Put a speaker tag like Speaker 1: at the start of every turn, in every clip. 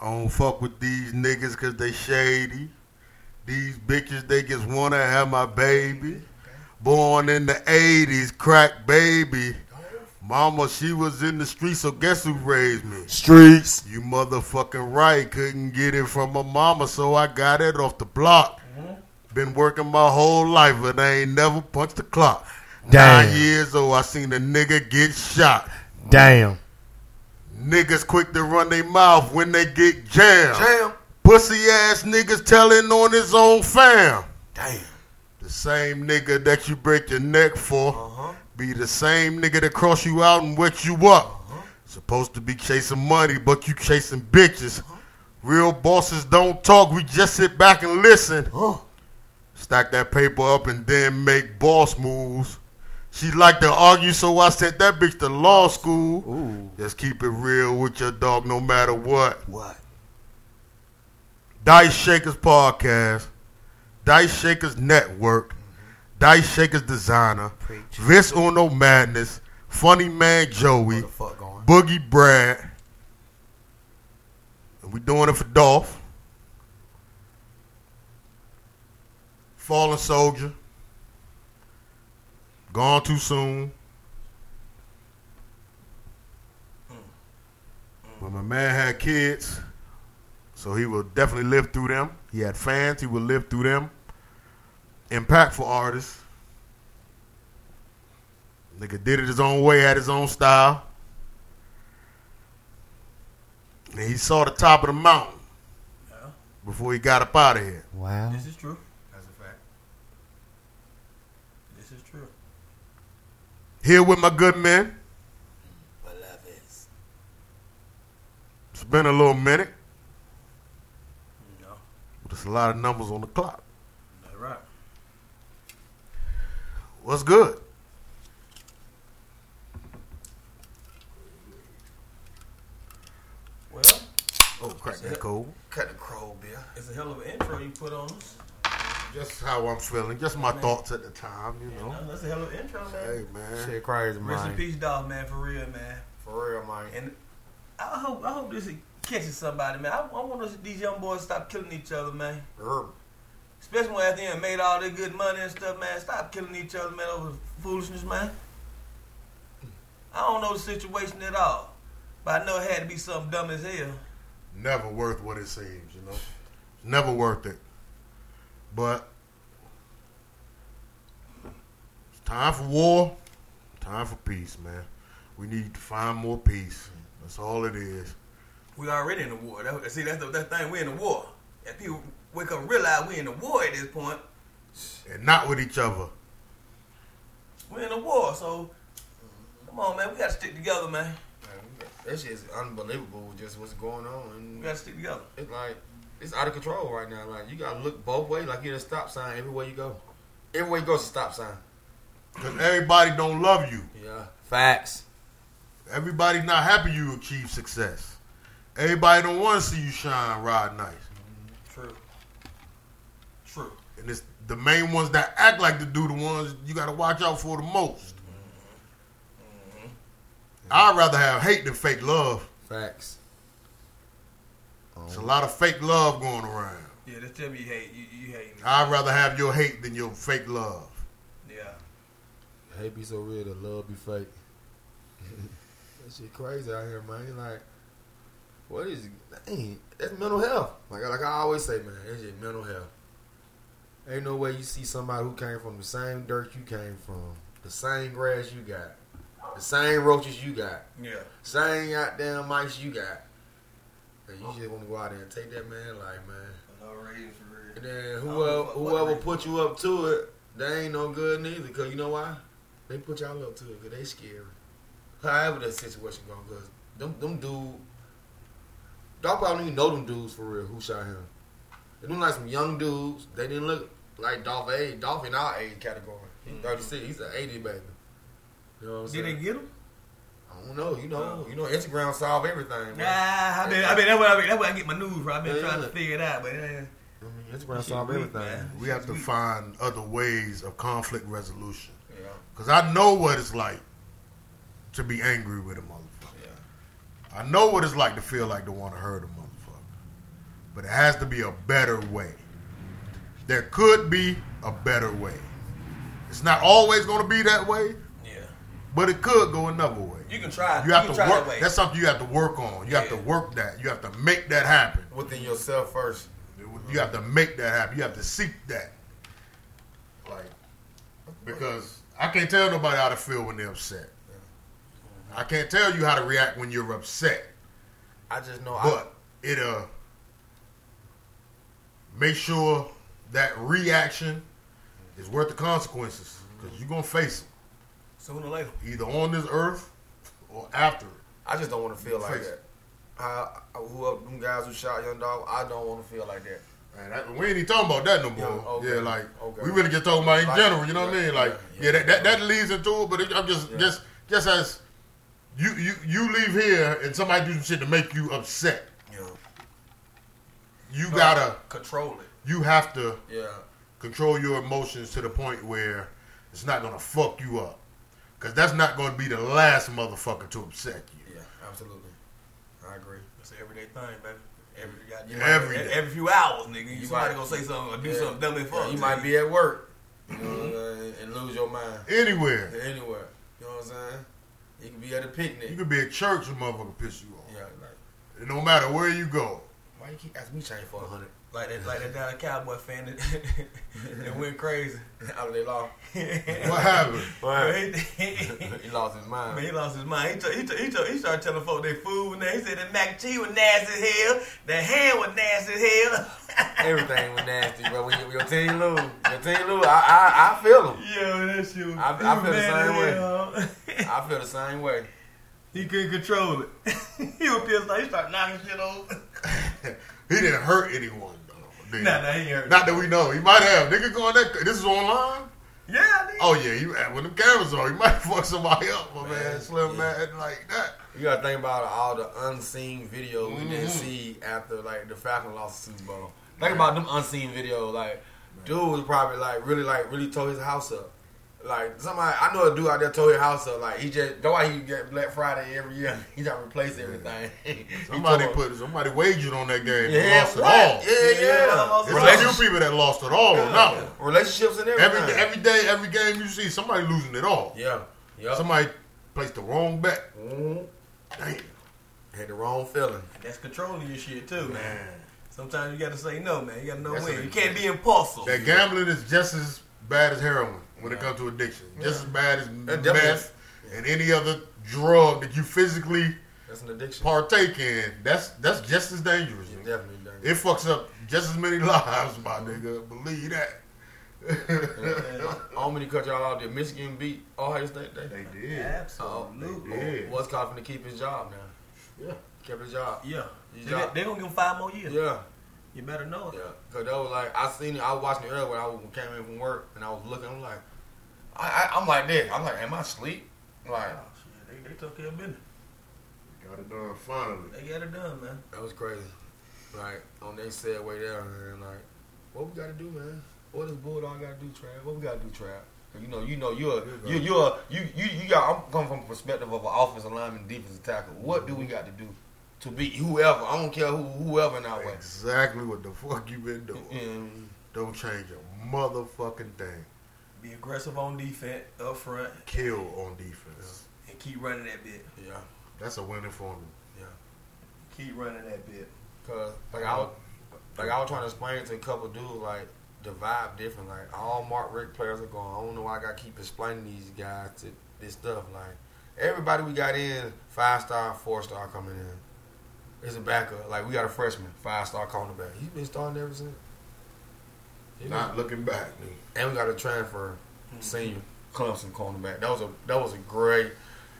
Speaker 1: I don't fuck with these niggas cause they shady. These bitches they just wanna have my baby. Born in the 80s, crack baby. Mama, she was in the streets, so guess who raised me?
Speaker 2: Streets.
Speaker 1: You motherfucking right. Couldn't get it from my mama, so I got it off the block. Been working my whole life, but I ain't never punched the clock.
Speaker 2: Damn.
Speaker 1: Nine years old, I seen a nigga get shot.
Speaker 2: Damn.
Speaker 1: Niggas quick to run their mouth when they get jammed.
Speaker 3: Damn.
Speaker 1: Pussy ass niggas telling on his own fam.
Speaker 3: Damn.
Speaker 1: The same nigga that you break your neck for
Speaker 3: Uh-huh.
Speaker 1: be the same nigga that cross you out and wet you up.
Speaker 3: Uh-huh.
Speaker 1: Supposed to be chasing money, but you chasing bitches.
Speaker 3: Uh-huh.
Speaker 1: Real bosses don't talk, we just sit back and listen.
Speaker 3: Oh.
Speaker 1: Stack that paper up and then make boss moves. She like to argue, so I sent that bitch to law school.
Speaker 3: Ooh.
Speaker 1: Just keep it real with your dog no matter what.
Speaker 3: What?
Speaker 1: Dice Shakers Podcast, Dice Shakers Network,
Speaker 3: Mm-hmm.
Speaker 1: Dice Shakers Designer,
Speaker 3: Preach.
Speaker 1: Vince Uno Madness, Funny Man
Speaker 3: Where
Speaker 1: Joey,
Speaker 3: the fuck going?
Speaker 1: Boogie Brad. And we doing it for Dolph. Fallen Soldier. Gone Too Soon. But my man had kids, so he will definitely live through them. He had fans, he will live through them. Impactful artist. Nigga did it his own way, had his own style. And he saw the top of the mountain
Speaker 4: Yeah.
Speaker 1: before he got up out of here.
Speaker 2: Wow.
Speaker 4: This is true.
Speaker 3: That's a fact.
Speaker 4: This is true.
Speaker 1: Here with my good men.
Speaker 3: Beloveds.
Speaker 1: It's been a little minute,
Speaker 4: No,
Speaker 1: but it's a lot of numbers on the clock.
Speaker 4: not right.
Speaker 1: What's good?
Speaker 4: Well,
Speaker 1: Oh, crack that cold.
Speaker 3: Cut the crow, Bill.
Speaker 4: it's a hell of an intro you put on us.
Speaker 1: Just how I'm feeling. Just my thoughts at the time, you
Speaker 4: No,
Speaker 1: know.
Speaker 4: that's a hell of an intro, man.
Speaker 1: Hey, man.
Speaker 2: Shit crazy,
Speaker 4: Oh. Rest in
Speaker 2: man.
Speaker 4: peace, dog, man. For real, man.
Speaker 2: For real, man.
Speaker 4: And I hope I hope this catches somebody, man. I, I want us, these young boys to stop killing each other, man.
Speaker 2: Urban.
Speaker 4: Especially when after they done made all their good money and stuff, man. Stop killing each other, man, over foolishness, man. I don't know the situation at all, but I know it had to be something dumb as hell.
Speaker 1: Never worth what it seems, you know. Never worth it. But it's time for war. Time for peace, man. We need to find more peace. That's all it is.
Speaker 4: We already in the war. That, see, that's the that thing. We in the war. If people wake up, and realize we in the war at this point.
Speaker 1: And not with each other.
Speaker 4: We in the war, so come on, man. We gotta stick together, man.
Speaker 2: That shit is unbelievable. Just what's going on.
Speaker 4: We
Speaker 2: And
Speaker 4: gotta stick together.
Speaker 2: it's like it's out of control right now. Like you gotta look both ways. Like you're a stop sign everywhere you go. Everywhere you go, it's a stop sign.
Speaker 1: Because everybody don't love you.
Speaker 2: Yeah. Facts.
Speaker 1: Everybody's not happy you achieve success. Everybody don't want to see you shine, ride nice.
Speaker 4: True. True.
Speaker 1: And it's the main ones that act like the do the ones you got to watch out for the most. I'd rather have hate than fake love.
Speaker 2: Facts.
Speaker 1: It's a lot of fake love going around.
Speaker 4: Yeah, they tell me you hate you. You hate me.
Speaker 1: I'd rather have your hate than your fake love.
Speaker 4: Yeah.
Speaker 2: Hate be so real, the love be fake. that shit crazy out here, man. Like, what is? Dang, that's mental health. Like, like I always say, man, that's just mental health. Ain't no way you see somebody who came from the same dirt you came from, the same grass you got, the same roaches you got,
Speaker 4: Yeah.
Speaker 2: same goddamn mice you got. And you just want to go out there and take that man life, man.
Speaker 4: No reason for
Speaker 2: And
Speaker 4: real.
Speaker 2: then
Speaker 4: don't
Speaker 2: whoever
Speaker 4: Oh, fuck with
Speaker 2: whoever
Speaker 4: it.
Speaker 2: put you up to it, they ain't no good neither. Cause you know why? They put y'all up to it because they scary. However that situation going, cause them them dude, y'all probably don't even know them dudes for real who shot him. They them like some young dudes. They didn't look like Dolph age. Dolph in our age category. He's
Speaker 4: Mhm.
Speaker 2: 36. He's an 80 baby. You know what I'm
Speaker 4: Did
Speaker 2: saying?
Speaker 4: they get him?
Speaker 2: I don't know. You know. You know. Instagram solve
Speaker 4: Nah,
Speaker 2: everything. man.
Speaker 4: I mean, I mean, that's where I, mean, that's where I get my news from. I've been
Speaker 2: Yeah,
Speaker 4: trying
Speaker 2: yeah.
Speaker 4: to figure it out, but uh,
Speaker 2: I mean, Instagram
Speaker 4: Shit
Speaker 2: solve
Speaker 4: weak,
Speaker 2: everything.
Speaker 4: man.
Speaker 1: We have to find other ways of conflict resolution.
Speaker 2: Yeah.
Speaker 1: Because I know what it's like to be angry with a motherfucker.
Speaker 2: Yeah.
Speaker 1: I know what it's like to feel like to want to hurt a motherfucker. but it has to be a better way. There could be a better way. It's not always going to be that way,
Speaker 4: Yeah.
Speaker 1: but it could go another way.
Speaker 4: You can try.
Speaker 1: You have
Speaker 4: can
Speaker 1: to
Speaker 4: try
Speaker 1: work.
Speaker 4: That way.
Speaker 1: That's something you have to work on. You have to
Speaker 4: Yeah.
Speaker 1: work that. You have to make that happen.
Speaker 2: Within yourself first.
Speaker 1: You have to make that happen. You have to seek that. Like, because I can't tell nobody how to feel when they're upset. I can't tell you how to react when you're upset.
Speaker 2: I just know
Speaker 1: But it uh make sure that reaction is worth the consequences because you're gonna face them
Speaker 4: Sooner or later.
Speaker 1: either on this earth or after. it.
Speaker 2: I, I just don't want to feel like
Speaker 1: Face.
Speaker 2: that. I, I, whoever them guys who shot Young Dog, I don't want to feel like that.
Speaker 1: Man, that, we ain't even talking about that no more.
Speaker 2: Yeah, okay,
Speaker 1: yeah, like
Speaker 2: okay.
Speaker 1: we really just talking about in
Speaker 2: Like,
Speaker 1: general. You know what I
Speaker 2: yeah,
Speaker 1: mean? Like,
Speaker 2: yeah,
Speaker 1: yeah,
Speaker 2: yeah.
Speaker 1: that, that that leads into it. But it, I'm just
Speaker 2: Yeah.
Speaker 1: just just as you you you leave here and somebody do some shit to make you upset.
Speaker 2: Yeah,
Speaker 1: You gotta
Speaker 4: Control it.
Speaker 1: you have to
Speaker 2: yeah,
Speaker 1: control your emotions to the point where it's not gonna fuck you up. Cause that's not gonna be the last motherfucker to upset you.
Speaker 2: yeah. Absolutely, I agree.
Speaker 4: It's an everyday thing, baby. Every, you
Speaker 1: Yeah,
Speaker 4: might-
Speaker 1: every
Speaker 4: every,
Speaker 1: day.
Speaker 4: few hours, nigga. You
Speaker 2: You
Speaker 4: somebody
Speaker 2: might-
Speaker 4: gonna say something or do
Speaker 2: Yeah.
Speaker 4: something dumb and
Speaker 2: Yeah,
Speaker 4: fuck.
Speaker 2: you might be at work, you know, uh, and lose your mind
Speaker 1: Anywhere.
Speaker 2: anywhere. You know what I'm saying? You can be at a picnic.
Speaker 1: You could be at church and motherfucker piss you off.
Speaker 2: yeah, like
Speaker 1: And no matter where you go.
Speaker 2: why you keep asking me change for a hundred
Speaker 4: like that, like that Dallas Cowboy fan that, that went crazy.
Speaker 2: out of their law?
Speaker 1: What happened?
Speaker 4: Right.
Speaker 2: he lost his
Speaker 4: Man,
Speaker 2: mind.
Speaker 4: he lost his mind. He, t- he, t- he, t- he started telling folk they food and they said the mac and cheese was nasty as hell, the ham was nasty as hell.
Speaker 2: Everything was nasty, but when your- your team lose, your team lose, I I, I feel them.
Speaker 4: Yo, that shit was.
Speaker 2: I- I
Speaker 4: he was
Speaker 2: feel the
Speaker 4: mad
Speaker 2: same
Speaker 4: as
Speaker 2: way.
Speaker 4: hell.
Speaker 2: I feel the same way.
Speaker 4: he couldn't control it. he was pissed off. He started knocking shit over.
Speaker 1: he didn't hurt anyone though. did he?
Speaker 4: Nah, nah, he ain't hurt.
Speaker 1: Not that we know. He might have. Nigga going that this is online?
Speaker 4: Yeah, nigga.
Speaker 1: Oh yeah, he, when them cameras on, he might fuck somebody up, my man.
Speaker 2: Man,
Speaker 1: Slim
Speaker 2: yeah.
Speaker 1: man like that.
Speaker 2: You gotta think about all the unseen videos we
Speaker 1: Mm-hmm.
Speaker 2: didn't see after like the Falcon lost the Super Bowl. Think about them unseen videos. Like, dude was probably like really like really tore his house up. Like somebody I know a dude out there tore his house up. Like he just that's why he get Black Friday every year. He got to replace everything. He
Speaker 1: Somebody
Speaker 2: tore-
Speaker 1: put somebody wagered on that game. and
Speaker 2: yeah,
Speaker 1: lost it
Speaker 2: what?
Speaker 1: all.
Speaker 2: Yeah, yeah.
Speaker 4: Yeah, lost it all.
Speaker 1: There's a
Speaker 2: Relationship-
Speaker 1: few people that lost it all on that one.
Speaker 2: relationships and everything.
Speaker 1: Every every day, every game you see, somebody losing it all.
Speaker 2: yeah, yeah.
Speaker 1: Somebody placed the wrong bet.
Speaker 2: Mhm.
Speaker 1: Damn,
Speaker 2: Had the wrong feeling.
Speaker 4: That's controlling your shit too, man.
Speaker 1: man.
Speaker 2: Oh,
Speaker 4: Sometimes you gotta say no, man. You gotta know
Speaker 2: That's
Speaker 4: when.
Speaker 2: what
Speaker 4: You
Speaker 2: it-
Speaker 4: can't be impulsive.
Speaker 1: That gambling is just as bad as heroin when it comes to addiction. Just as bad as
Speaker 2: definitely
Speaker 1: meth and any other drug that you physically
Speaker 2: That's an addiction.
Speaker 1: partake in. That's that's just as dangerous.
Speaker 2: Yeah,
Speaker 1: nigga.
Speaker 2: definitely. dangerous.
Speaker 1: It fucks up just as many lives, my nigga. Believe that.
Speaker 2: How many cut y'all out there? Michigan beat Ohio State. They,
Speaker 1: they did.
Speaker 4: Absolutely.
Speaker 1: They did.
Speaker 2: What's calling to keep his job now?
Speaker 1: Yeah.
Speaker 2: Kept his job.
Speaker 4: Yeah.
Speaker 2: His
Speaker 4: They,
Speaker 2: job.
Speaker 4: they gonna give him five more years.
Speaker 2: Yeah,
Speaker 4: You better know it.
Speaker 2: yeah. Cause that was like I seen it. I was watching it earlier when I was- came in from work and I was looking. I'm like, I, I I'm like this. I'm like, am I asleep? Like
Speaker 4: Oh, shit. They, they took care of business.
Speaker 1: Got it done finally.
Speaker 4: They got it done, man.
Speaker 2: that was crazy. Like on their said way down, man. Like what we gotta do, man? What does Bulldog gotta do, Trav? What we gotta do, Trav? 'Cause You know, you know, you're you you're a- you you you got. I'm coming from a perspective of an offensive lineman, defensive tackle. What do we got to do to beat whoever? I don't care who whoever in our way.
Speaker 1: Exactly what the fuck you been doing.
Speaker 2: Yeah.
Speaker 1: Don't change a motherfucking thing.
Speaker 4: Be aggressive on defense, up front,
Speaker 1: Kill on defense.
Speaker 4: and keep running that bit.
Speaker 2: Yeah,
Speaker 1: That's a winning formula.
Speaker 4: Keep running that bit.
Speaker 2: cause like I was, like I was trying to explain to a couple dudes like the vibe different. Like all Mark Rick players are going. I don't know why I got to keep explaining these guys to this stuff. Like everybody we got in five star, four star coming in. It's a backup. Like we got a freshman, five star cornerback. He's been starting ever since. He
Speaker 1: Not looking back. nigga.
Speaker 2: And we got a transfer senior Clemson cornerback. That was a that was a great.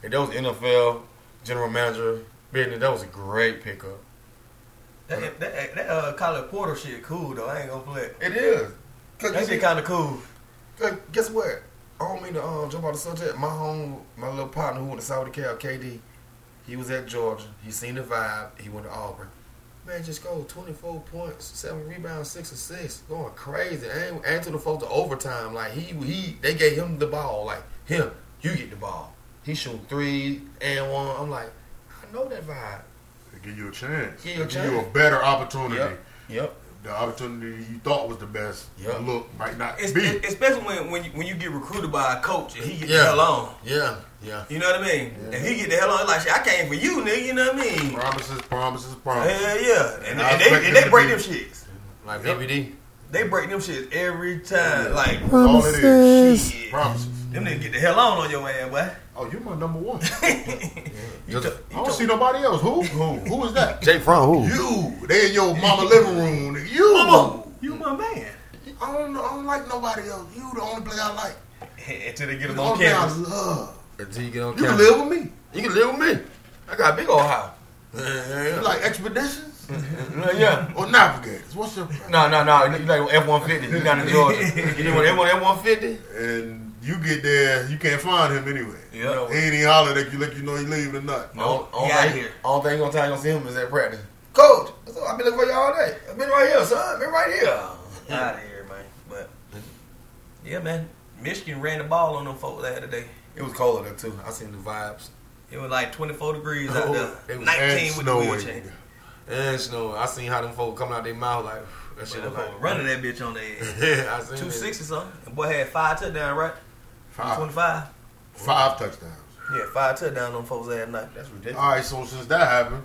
Speaker 2: If that was NFL general manager business, that was a great pickup.
Speaker 4: That, that, that uh, college quarter shit cool, though. I ain't gonna play it.
Speaker 2: It is. Cause you
Speaker 4: That
Speaker 2: see-
Speaker 4: shit kind of cool.
Speaker 2: cause guess what? I don't mean to um, jump on the subject. My home, my little partner who went to Saudi Cal, KD, he was at Georgia. He seen the vibe. He went to Auburn. Man, just go 24 points, seven rebounds, six assists, going crazy. And, and to the folks to overtime, like he he they gave him the ball, like him, you get the ball. He shooting three and one. I'm like, I know that vibe.
Speaker 1: They give you a chance.
Speaker 2: Give you a
Speaker 1: They give you a
Speaker 2: chance.
Speaker 1: better opportunity.
Speaker 2: Yep.
Speaker 5: Yep.
Speaker 1: The opportunity you thought was the best
Speaker 5: Yeah.
Speaker 1: look might not
Speaker 4: It's,
Speaker 1: be.
Speaker 4: it- especially when when you, when you get recruited by a coach and he get
Speaker 2: Yeah.
Speaker 4: the hell on.
Speaker 2: Yeah, yeah.
Speaker 4: You know what I mean? If he get the hell on, it's like shit, I came for you, nigga. You know what I mean?
Speaker 1: promises, promises, promises.
Speaker 4: Hell yeah, and,
Speaker 1: And I
Speaker 4: and
Speaker 1: expect
Speaker 4: they and
Speaker 1: them
Speaker 4: they
Speaker 1: to
Speaker 4: break
Speaker 1: be-
Speaker 4: them shits.
Speaker 2: Like
Speaker 1: Yep.
Speaker 2: BBD.
Speaker 4: They break them shits every time. Like
Speaker 1: All it is.
Speaker 4: shit.
Speaker 1: Promises.
Speaker 4: Them niggas get the hell on on your ass, boy.
Speaker 1: Oh, you my number one.
Speaker 4: You
Speaker 2: Just-
Speaker 4: took-
Speaker 1: I
Speaker 4: you
Speaker 1: don't
Speaker 4: took-
Speaker 1: see nobody else. Who? Who? Who is that?
Speaker 2: Jay From who?
Speaker 1: You. They in your mama living room. nigga. You.
Speaker 4: Mama, you my man.
Speaker 1: I don't. know- I don't like nobody else. You the only place I like.
Speaker 4: Until they get
Speaker 1: You
Speaker 4: them
Speaker 1: the
Speaker 4: on
Speaker 1: only place I
Speaker 4: campus.
Speaker 1: love.
Speaker 2: Until you get on
Speaker 1: You
Speaker 2: camera.
Speaker 1: can live with me.
Speaker 2: You can live with me. I got a big old house. Yeah,
Speaker 1: You
Speaker 2: yeah,
Speaker 1: like expeditions
Speaker 2: yeah. yeah.
Speaker 1: or navigators? What's your?
Speaker 2: No, no, no. You like F one fifty. You down in Georgia. You want F one F one fifty?
Speaker 1: And you get there, you can't find him anyway.
Speaker 4: Yeah.
Speaker 1: He ain't even holler at you, let you know he leaving or not.
Speaker 4: Nope,
Speaker 2: All
Speaker 4: he out
Speaker 2: thing
Speaker 4: here.
Speaker 2: all thing gonna time you gonna see him is at practice. Coach, that's all- I've been looking for you all day. I've been right here, son. I've been right here.
Speaker 4: Out of here, man. But yeah, man. Michigan ran the ball on them folks the other day.
Speaker 2: It was cold there too. I seen the vibes
Speaker 4: It was like 24 degrees out
Speaker 2: Oh,
Speaker 4: there.
Speaker 2: it was
Speaker 4: 19 with the
Speaker 1: snowing.
Speaker 4: wheelchair.
Speaker 2: and snow. I seen how them folk coming out their mouth like that shit.
Speaker 4: Them
Speaker 2: look
Speaker 4: folks
Speaker 2: like
Speaker 4: running that bitch on their ass.
Speaker 2: Yeah, I seen it.
Speaker 4: 260 something. The boy had five touchdowns, right?
Speaker 1: Five,
Speaker 4: 25.
Speaker 1: five touchdowns.
Speaker 4: Yeah, five touchdowns on folks ass night.
Speaker 2: That's ridiculous.
Speaker 1: All right, so since that happened,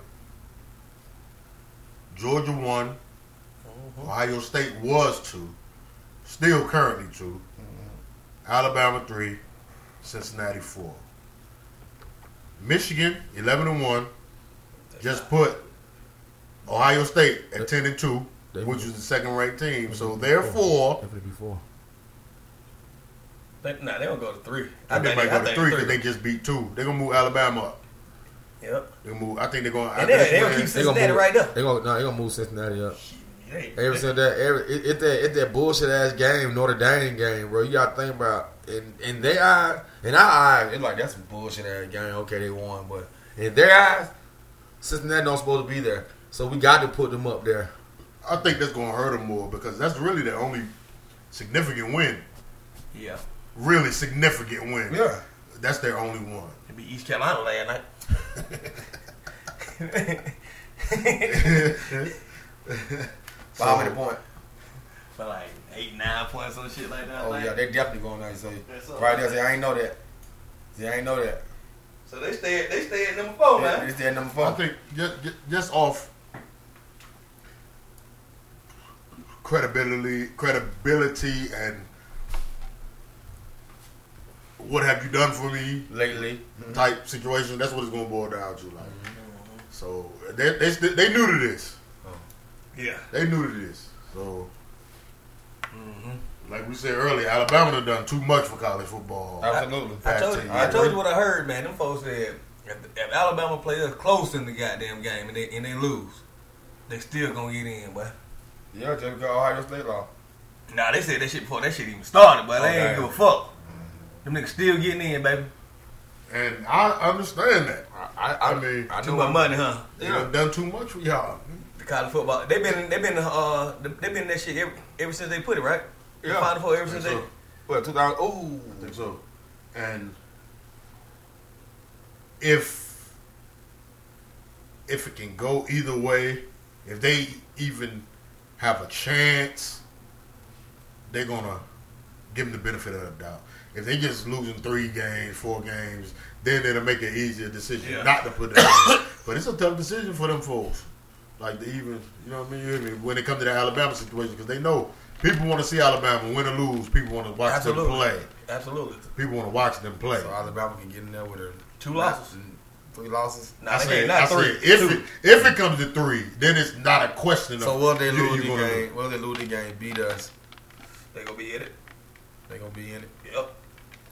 Speaker 1: Georgia won. Ohio State was two, still currently 2 Alabama three, Cincinnati four. Michigan eleven and one, just put Ohio State at ten and two,
Speaker 2: They-
Speaker 1: which was the second ranked team. So therefore,
Speaker 2: Definitely before.
Speaker 4: They, nah, they don't go to three.
Speaker 1: I think they
Speaker 4: I
Speaker 1: might go to
Speaker 4: think
Speaker 1: three because they just beat two. They're gonna move Alabama up.
Speaker 4: Yep.
Speaker 1: They move. I think they're gonna. I
Speaker 4: And they-
Speaker 1: think
Speaker 4: they
Speaker 1: when-
Speaker 4: gonna keep-
Speaker 2: They gonna
Speaker 4: Cincinnati
Speaker 2: move,
Speaker 4: right there.
Speaker 2: They gonna no, they gonna move Cincinnati up.
Speaker 4: They-
Speaker 2: Ever since that, ever it, it that it that bullshit ass game, Notre Dame game, bro. You gotta think about in in their eyes, in our eyes, it's like that's a bullshit ass game. Okay, they won, but in their eyes, Cincinnati don't supposed to be there. So we got to put them up there.
Speaker 1: I think that's gonna hurt them more because that's really their only significant win.
Speaker 4: yeah.
Speaker 1: Really significant win. That's their only one.
Speaker 4: It be East Carolina last night.
Speaker 2: By how many points?
Speaker 4: But like eight, nine points or shit like that.
Speaker 2: Oh
Speaker 4: like.
Speaker 2: yeah, they definitely going there. So
Speaker 4: That's all
Speaker 2: right
Speaker 4: right.
Speaker 2: there, say I ain't know that. See, I ain't know that.
Speaker 4: So they stay, they stay at number four, Oh, man.
Speaker 2: It's that number
Speaker 1: I
Speaker 2: four.
Speaker 1: think just, ju- just off credibility, credibility, and what have you done for me
Speaker 2: Lately,
Speaker 1: type situation. That's what it's gonna boil down to. Like,
Speaker 2: Mm-hmm.
Speaker 1: so they they st- they new to this.
Speaker 4: Yeah.
Speaker 1: They new to this. So,
Speaker 2: Mm-hmm.
Speaker 4: Mhm.
Speaker 1: like we said earlier, Alabama done done too much for college football.
Speaker 2: absolutely.
Speaker 4: I
Speaker 1: Back
Speaker 4: told
Speaker 1: to
Speaker 4: you,
Speaker 1: you,
Speaker 4: I
Speaker 1: right?
Speaker 4: told you what I heard, man. Them folks said if, if Alabama play us close in the goddamn game and they and they lose, they still gonna get in, boy.
Speaker 2: Yeah, just because Ohio State law.
Speaker 4: Nah, they said that shit before that shit even started, but they
Speaker 2: Okay.
Speaker 4: ain't give a fuck. Them niggas still getting in, baby.
Speaker 1: And I understand that.
Speaker 2: I, I,
Speaker 1: I mean,
Speaker 2: I
Speaker 4: Too
Speaker 2: know
Speaker 4: much money, huh?
Speaker 1: They done done too much for y'all.
Speaker 4: The college football. They've been they've been uh they've been in that shit ever, ever since they put it, right? The
Speaker 2: Yeah.
Speaker 4: Final Four ever
Speaker 1: Think
Speaker 4: since
Speaker 1: so.
Speaker 4: they
Speaker 2: What two thousand? oh, Ooh,
Speaker 1: I think so. And if if it can go either way, if they even have a chance, they're gonna give them the benefit of the doubt. If they just losing three games, four games, then it'll make an easier decision
Speaker 4: Yeah.
Speaker 1: not to put them. in. But it's a tough decision for them folks. Like to even, you know what I mean? You hear me? When it comes to the Alabama situation, because they know people want to see Alabama win or lose. People want to watch
Speaker 4: Absolutely.
Speaker 1: them play.
Speaker 4: absolutely
Speaker 1: People want to watch them play.
Speaker 2: So Alabama can get in there with a
Speaker 4: two losses.
Speaker 2: three losses.
Speaker 4: Nah,
Speaker 1: I
Speaker 4: they
Speaker 1: said,
Speaker 4: can't.
Speaker 1: I
Speaker 4: Not
Speaker 1: said,
Speaker 4: three.
Speaker 1: if
Speaker 4: two.
Speaker 1: it, if it comes to three, then it's not a question. Of,
Speaker 2: So will
Speaker 1: you-
Speaker 2: they lose
Speaker 1: you
Speaker 2: the
Speaker 1: gonna-
Speaker 2: game? Will they lose the game? Beat us?
Speaker 4: They gonna be in it.
Speaker 2: They gonna be in it?
Speaker 4: Yep.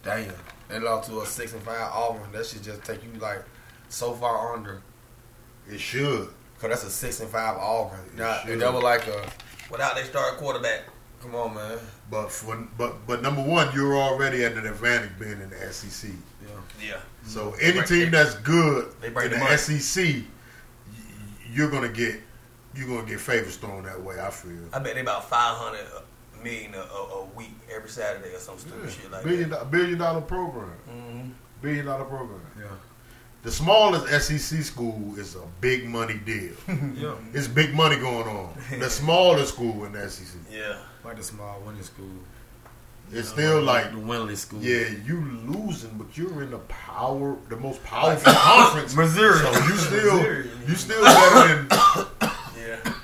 Speaker 2: Damn. They lost to a six and five Auburn. That should just take you like so far under.
Speaker 1: It should.
Speaker 2: Cause that's a six and five Auburn. Now, if
Speaker 1: should.
Speaker 2: that was like a
Speaker 4: Without their starting quarterback.
Speaker 2: come on man.
Speaker 1: But for, but but number one, you're already at an advantage being in the SEC.
Speaker 2: Yeah.
Speaker 4: Yeah.
Speaker 1: So any
Speaker 4: Right.
Speaker 1: team that's good
Speaker 4: They
Speaker 1: in
Speaker 4: bring
Speaker 1: the
Speaker 4: the money.
Speaker 1: SEC, y- you're gonna get you're gonna get favors thrown that way. I feel.
Speaker 4: I bet they about five hundred uh, million a, a, a week every Saturday or some stupid shit like
Speaker 1: billion
Speaker 4: that.
Speaker 1: do- billion dollar program,
Speaker 4: Mhm.
Speaker 1: billion dollar program.
Speaker 2: Yeah.
Speaker 1: The smallest SEC school is a big money deal.
Speaker 2: Yeah.
Speaker 1: it's big money going on. The smallest school in the SEC.
Speaker 4: Yeah.
Speaker 2: Like the small winning school.
Speaker 1: It's still like,
Speaker 5: the Winley School.
Speaker 1: yeah, you losing, but you're in the power, the most powerful conference.
Speaker 4: Missouri.
Speaker 1: So you still,
Speaker 4: Missouri.
Speaker 1: you still better than
Speaker 4: Yeah.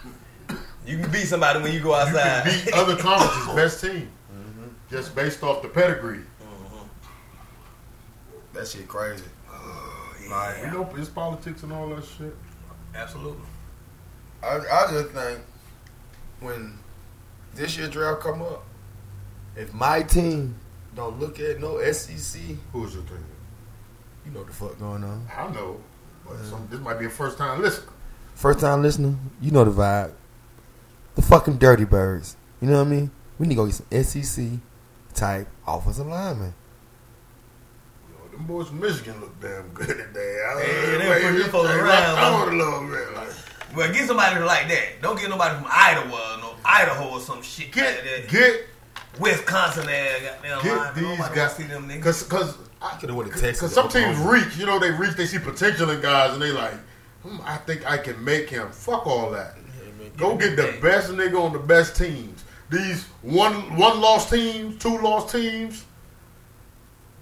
Speaker 4: You can beat somebody when you go
Speaker 1: you can
Speaker 4: outside.
Speaker 1: beat other conferences' best team, just based off the pedigree.
Speaker 2: That shit crazy.
Speaker 4: Yeah.
Speaker 1: You know, it's politics and all that shit.
Speaker 4: Absolutely.
Speaker 2: I, I just think when this year draft come up, if my team don't look at no SEC, you
Speaker 1: Who's your team?
Speaker 2: know what the fuck going on.
Speaker 1: I know, but some, this might be a first time listener.
Speaker 2: First time listener, you know the vibe. The fucking Dirty Birds. You know what I mean? We need to go get some E SEC type offensive lineman.
Speaker 1: You know, them boys from Michigan look damn good today. I,
Speaker 4: Hey, they
Speaker 1: man,
Speaker 4: put
Speaker 1: you
Speaker 4: them folks
Speaker 1: they
Speaker 4: around,
Speaker 1: rocked
Speaker 4: huh?
Speaker 1: on a little bit. Like,
Speaker 4: Well, get somebody like that. Don't get nobody from Iowa or no Idaho or some shit like
Speaker 1: get
Speaker 4: that.
Speaker 1: get
Speaker 4: Wisconsin there, goddamn
Speaker 1: Get
Speaker 4: lineman.
Speaker 1: these
Speaker 4: Nobody
Speaker 1: guys-
Speaker 4: wanna see them niggas.
Speaker 1: because because
Speaker 2: I could have went to Texas.
Speaker 1: because some teams reach. You know, they reach. They see potential in guys, and they like, hmm, I think I can make him. Fuck all that. Go get the
Speaker 4: Hey.
Speaker 1: best nigga on the best teams. These one one lost teams, two lost teams.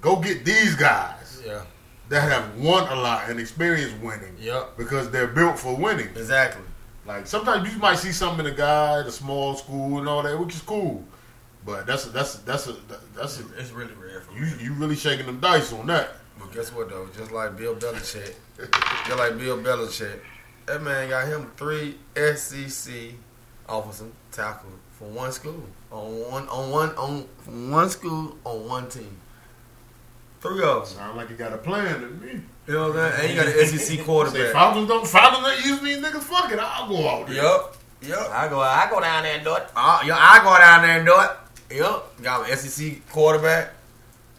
Speaker 1: Go get these guys
Speaker 2: Yeah.
Speaker 1: that have won a lot and experienced winning
Speaker 2: Yep.
Speaker 1: because they're built for winning.
Speaker 2: Exactly.
Speaker 1: Like sometimes you might see something in a guy at a small school and all that, which is cool. But that's a, that's a, that's a, that's a,
Speaker 4: It's really rare for
Speaker 1: you
Speaker 4: me.
Speaker 1: you really shaking them dice on that.
Speaker 2: But guess what though? Just like Bill Belichick, just like Bill Belichick, that man got him three SEC offensive tackle for one school on one on one on from one school on one team. Three of them.
Speaker 1: Sound like you got a plan to me.
Speaker 2: You know what I'm saying? And you got an SEC
Speaker 1: Say
Speaker 2: quarterback.
Speaker 1: Falcons don't Falcons don't use me, nigga. Fuck it, I'll go out there.
Speaker 2: Yup. Yup.
Speaker 5: I go, I go down there and do it.
Speaker 2: I, yeah, Uh, I go down there and do it. Yup. Got an SEC quarterback,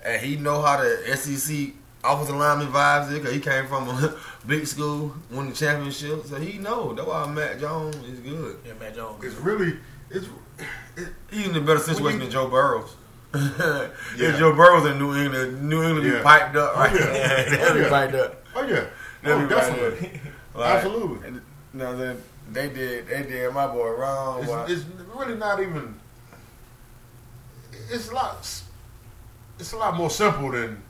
Speaker 2: and he know how the SEC offensive lineman vibes is because he came from a big school, won the championship, so he know. That's why Matt Jones is good.
Speaker 4: Yeah, Matt Jones.
Speaker 1: It's really it's
Speaker 2: He's in a better situation than Joe Burrows.
Speaker 1: Yeah.
Speaker 2: If Joe Burrows in New England, New England
Speaker 1: Yeah.
Speaker 2: be piped up right
Speaker 1: Yeah.
Speaker 2: now. They'll be
Speaker 1: Yeah.
Speaker 2: piped up.
Speaker 1: oh yeah,
Speaker 2: They'll
Speaker 1: oh,
Speaker 2: be
Speaker 1: definitely,
Speaker 2: Right there. Like,
Speaker 1: absolutely.
Speaker 2: You know what I'm saying? They did, they did my boy wrong. boy.
Speaker 1: It's, it's really not even. It's a lot. It's a lot more simple than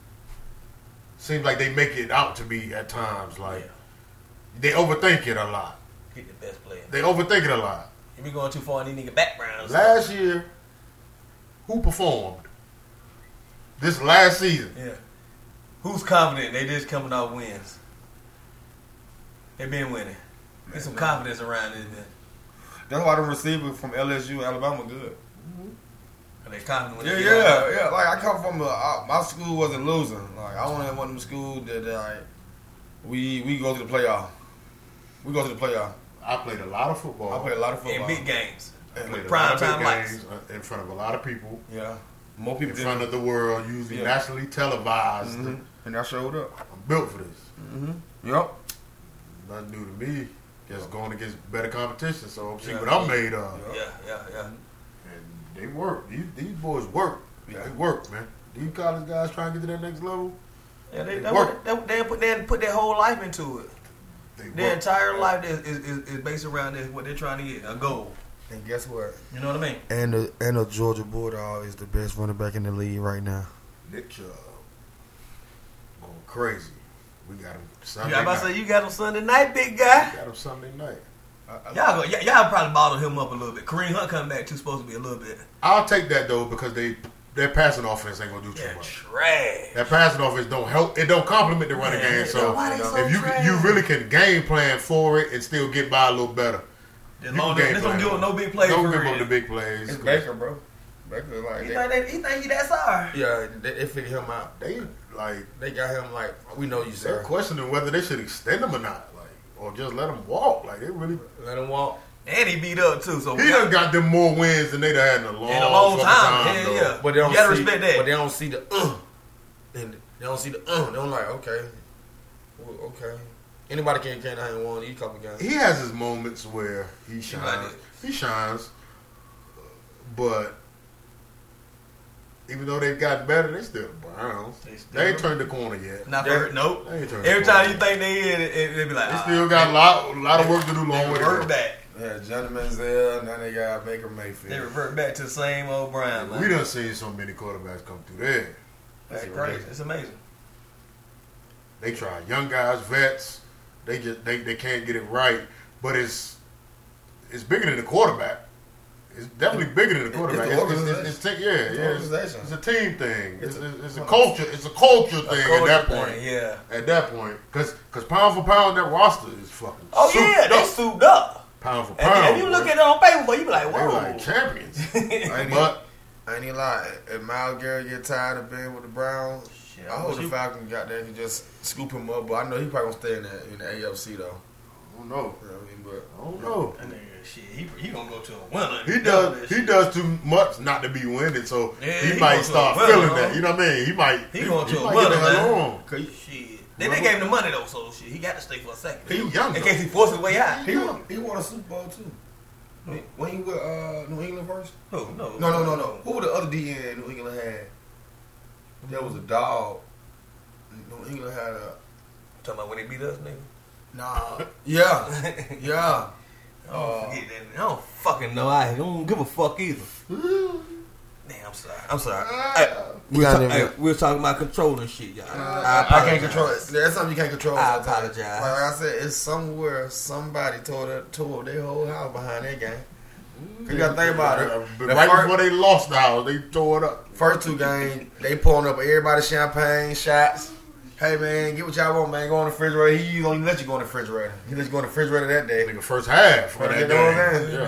Speaker 1: seems like they make it out to be at times. Like they overthink it a lot.
Speaker 4: Get the best player.
Speaker 1: They overthink it a lot.
Speaker 4: You be going too far in these nigga backgrounds.
Speaker 1: Last year, who performed? This last season,
Speaker 4: Yeah. Who's confident? They just coming off wins. They been winning. Get some confidence around this man.
Speaker 2: That's why the receiver from LSU, Alabama, good.
Speaker 4: Are they confident when
Speaker 2: Yeah,
Speaker 4: they get out?
Speaker 2: yeah, yeah. Like I come from a, I, my school wasn't losing. Like I went to one of them school that like we we go to the playoff. We go to the playoff.
Speaker 1: I played a lot of football.
Speaker 2: I play a lot of
Speaker 4: In
Speaker 2: football.
Speaker 4: big games.
Speaker 1: I played a
Speaker 4: Prime
Speaker 1: lot of big
Speaker 4: time lights.
Speaker 1: games, uh, in front of a lot of people,
Speaker 2: Yeah, more
Speaker 1: in
Speaker 2: people did,
Speaker 1: front of the world, usually
Speaker 2: Yeah.
Speaker 1: nationally televised.
Speaker 4: Mm-hmm.
Speaker 2: Mhm. and I showed up.
Speaker 1: I'm built for this.
Speaker 2: Yep.
Speaker 1: Nothing new to me. Just going against better competition, so I'm see what I'm made of.
Speaker 4: Yeah, yeah, yeah.
Speaker 1: And they work. These, these boys work.
Speaker 2: Yeah.
Speaker 1: They work, man. These college guys trying to get to that next level.
Speaker 4: Yeah, they,
Speaker 1: It
Speaker 4: they,
Speaker 1: worked.
Speaker 4: they, they, put, they put their whole life into it.
Speaker 1: They
Speaker 4: Their
Speaker 1: work.
Speaker 4: entire life is, is, is, is based around this, what they're trying to get a goal.
Speaker 2: And guess what?
Speaker 4: You know what I mean?
Speaker 2: And the and the Georgia Bulldog is the best running back in the league right now.
Speaker 1: Nick Chubb going crazy. We got him Sunday
Speaker 4: Yeah, I'm about
Speaker 1: night.
Speaker 4: to say you got him Sunday night, big guy.
Speaker 1: got him Sunday night.
Speaker 4: Y'all, go, y- y'all probably bottled him up a little bit. Kareem Hunt coming back too supposed to be a little bit.
Speaker 1: I'll take that though because they their passing offense ain't gonna do too
Speaker 4: Yeah,
Speaker 1: much.
Speaker 4: trash.
Speaker 1: That passing offense don't help. It don't complement the running
Speaker 4: Yeah,
Speaker 1: game. So
Speaker 4: why they so
Speaker 1: if you
Speaker 4: trash?
Speaker 1: you really can game plan for it and still get by a little better,
Speaker 4: As
Speaker 1: You
Speaker 4: long
Speaker 1: can
Speaker 4: as
Speaker 1: game
Speaker 4: this don't
Speaker 1: plan
Speaker 4: give
Speaker 1: for
Speaker 4: up
Speaker 1: it.
Speaker 4: no big plays.
Speaker 1: Don't
Speaker 4: for
Speaker 1: give up
Speaker 4: real.
Speaker 1: the big plays.
Speaker 2: It's
Speaker 1: 'cause
Speaker 2: Baker, bro. Baker like
Speaker 4: He
Speaker 2: they-
Speaker 4: think, they, he think he that sorry.
Speaker 2: yeah, they, they figured him out.
Speaker 1: They like
Speaker 2: They got him like we know you,
Speaker 1: they're
Speaker 2: sir.
Speaker 1: questioning whether they should extend him or not, like or just let him walk. Like they really
Speaker 2: Let him walk.
Speaker 4: And he beat up too. So
Speaker 1: he done got them more wins than they done had in a long,
Speaker 4: Oh, in a long
Speaker 1: fucking
Speaker 4: time.
Speaker 1: time
Speaker 4: Hell
Speaker 1: though.
Speaker 4: yeah.
Speaker 2: But they don't
Speaker 4: you gotta
Speaker 2: see,
Speaker 4: respect that.
Speaker 2: But they don't see the uh, and they don't see the uh. They don't like okay, well, okay. Anybody can can out and won these couple guys.
Speaker 1: he has his moments where he shines.
Speaker 4: it.
Speaker 1: He shines, but Even though they've gotten better, they still the Browns.
Speaker 4: They still-
Speaker 1: They ain't turned the corner yet.
Speaker 4: Not
Speaker 3: They're-
Speaker 4: for, nope.
Speaker 1: They ain't turned
Speaker 4: Every
Speaker 1: the
Speaker 4: time
Speaker 1: corner.
Speaker 4: you think they in, it, it, they be like,
Speaker 1: They
Speaker 4: ah,
Speaker 1: still got a lot, a lot of work to do.
Speaker 4: they
Speaker 1: Long way to
Speaker 4: revert
Speaker 1: go.
Speaker 4: back.
Speaker 2: Yeah, Johnny Manziel. Now they got Baker Mayfield.
Speaker 4: They revert back to the same old Brian.
Speaker 1: We
Speaker 4: Man.
Speaker 1: done seen so many quarterbacks come through there.
Speaker 4: That's crazy. It's amazing.
Speaker 1: They try young guys, vets. They just they, they can't get it right. But it's it's bigger than the quarterback. It's definitely bigger than the
Speaker 2: It's
Speaker 1: quarterback.
Speaker 2: the
Speaker 1: It's, it's, it's, it's, te- yeah,
Speaker 2: It's the
Speaker 1: yeah. It's,
Speaker 2: organization.
Speaker 1: it's a team thing. It's,
Speaker 2: It's
Speaker 1: it's,
Speaker 2: a-
Speaker 1: it's, a culture. It's a culture
Speaker 4: A
Speaker 1: thing at
Speaker 4: culture
Speaker 1: that
Speaker 4: thing,
Speaker 1: point.
Speaker 4: Yeah.
Speaker 1: At that point, because pound for pound, that roster is fucking.
Speaker 4: Oh
Speaker 1: souped
Speaker 4: yeah, they
Speaker 1: up.
Speaker 4: souped up.
Speaker 1: pound for
Speaker 4: And
Speaker 1: pound.
Speaker 4: if you look
Speaker 1: boy.
Speaker 4: at it on paper, boy, you be like,
Speaker 1: they
Speaker 4: whoa.
Speaker 1: were like champions.
Speaker 2: I ain't
Speaker 1: but
Speaker 2: I ain't gonna lie. If Miles Garrett get tired of being with the Browns,
Speaker 4: Shit,
Speaker 2: I hope the
Speaker 4: you-
Speaker 2: Falcons got there and just scoop him up. But I know he probably gonna stay in the, in the AFC though.
Speaker 1: I don't know.
Speaker 2: You know what I mean? But
Speaker 1: I don't know.
Speaker 4: That nigga, shit, he, he gonna go to a winner.
Speaker 1: He
Speaker 4: know
Speaker 1: does.
Speaker 4: that
Speaker 1: He
Speaker 4: shit.
Speaker 1: does too much not to be winning, so
Speaker 4: Yeah,
Speaker 1: he,
Speaker 4: he
Speaker 1: might
Speaker 4: goes to
Speaker 1: start
Speaker 4: a winner,
Speaker 1: feeling
Speaker 4: huh?
Speaker 1: that. You know what I mean? He might.
Speaker 4: He going to a
Speaker 1: might get
Speaker 4: winner,
Speaker 1: the hell
Speaker 4: man.
Speaker 1: on.
Speaker 2: Cause he,
Speaker 4: Shit. They, they gave him the money though, so shit, he got to stay for a second.
Speaker 1: He young,
Speaker 4: In
Speaker 1: though.
Speaker 4: case he forces his way out.
Speaker 2: he, won, he won a Super Bowl too. When he with uh, New England first?
Speaker 4: No, Oh, no.
Speaker 2: No, no, no, no. Who the other DN New England had? That was a dog. New England had a
Speaker 4: Talking about when they beat us, nigga.
Speaker 2: nah. Yeah, yeah.
Speaker 4: I don't
Speaker 2: Uh,
Speaker 4: forget that. I don't fucking know. I don't give a fuck either. Damn, I'm sorry. I'm sorry.
Speaker 2: Ah.
Speaker 4: Hey,
Speaker 2: We got
Speaker 4: ta-
Speaker 2: it.
Speaker 4: hey, we're talking about controlling shit, y'all.
Speaker 2: Ah, I,
Speaker 4: apologize.
Speaker 2: can't control it. That's something you can't control.
Speaker 4: I
Speaker 2: sometimes.
Speaker 4: apologize.
Speaker 2: Like I said, it's somewhere somebody told that told their whole house behind that game. You gotta think about it.
Speaker 1: But
Speaker 2: The
Speaker 1: Uh, right
Speaker 2: fir-
Speaker 1: before they lost the house, they tore it up.
Speaker 2: First two games, they pulling up everybody champagne shots. Hey man, get what y'all want, man. Go in the refrigerator. He don't even let you go in the refrigerator. He let you go in the refrigerator that day.
Speaker 1: Nigga, first half for
Speaker 2: Right,
Speaker 1: that
Speaker 2: you know what
Speaker 1: game.
Speaker 2: I'm saying?
Speaker 1: Yeah.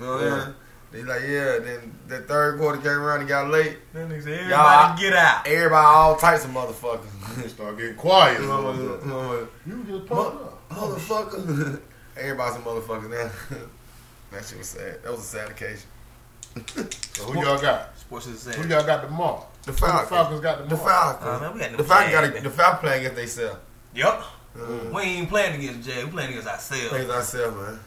Speaker 2: You know what I'm saying? They like, yeah. Then the third quarter came around and got late.
Speaker 4: That nigga said,
Speaker 2: Y'all, I-
Speaker 4: everybody get out.
Speaker 2: Everybody, all types of motherfuckers.
Speaker 1: Start getting quiet.
Speaker 2: You know what I'm saying? You know what I'm saying?
Speaker 1: You just pumped
Speaker 2: Mo-
Speaker 1: up.
Speaker 2: motherfucker. Everybody's a motherfucker now. that shit was sad. That was a sad occasion.
Speaker 1: So who y'all got?
Speaker 4: Sports is
Speaker 1: Who
Speaker 4: sad.
Speaker 1: y'all got tomorrow?
Speaker 2: The
Speaker 1: Who The
Speaker 2: Falcons.
Speaker 1: Falcons got tomorrow.
Speaker 2: The Falcons.
Speaker 4: Uh, man, we got no
Speaker 2: the Falcons
Speaker 4: chance,
Speaker 2: got
Speaker 4: man.
Speaker 2: the Falcons playing against themselves.
Speaker 4: Yup.
Speaker 2: Mm.
Speaker 4: We ain't playing against Jay. We playing against
Speaker 2: Against
Speaker 4: ourselves.
Speaker 2: ourselves, man.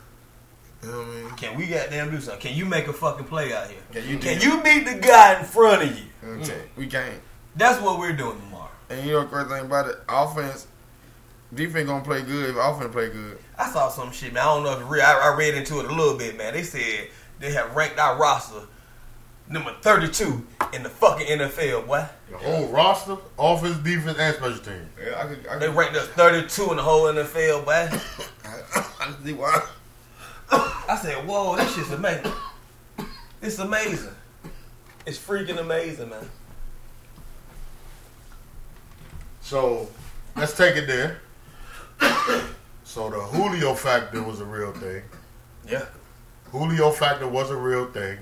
Speaker 2: You know what I mean?
Speaker 4: Can we goddamn do something? Can you make a fucking play out here?
Speaker 2: Can you do
Speaker 4: Can
Speaker 2: it?
Speaker 4: you beat the guy in front of you?
Speaker 2: I'm telling you, We can't.
Speaker 4: That's what we're doing tomorrow.
Speaker 2: And you know the great thing about it? Offense, defense gonna play good if offense play good.
Speaker 4: I saw some shit, man. I don't know if it's real. I, I read into it a little bit, man. They said they have ranked our roster number 32 in the fucking NFL, boy.
Speaker 1: The whole roster, offense, defense, and special team.
Speaker 2: Yeah, I could. I could,
Speaker 4: They ranked us 32 in the whole NFL, boy.
Speaker 2: I could see why.
Speaker 4: I said, whoa, this shit's amazing. It's amazing. It's freaking amazing, man.
Speaker 1: So let's take it there. so the Julio factor was a real thing.
Speaker 4: Yeah.
Speaker 1: Julio factor was a real thing.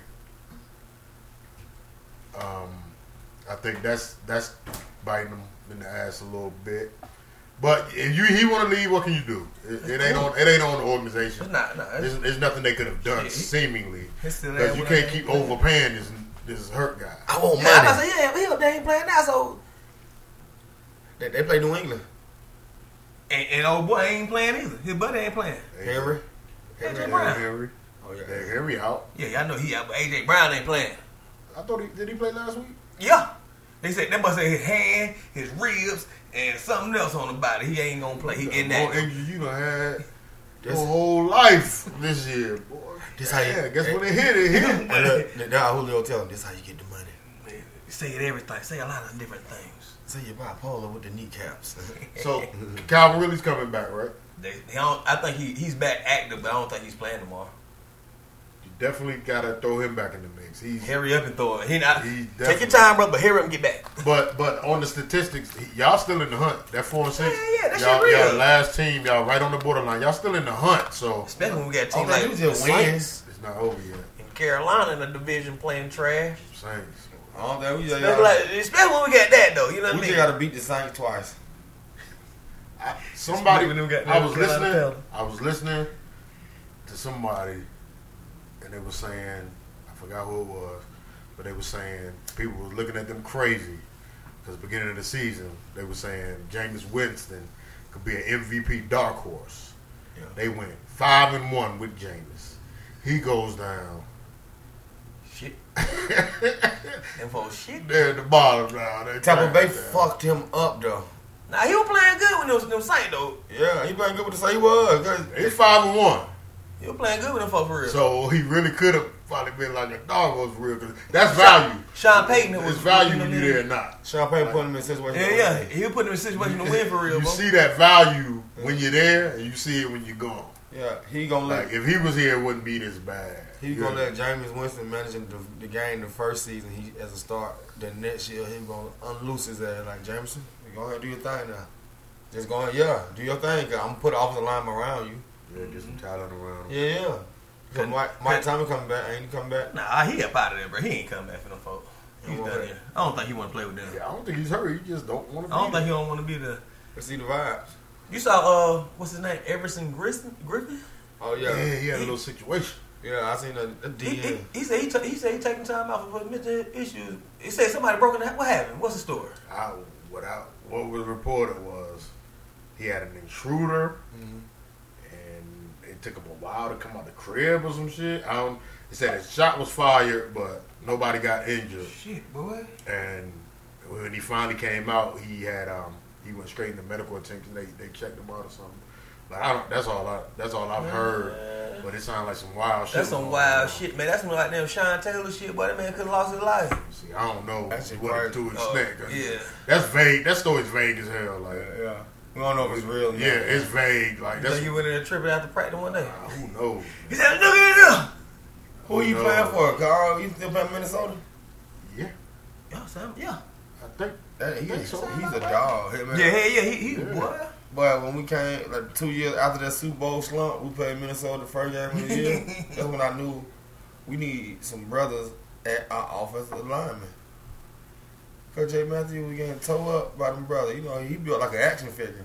Speaker 1: Um, I think that's that's biting him in the ass a little bit. But if you he want to leave, what can you do? It, it ain't on it ain't on the
Speaker 4: It's
Speaker 1: organization.
Speaker 4: not, nah,
Speaker 1: There's,
Speaker 4: it's,
Speaker 1: there's nothing they could have done
Speaker 4: Shit.
Speaker 1: seemingly
Speaker 4: it's still
Speaker 1: because
Speaker 4: there
Speaker 1: you
Speaker 4: with
Speaker 1: can't
Speaker 4: us.
Speaker 1: keep overpaying this this hurt guy.
Speaker 2: I want
Speaker 4: Yeah, I
Speaker 2: money.
Speaker 4: said, yeah, he up there ain't playing now, so.
Speaker 2: They, they play New England.
Speaker 4: And, and old boy ain't playing either. His buddy ain't playing.
Speaker 2: Henry.
Speaker 4: AJ
Speaker 1: Henry,
Speaker 4: Brown.
Speaker 1: Henry,
Speaker 2: Oh
Speaker 1: Yeah, Henry out.
Speaker 4: Yeah, y'all know he out, but AJ Brown ain't playing.
Speaker 1: I thought he did he play last week.
Speaker 4: Yeah. They said that must have his hand, his ribs, and something else on the body. He ain't gonna play. He getting
Speaker 1: More
Speaker 4: that.
Speaker 1: injury you done had your
Speaker 2: This-
Speaker 1: whole life this year, boy.
Speaker 2: This how you-
Speaker 1: yeah, guess what it hit? It hit.
Speaker 2: And look, that- that Julio tell him, this how you get the money.
Speaker 4: Say it everything. Say a lot of different things.
Speaker 2: Say you bipolar with the kneecaps.
Speaker 1: So Calvin Ridley's coming back, right?
Speaker 4: They, they don't, I think he, he's back active, but I don't think he's playing tomorrow.
Speaker 1: You definitely gotta throw him back in the mix. He's
Speaker 4: Hurry up and throw it. He not,
Speaker 1: He
Speaker 4: take your
Speaker 1: definitely-
Speaker 4: time, bro, but hurry up and get back.
Speaker 1: but but on the statistics, he- y'all still in the hunt. That four and six,
Speaker 4: Yeah, yeah, that shit
Speaker 1: y'all,
Speaker 4: real.
Speaker 1: y'all last team, y'all right on the borderline. Y'all still in the hunt, so
Speaker 4: Especially when we got a
Speaker 2: All
Speaker 4: team
Speaker 2: they do
Speaker 4: like
Speaker 2: is
Speaker 4: the
Speaker 2: just win.
Speaker 4: Saints
Speaker 1: it's not over yet.
Speaker 4: and Carolina in the division playing trash.
Speaker 1: Saints.
Speaker 2: All that we just
Speaker 4: Especially, like, especially when we got that though, you know what I
Speaker 2: we
Speaker 4: mean?
Speaker 2: just gotta beat the Saints twice.
Speaker 1: Somebody,
Speaker 4: When we got-
Speaker 1: I was
Speaker 4: when we got out of
Speaker 1: listening.
Speaker 4: town.
Speaker 1: I was listening to somebody, and they were saying, I forgot who it was, but they were saying people was looking at them crazy because beginning of the season they were saying Jameis Winston could be an MVP dark horse.
Speaker 2: Yeah.
Speaker 1: They went five and one with Jameis. He goes down.
Speaker 4: Shit. Them folks shit.
Speaker 1: They're at the bottom now. They
Speaker 2: Tampa
Speaker 1: cracked
Speaker 2: Bay
Speaker 1: down.
Speaker 2: fucked him up though.
Speaker 4: Now he was playing good with them, them Saints though.
Speaker 2: Yeah, he playing good with the same he was. 'cause
Speaker 1: He's five and one.
Speaker 4: He was playing good with them folks for real.
Speaker 1: So he really could have probably been like a dog was real. 'cause that's value.
Speaker 4: Sean Payton
Speaker 1: It's
Speaker 4: was
Speaker 1: value
Speaker 4: you
Speaker 1: when
Speaker 4: know,
Speaker 1: you there or not.
Speaker 2: Champagne put him in a situation.
Speaker 4: Yeah, yeah. He was putting him in a situation to win for real,
Speaker 1: You
Speaker 4: bro.
Speaker 1: see that value when you're there, and you see it when you're gone.
Speaker 2: Yeah, he gonna let
Speaker 1: Like if he was here, it wouldn't be this bad.
Speaker 2: he
Speaker 1: You
Speaker 2: gonna
Speaker 1: know?
Speaker 2: let Jameis Winston manage him the, the game the first season. He as a start. The next year he gonna unloose his ass like Jameson. You go ahead and do your thing now. Just going, yeah, do your thing. i I'm gonna put an offensive lineman around you.
Speaker 1: yeah, get
Speaker 4: Mm-hmm.
Speaker 1: some talent around. him.
Speaker 2: Yeah, yeah. Cause Mike, Mike Tommy coming back, ain't he coming back?
Speaker 4: Nah, he up out of there, bro. He ain't come back for them folks. He's
Speaker 2: He
Speaker 4: done
Speaker 2: won't play.
Speaker 4: here. I don't think he want to play with them.
Speaker 1: Yeah, I don't think he's hurt. He just don't want to.
Speaker 4: I don't think he don't want to be there.
Speaker 2: Let's see the vibes.
Speaker 4: You saw uh, what's his name, Everson Griffin? Griffin?
Speaker 2: Oh
Speaker 1: Yeah,
Speaker 2: yeah,
Speaker 1: he had a little situation.
Speaker 2: yeah. I seen that. That
Speaker 4: He, he,
Speaker 2: DN.
Speaker 4: he said he, ta- he said he taking time out for mental issues. He said somebody broke in. the- What happened? What's the story?
Speaker 1: I what I what was reported was he had an intruder,
Speaker 2: Mhm.
Speaker 1: and it took him a while to come out the crib or some shit. I don't. They said his shot was fired, but nobody got injured.
Speaker 4: Shit, boy.
Speaker 1: And when he finally came out, he had um he went straight into medical attention. They they checked him out or something. But I don't. That's all I. That's all I've heard. But it sounded like some wild shit.
Speaker 4: That's some
Speaker 1: going
Speaker 4: wild
Speaker 1: on.
Speaker 4: shit, man. That's some like them Sean Taylor shit, boy. That man could have lost his life.
Speaker 1: See, I don't know
Speaker 2: That's
Speaker 1: what
Speaker 2: crazy.
Speaker 1: to
Speaker 4: Oh,
Speaker 1: expect.
Speaker 4: yeah.
Speaker 1: that's vague. That story's vague as hell. Like,
Speaker 2: Yeah, we don't know if it's real. or not.
Speaker 1: yeah, it's vague. Like,
Speaker 4: So
Speaker 1: that's
Speaker 4: you went in there tripping after practice one day.
Speaker 1: Uh, who knows?
Speaker 4: He said, "Look at
Speaker 2: Who you
Speaker 1: No.
Speaker 2: playing for, Carl? You still playing Minnesota?
Speaker 1: Yeah,
Speaker 4: this." Yeah,
Speaker 1: I think.
Speaker 2: Hey,
Speaker 1: I think
Speaker 2: he's,
Speaker 1: so.
Speaker 2: he's a dog. Hey,
Speaker 4: yeah,
Speaker 2: man.
Speaker 4: yeah, yeah. He, he
Speaker 1: Yeah.
Speaker 4: boy.
Speaker 2: But when we came, like two years after that Super Bowl slump, we played Minnesota the first game of the year. That's when I knew we need some brothers at our offensive lineman. Coach Jay Matthew was getting towed up by them brothers. You know, he built like an action figure.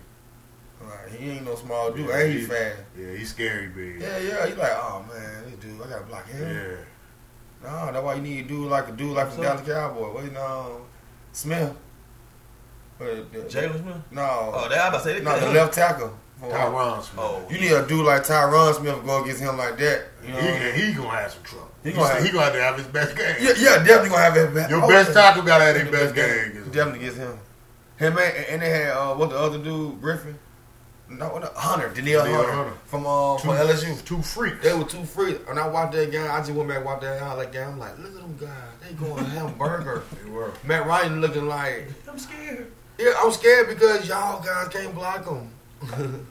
Speaker 2: Like, he ain't no small dude.
Speaker 1: Yeah,
Speaker 2: and he
Speaker 1: he-
Speaker 2: fast.
Speaker 1: Yeah, he's scary, big.
Speaker 2: Yeah, yeah. He like, oh, man, this dude, I got to block him.
Speaker 1: Yeah.
Speaker 2: Nah, that's why you need a dude like a dude like
Speaker 4: So-
Speaker 2: the Dallas Cowboy. Wait, no, Smith. But the,
Speaker 4: Jalen Smith.
Speaker 2: no,
Speaker 4: Oh, that I about to say they
Speaker 2: no,
Speaker 4: cut
Speaker 2: the
Speaker 4: him.
Speaker 2: left tackle. For-
Speaker 1: Tyron Smith.
Speaker 4: Oh,
Speaker 2: You need a dude like Tyron Smith to go against him like that. You know?
Speaker 1: He, he gonna have some trouble.
Speaker 2: He
Speaker 1: He
Speaker 2: gonna
Speaker 1: gonna,
Speaker 2: have-
Speaker 1: he gonna have to have his best game.
Speaker 2: yeah, yeah, definitely gonna have his best.
Speaker 1: Your
Speaker 2: oh,
Speaker 1: best
Speaker 2: yeah.
Speaker 1: tackle gotta have his best game.
Speaker 2: Definitely, definitely gets him. Him and, and they had uh, what the other dude Griffin, no, no Hunter, Daniel
Speaker 1: Danielle
Speaker 2: Hunter,
Speaker 1: Hunter.
Speaker 2: from uh,
Speaker 1: Two-
Speaker 2: from LSU.
Speaker 1: Two freaks.
Speaker 2: They were too free. When I watched that game, I just went back and watched that highlight game. I'm like, look at them guys. They going hamburger.
Speaker 1: They were.
Speaker 2: Matt Ryan looking like
Speaker 4: I'm scared.
Speaker 2: Yeah, I'm scared because y'all guys can't block him.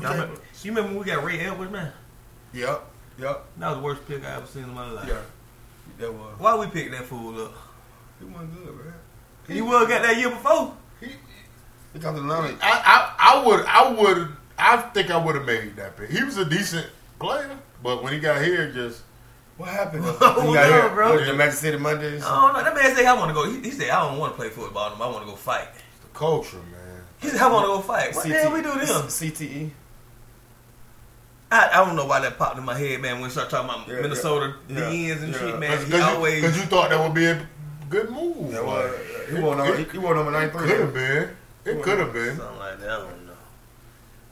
Speaker 4: You remember, you remember when we got Ray Edwards, man?
Speaker 2: Yep, yep,
Speaker 4: That was the worst pick I ever seen in my life.
Speaker 2: yeah. That was.
Speaker 4: Why we pick that fool up?
Speaker 2: He wasn't good, man.
Speaker 4: He would got that year before.
Speaker 2: He got the line.
Speaker 1: I, I, I would, I would, I think I would have made that pick. He was a decent player, but when he got here, just
Speaker 2: What happened?
Speaker 4: Hold on, bro.
Speaker 2: The Magic City Mondays.
Speaker 4: I don't know. That man said I want to go. He, he said I don't want to play football. no more. I want to go fight.
Speaker 1: the culture, man.
Speaker 4: He said I want to go fight. What the hell we do to him? E?
Speaker 2: CTE.
Speaker 4: I, I don't know why that popped in my head, man. When we start talking about
Speaker 2: Yeah,
Speaker 4: Minnesota
Speaker 2: yeah,
Speaker 4: the
Speaker 2: yeah.
Speaker 4: ends and
Speaker 2: Yeah.
Speaker 4: shit, man.
Speaker 1: Because
Speaker 4: He always
Speaker 1: you, thought that would be a good move.
Speaker 2: That
Speaker 1: Like,
Speaker 2: was. He won number. He won number nine three.
Speaker 1: Could have been. It could have been.
Speaker 4: something like that. I don't know.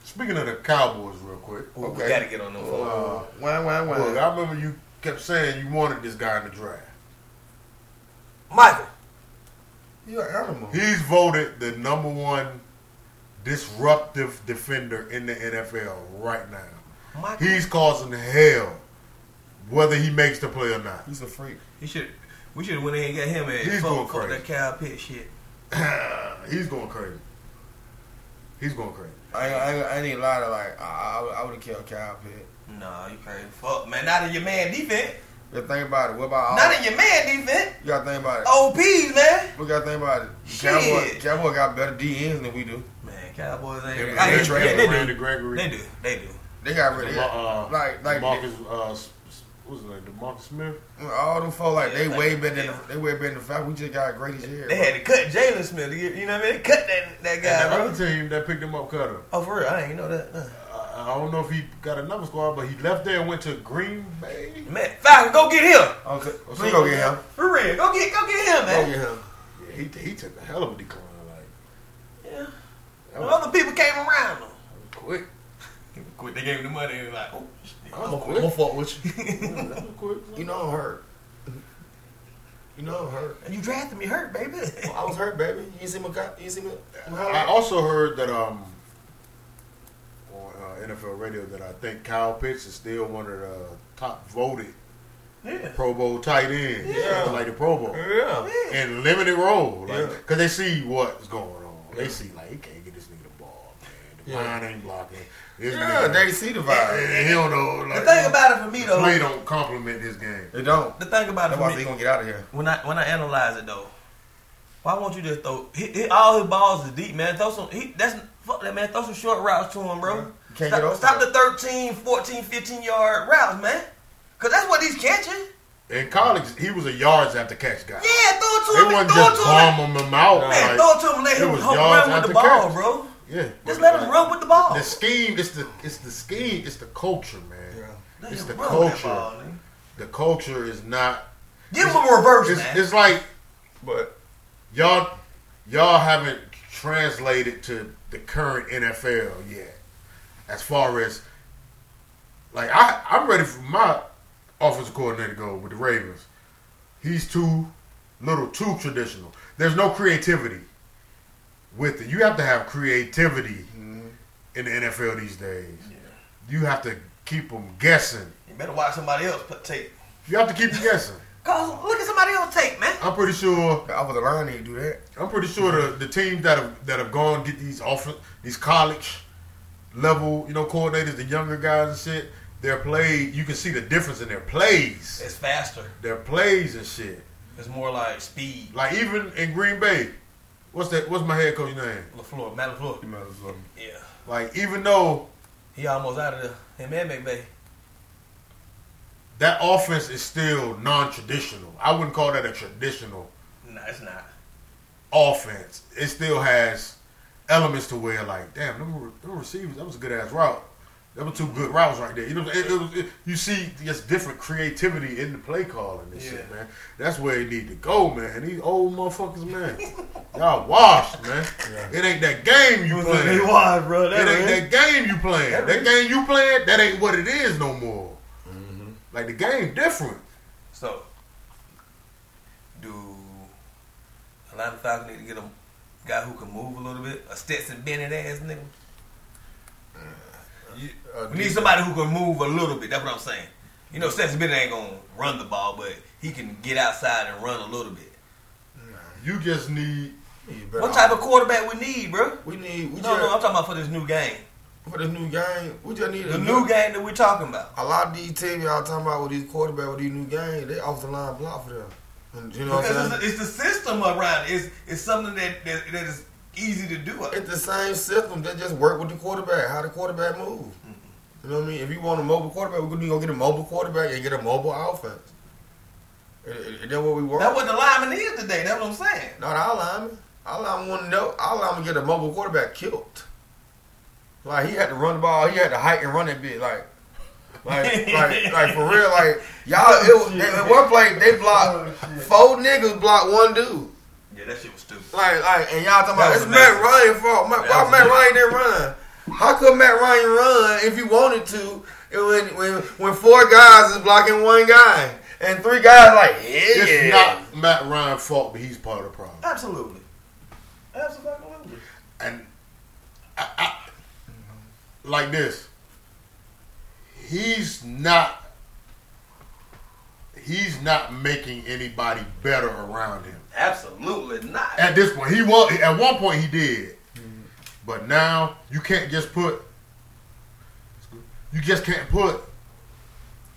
Speaker 1: Speaking of the Cowboys, real quick.
Speaker 4: Ooh,
Speaker 2: Okay.
Speaker 4: We gotta get on them.
Speaker 1: Uh,
Speaker 4: folks.
Speaker 2: Wah, wah, wah.
Speaker 1: look, I remember you kept saying you wanted this guy in the draft.
Speaker 4: Michael,
Speaker 2: you an animal.
Speaker 1: He's voted the number one disruptive defender in the NFL right now.
Speaker 4: Michael,
Speaker 1: He's causing hell, whether he makes the play or not.
Speaker 2: He's a freak.
Speaker 4: he should. We should have went in and got him at
Speaker 1: He's
Speaker 4: fuck,
Speaker 1: going
Speaker 4: fuck that
Speaker 1: crazy.
Speaker 4: cow pit shit.
Speaker 1: He's going crazy. He's going crazy.
Speaker 2: I ain't, I ain't, I ain't even lie to like. I, I, would have killed Kyle Pitt.
Speaker 4: Nah, you crazy. Fuck, man. Not in your man defense.
Speaker 2: You gotta think about it. What about all?
Speaker 4: Not in your man defense.
Speaker 2: you gotta think about it.
Speaker 4: OPs, man.
Speaker 2: We gotta think about it.
Speaker 4: Shit.
Speaker 2: Cowboy, Cowboy got better DNs than we do.
Speaker 4: Man, Cowboys ain't.
Speaker 1: They-
Speaker 4: I
Speaker 1: they
Speaker 4: mean,
Speaker 1: traded
Speaker 4: yeah, they,
Speaker 1: Randy
Speaker 4: do.
Speaker 1: Gregory.
Speaker 4: they do. They do.
Speaker 2: They got rid of
Speaker 1: Dema- uh,
Speaker 2: like like
Speaker 1: Marcus, uh, s- s- what was it, like Demarcus Smith?
Speaker 2: all them folk like they
Speaker 4: Yeah,
Speaker 2: way
Speaker 4: like-
Speaker 2: better than
Speaker 4: yeah.
Speaker 2: they way better than the fact we just got greatest year.
Speaker 4: They had to cut Jalen Smith. You you know what I mean? They cut that that
Speaker 1: And the
Speaker 4: guy.
Speaker 1: other team that picked him up cut him.
Speaker 4: Oh, for real? I ain't know that. Uh.
Speaker 1: I I don't know if he got another squad, but he left there and went to Green Bay.
Speaker 4: Man, Falcon, go get him.
Speaker 2: Okay, Oh, so we go get him.
Speaker 4: For real, go get go get him,
Speaker 2: Go
Speaker 4: man.
Speaker 2: get him.
Speaker 1: Yeah, he, he took a hell of a decline. Like
Speaker 4: Yeah.
Speaker 1: that
Speaker 4: Them
Speaker 1: was
Speaker 4: Other people came around him.
Speaker 1: quick.
Speaker 4: Quick, they gave him the money. And like, oh,
Speaker 1: I'm a quick.
Speaker 2: fuck with you.
Speaker 1: Yeah, that was quick.
Speaker 2: You know I'm hurt. You know I'm hurt.
Speaker 4: And you drafted me hurt, baby.
Speaker 2: Well, I was hurt, baby. You didn't see me. You didn't see me.
Speaker 1: I also heard that um on uh, NFL radio that I think Kyle Pitts is still one of the top voted
Speaker 4: yeah.
Speaker 1: Pro Bowl tight ends,
Speaker 2: Yeah.
Speaker 1: after, like the Pro Bowl,
Speaker 2: yeah.
Speaker 4: Yeah.
Speaker 1: in limited role, like
Speaker 2: Yeah.
Speaker 1: because they see what's going on. They
Speaker 2: Yeah.
Speaker 1: see like he can't get this nigga the ball, man. The
Speaker 2: Yeah.
Speaker 1: line ain't blocking. This
Speaker 2: Yeah,
Speaker 1: nigga-
Speaker 2: they see the vibe.
Speaker 1: and he don't know.
Speaker 4: The
Speaker 1: Like,
Speaker 4: thing about it for me
Speaker 1: the play
Speaker 4: though,
Speaker 1: don't compliment this game.
Speaker 2: They don't.
Speaker 4: the thing about it
Speaker 2: That's
Speaker 4: for
Speaker 2: why
Speaker 4: me,
Speaker 2: they gonna get out of here.
Speaker 4: when I when I analyze it though, why won't you just throw hit, hit all his balls is deep, man? Throw some he that's fuck that man, throw some short routes to him, bro.
Speaker 2: Yeah. Can't
Speaker 4: stop
Speaker 2: get off
Speaker 4: stop
Speaker 2: that.
Speaker 4: the 13, 14, 15 yard routes, man. Cause that's what he's catching.
Speaker 1: In college, he was a yards after catch guy.
Speaker 4: Yeah, throw it
Speaker 1: They
Speaker 4: to him. and
Speaker 1: wasn't
Speaker 4: Throw it
Speaker 1: just
Speaker 4: to him.
Speaker 1: bombing him out.
Speaker 2: Yeah.
Speaker 4: Man,
Speaker 1: like,
Speaker 4: throw it to him and let
Speaker 1: it
Speaker 4: him
Speaker 1: was
Speaker 4: ho-
Speaker 1: yards
Speaker 4: run with
Speaker 1: after
Speaker 4: the ball,
Speaker 1: catch.
Speaker 4: bro.
Speaker 1: yeah,
Speaker 4: Just let him run with the ball.
Speaker 1: The scheme, it's the it's the scheme, it's the culture, man.
Speaker 4: Let
Speaker 1: It's
Speaker 4: him
Speaker 1: the
Speaker 4: run with that
Speaker 1: culture.
Speaker 4: ball, man.
Speaker 1: The culture is not.
Speaker 4: Give him a reverse,
Speaker 1: It's,
Speaker 4: man.
Speaker 1: it's like
Speaker 2: But
Speaker 1: y'all y'all haven't translated to the current NFL yet. As far as like I I'm ready for my offensive coordinator to go with the Ravens. He's too little, too traditional. There's no creativity with it. You have to have creativity in the NFL these days. You have to keep them guessing.
Speaker 4: you better watch somebody else put tape.
Speaker 1: You have to keep them guessing.
Speaker 4: Cause look at somebody else tape, man.
Speaker 1: I'm pretty sure
Speaker 2: the offensive line didn't do that.
Speaker 1: I'm pretty sure the, the teams that have that have gone get these off these college level you know coordinators, the younger guys and shit. Their play, you can see the difference in their plays,
Speaker 4: It's faster.
Speaker 1: their plays and shit.
Speaker 4: It's more like speed.
Speaker 1: Like even in Green Bay, what's that? What's my head coach name?
Speaker 4: LaFleur, Matt LaFleur.
Speaker 2: You might as well.
Speaker 4: Yeah.
Speaker 1: Like even though
Speaker 4: He almost out of there. Him and McVay.
Speaker 1: that offense is still non-traditional, I wouldn't call that a traditional
Speaker 4: No, it's not.
Speaker 1: offense. It still has elements to where like, damn, them, re- them receivers, that was a good ass route. That were two good routes right there. You know, what I'm saying? it, it was, it- you see just different creativity in the play calling and shit,
Speaker 4: Yeah.
Speaker 1: man. That's where it need to go, man. These old motherfuckers, man, y'all washed, man. It ain't that game you playing. It
Speaker 4: wise, bro.
Speaker 1: ain't that game you playing.
Speaker 4: That
Speaker 1: That game you playing, that ain't what it is no more. Like the game different.
Speaker 4: So, do Atlanta Falcons need to get a guy who can move a little bit? A Stetson Bennett ass nigga?
Speaker 2: You, uh,
Speaker 4: We need somebody who can move a little bit. That's what I'm saying. You know, Stetson Bennett ain't going to run the ball, but he can get outside and run a little bit.
Speaker 1: You just need
Speaker 4: What type of quarterback we need, bro?
Speaker 2: We need. We
Speaker 4: No,
Speaker 2: just,
Speaker 4: no, I'm talking about for this new game.
Speaker 2: for the new game. We just need
Speaker 4: The
Speaker 2: a
Speaker 4: new game that we're talking about.
Speaker 2: A lot of these teams y'all talking about with these quarterbacks with these new games, they off the line block for them. And you know what I'm
Speaker 4: Because
Speaker 2: saying?
Speaker 4: it's, it's the system around it. It's, it's something that, that, that is easy to do.
Speaker 2: It's the same system. They just work with the quarterback. How the quarterback move. You know what I mean? If you want a mobile quarterback, we're gonna go get a mobile quarterback and get a mobile offense. And- And and that's what we work.
Speaker 4: That's what the lineman is today. That's what I'm saying.
Speaker 2: Not our lineman. Our lineman want to know. Our lineman get a mobile quarterback killed. Like he had to run the ball. He had to hike and run that bit. Like, like, like, like for real. Like y'all. It, was- at one play they blocked four niggas. Blocked one dude.
Speaker 4: Yeah, that shit was stupid.
Speaker 2: Like, like, and y'all talking
Speaker 4: That
Speaker 2: about
Speaker 4: was
Speaker 2: it's Matt
Speaker 4: amazing.
Speaker 2: Ryan fault. Matt,
Speaker 4: That
Speaker 2: why
Speaker 4: was
Speaker 2: Matt
Speaker 4: amazing.
Speaker 2: Ryan didn't run? How could Matt Ryan run if he wanted to? And when when when four guys is blocking one guy and three guys like yeah,
Speaker 1: it's not Matt Ryan's fault, but he's part of the problem.
Speaker 4: Absolutely. Absolutely.
Speaker 1: and I, I, like this, he's not he's not making anybody better around him.
Speaker 4: Absolutely not.
Speaker 1: At this point, he was at one point he did, but now you can't just put you just can't put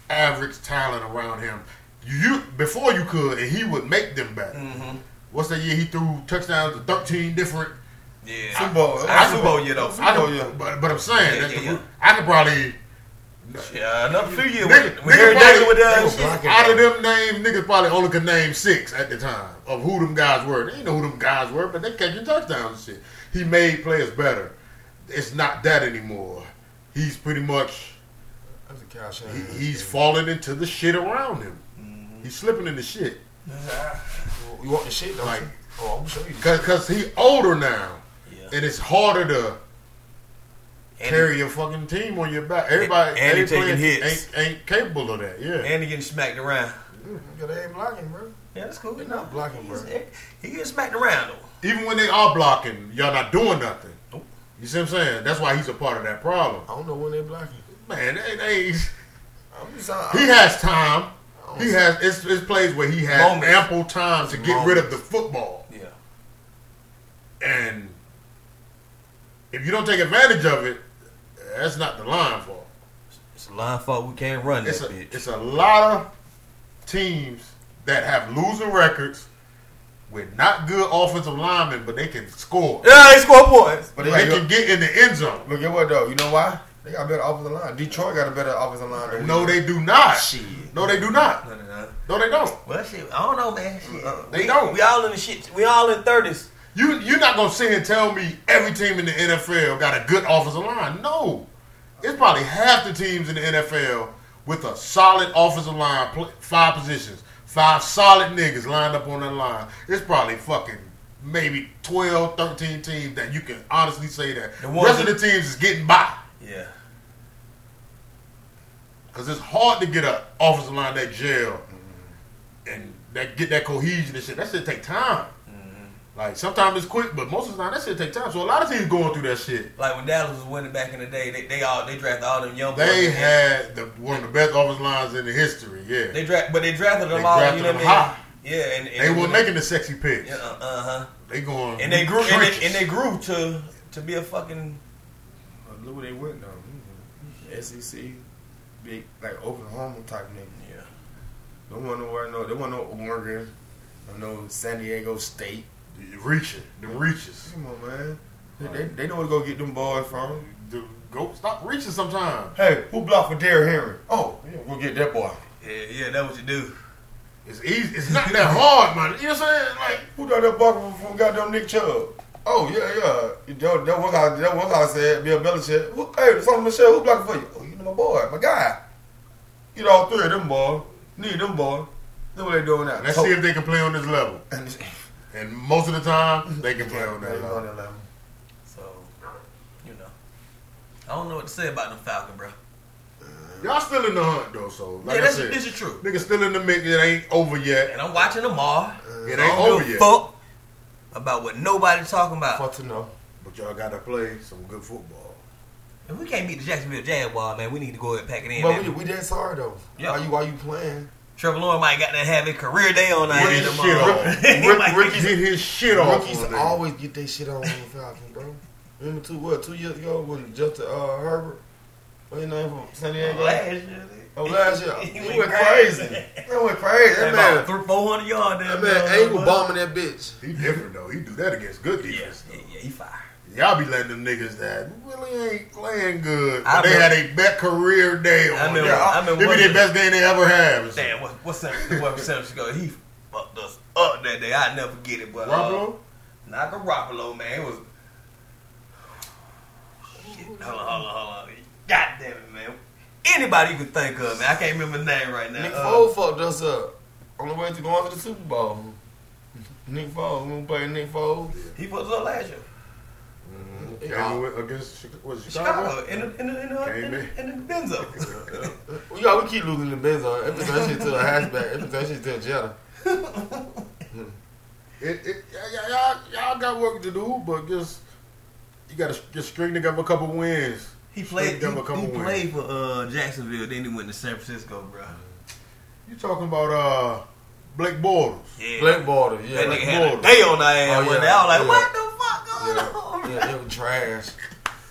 Speaker 1: average talent around him. You, you before you could, and he would make them better.
Speaker 4: Mm-hmm.
Speaker 1: What's that year he threw touchdowns to thirteen different
Speaker 4: Yeah.
Speaker 2: Super Bowl.
Speaker 4: I, I Super Bowl year though.
Speaker 1: I know, but, but I'm saying
Speaker 4: Yeah,
Speaker 1: that
Speaker 4: yeah,
Speaker 1: the-
Speaker 4: yeah.
Speaker 1: I could probably
Speaker 4: Yeah, another few years
Speaker 1: nigga,
Speaker 4: with,
Speaker 1: nigga
Speaker 4: with Harry
Speaker 1: probably,
Speaker 4: Davis with
Speaker 2: was
Speaker 4: us.
Speaker 2: black.
Speaker 1: nigga, out of them names, niggas probably only could name six at the time of who them guys were. They didn't know who them guys were, but they catching touchdowns and shit. He made players better. It's not that anymore. He's pretty much
Speaker 2: That's a cow shame.
Speaker 4: Mm-hmm.
Speaker 1: he, he's falling into the shit around him. He's slipping into shit
Speaker 2: You want the shit though?
Speaker 1: Like-
Speaker 2: oh, I'm gonna show you. This.
Speaker 1: because cause he older now,
Speaker 4: Yeah.
Speaker 1: and it's harder to.
Speaker 4: And,
Speaker 1: carry your fucking team on your back. Everybody,
Speaker 4: and he
Speaker 1: every
Speaker 4: taking
Speaker 1: player
Speaker 4: hits.
Speaker 1: ain't, ain't capable of that. Yeah,
Speaker 4: and he getting smacked around.
Speaker 2: Yeah, they ain't blocking, bro.
Speaker 4: Yeah, that's cool.
Speaker 2: They
Speaker 4: you know.
Speaker 2: not blocking, bro.
Speaker 4: He's- He gets smacked around though.
Speaker 1: Even when they are blocking, y'all not doing nothing.
Speaker 4: Nope.
Speaker 1: You see what I'm saying? That's why he's a part of that problem.
Speaker 2: I don't know when they blocking.
Speaker 1: Man, they, they,
Speaker 4: Uh,
Speaker 2: I'm just. I,
Speaker 1: he
Speaker 2: I,
Speaker 1: has time. He has it's, it's plays where he has
Speaker 4: Moments.
Speaker 1: ample time to get rid of the football,
Speaker 4: Yeah.
Speaker 1: and if you don't take advantage of it, that's not the line for.
Speaker 4: It's a line fault. We can't run
Speaker 1: It's
Speaker 4: this
Speaker 1: a,
Speaker 4: bitch.
Speaker 1: it's a lot of teams that have losing records with not good offensive linemen, but they can score.
Speaker 4: yeah, they score points.
Speaker 2: but
Speaker 1: They
Speaker 2: they got
Speaker 1: can get in the end zone.
Speaker 2: Look at what though. You know why? They got better offensive line. Detroit got a better offensive line. Than we
Speaker 1: No,
Speaker 2: do.
Speaker 1: they do not.
Speaker 2: Shit.
Speaker 1: No, they do not.
Speaker 4: No, no, no.
Speaker 1: No, they don't.
Speaker 4: Well, shit, I don't know, man. Shit.
Speaker 2: Uh,
Speaker 1: They don't.
Speaker 4: We all in the shit. We all in thirties.
Speaker 1: You you're not gonna sit here and tell me every team in the NFL got a good offensive line. No, it's probably half the teams in the NFL with a solid offensive line, pl- five positions, five solid niggas lined up on that line. It's probably fucking maybe 12, 13 teams that you can honestly say that
Speaker 4: The
Speaker 1: the
Speaker 4: ones
Speaker 1: rest of the teams is getting by
Speaker 4: Yeah.
Speaker 1: because it's hard to get a offensive line that gel and that get that cohesion and shit. That shit take time. Like sometimes it's quick, but most of the time that shit take time. So a lot of teams going through that shit.
Speaker 4: Like when Dallas was winning back in the day, they, they all they drafted all them young boys.
Speaker 1: They
Speaker 4: and-
Speaker 1: had the, one of the best offensive lines in the history. Yeah, they,
Speaker 4: they draft, but they drafted them
Speaker 1: They
Speaker 4: all.
Speaker 1: drafted
Speaker 4: you know
Speaker 1: them
Speaker 4: what I
Speaker 1: high.
Speaker 4: mean? Yeah, and, and
Speaker 1: were
Speaker 4: when
Speaker 1: making the sexy picks.
Speaker 4: Yeah, uh huh.
Speaker 1: They going
Speaker 4: And they grew, and
Speaker 1: trenches.
Speaker 4: they, and they grew to to be a fucking
Speaker 2: But look where they went though. Mhm. SEC, big like Oklahoma type nigga.
Speaker 4: yeah.
Speaker 2: They want no I know. They want no Oregon. I know San Diego State.
Speaker 1: reaching the reaches.
Speaker 2: Come on, man. They, they, they know where to go get them boys from.
Speaker 1: The, go stop reaching sometimes.
Speaker 2: Hey, who blocked for Derrick Henry? Oh, yeah, we'll get that boy.
Speaker 4: Yeah, yeah, that what you do.
Speaker 1: It's easy. It's not that hard, man. You know what I'm saying? Like
Speaker 2: Who done that block from goddamn Nick Chubb? Oh yeah, yeah. That, that one guy, that one guy said Bill Belichick. Who, hey, son of Michelle, who blocked for you? Oh, you know my boy, my guy. Get all three of them boys. Need them boys. Look what they doing now.
Speaker 1: let's
Speaker 2: Tote.
Speaker 1: see if they can play on this level.
Speaker 2: And it's-
Speaker 1: And most of the time, they can play on
Speaker 2: They
Speaker 1: that
Speaker 2: on
Speaker 1: level.
Speaker 2: that level.
Speaker 4: So, you know, I don't know what to say about them Falcon, bro.
Speaker 1: Y'all still in the hunt though, so like I
Speaker 4: yeah, that's
Speaker 1: said,
Speaker 4: this is true.
Speaker 1: niggas still in the mix. It ain't over yet.
Speaker 4: And I'm watching them all.
Speaker 2: uh,
Speaker 1: It
Speaker 4: I
Speaker 1: ain't
Speaker 4: don't
Speaker 1: over
Speaker 4: give a
Speaker 1: yet.
Speaker 4: fuck about what nobody talking about.
Speaker 2: Fuck to know.
Speaker 1: But y'all gotta play some good football.
Speaker 4: If we can't beat the Jacksonville Jaguar, man, we need to go ahead and pack it in.
Speaker 2: But
Speaker 4: man.
Speaker 2: we, we that sorry though.
Speaker 4: Yeah.
Speaker 2: Why you why you playing?
Speaker 4: Trevor Lawrence might got to have his career day on
Speaker 1: Get
Speaker 4: out here
Speaker 1: his shit
Speaker 4: tomorrow.
Speaker 1: off.
Speaker 4: He might
Speaker 1: Rick, Rick
Speaker 4: get-
Speaker 1: get his shit off.
Speaker 2: Rookies
Speaker 1: on them.
Speaker 2: always get their shit on on the Falcons, bro. Remember two what two years ago when Justin uh, Herbert, what his name from San Diego?
Speaker 4: Last year,
Speaker 2: Oh, last year.
Speaker 4: He
Speaker 2: He,
Speaker 4: went
Speaker 2: went
Speaker 4: crazy.
Speaker 2: crazy. That went crazy.
Speaker 4: that
Speaker 2: That
Speaker 4: man
Speaker 2: man,
Speaker 4: threw 400 yards.
Speaker 2: that
Speaker 4: down
Speaker 2: man
Speaker 4: there,
Speaker 2: ankle
Speaker 4: boy.
Speaker 2: bombing that bitch.
Speaker 1: He different though. He do that against good
Speaker 4: Yeah,
Speaker 1: defense.
Speaker 4: yeah, yeah, he fire.
Speaker 1: Y'all be letting them niggas that really ain't playing good.
Speaker 4: I
Speaker 1: But they
Speaker 4: remember-
Speaker 1: had a best career day on
Speaker 4: I remember-
Speaker 1: y'all.
Speaker 4: I remember
Speaker 1: it
Speaker 4: one
Speaker 1: be
Speaker 4: of
Speaker 1: their best game they ever have.
Speaker 4: Damn, what, what's that? What percentage ago? He fucked us up that day. I never forget it. But uh,
Speaker 1: Garoppolo?
Speaker 4: not Garoppolo, man. It was. Shit, hold on, hold on, hold on. God damn it, man. Anybody you can think of, man. I can't remember the name right now.
Speaker 2: Nick
Speaker 4: Uh,
Speaker 2: Foles fucked us up on the way to going to the Super Bowl. Nick Foles, we play Nick Foles.
Speaker 4: He fucked us up last year.
Speaker 1: Came in with- against Chi- was it Chicago.
Speaker 4: uh, Chicago in the in the in the,
Speaker 1: Came
Speaker 4: in the, in the Benzo.
Speaker 2: Well, y'all, we keep losing the Benzo. Every time that shit to a hatchback, every time that shit to a Jetta.
Speaker 1: It, it, y- y- y'all, y'all got work to do, but just you gotta s- just string together a couple wins.
Speaker 4: He played. He,
Speaker 1: Give him a couple
Speaker 4: he
Speaker 1: wins.
Speaker 4: played for uh, Jacksonville. Then he went to San Francisco, bro.
Speaker 1: You talking about uh Blake Bortles?
Speaker 4: Yeah,
Speaker 2: Black border, yeah.
Speaker 4: that nigga
Speaker 1: Blake
Speaker 4: had a
Speaker 1: Bortles.
Speaker 4: day on our ass.
Speaker 2: Oh,
Speaker 4: when
Speaker 2: yeah,
Speaker 4: they all like,
Speaker 2: yeah.
Speaker 4: what the fuck going on?
Speaker 2: Yeah, yeah, it was trash.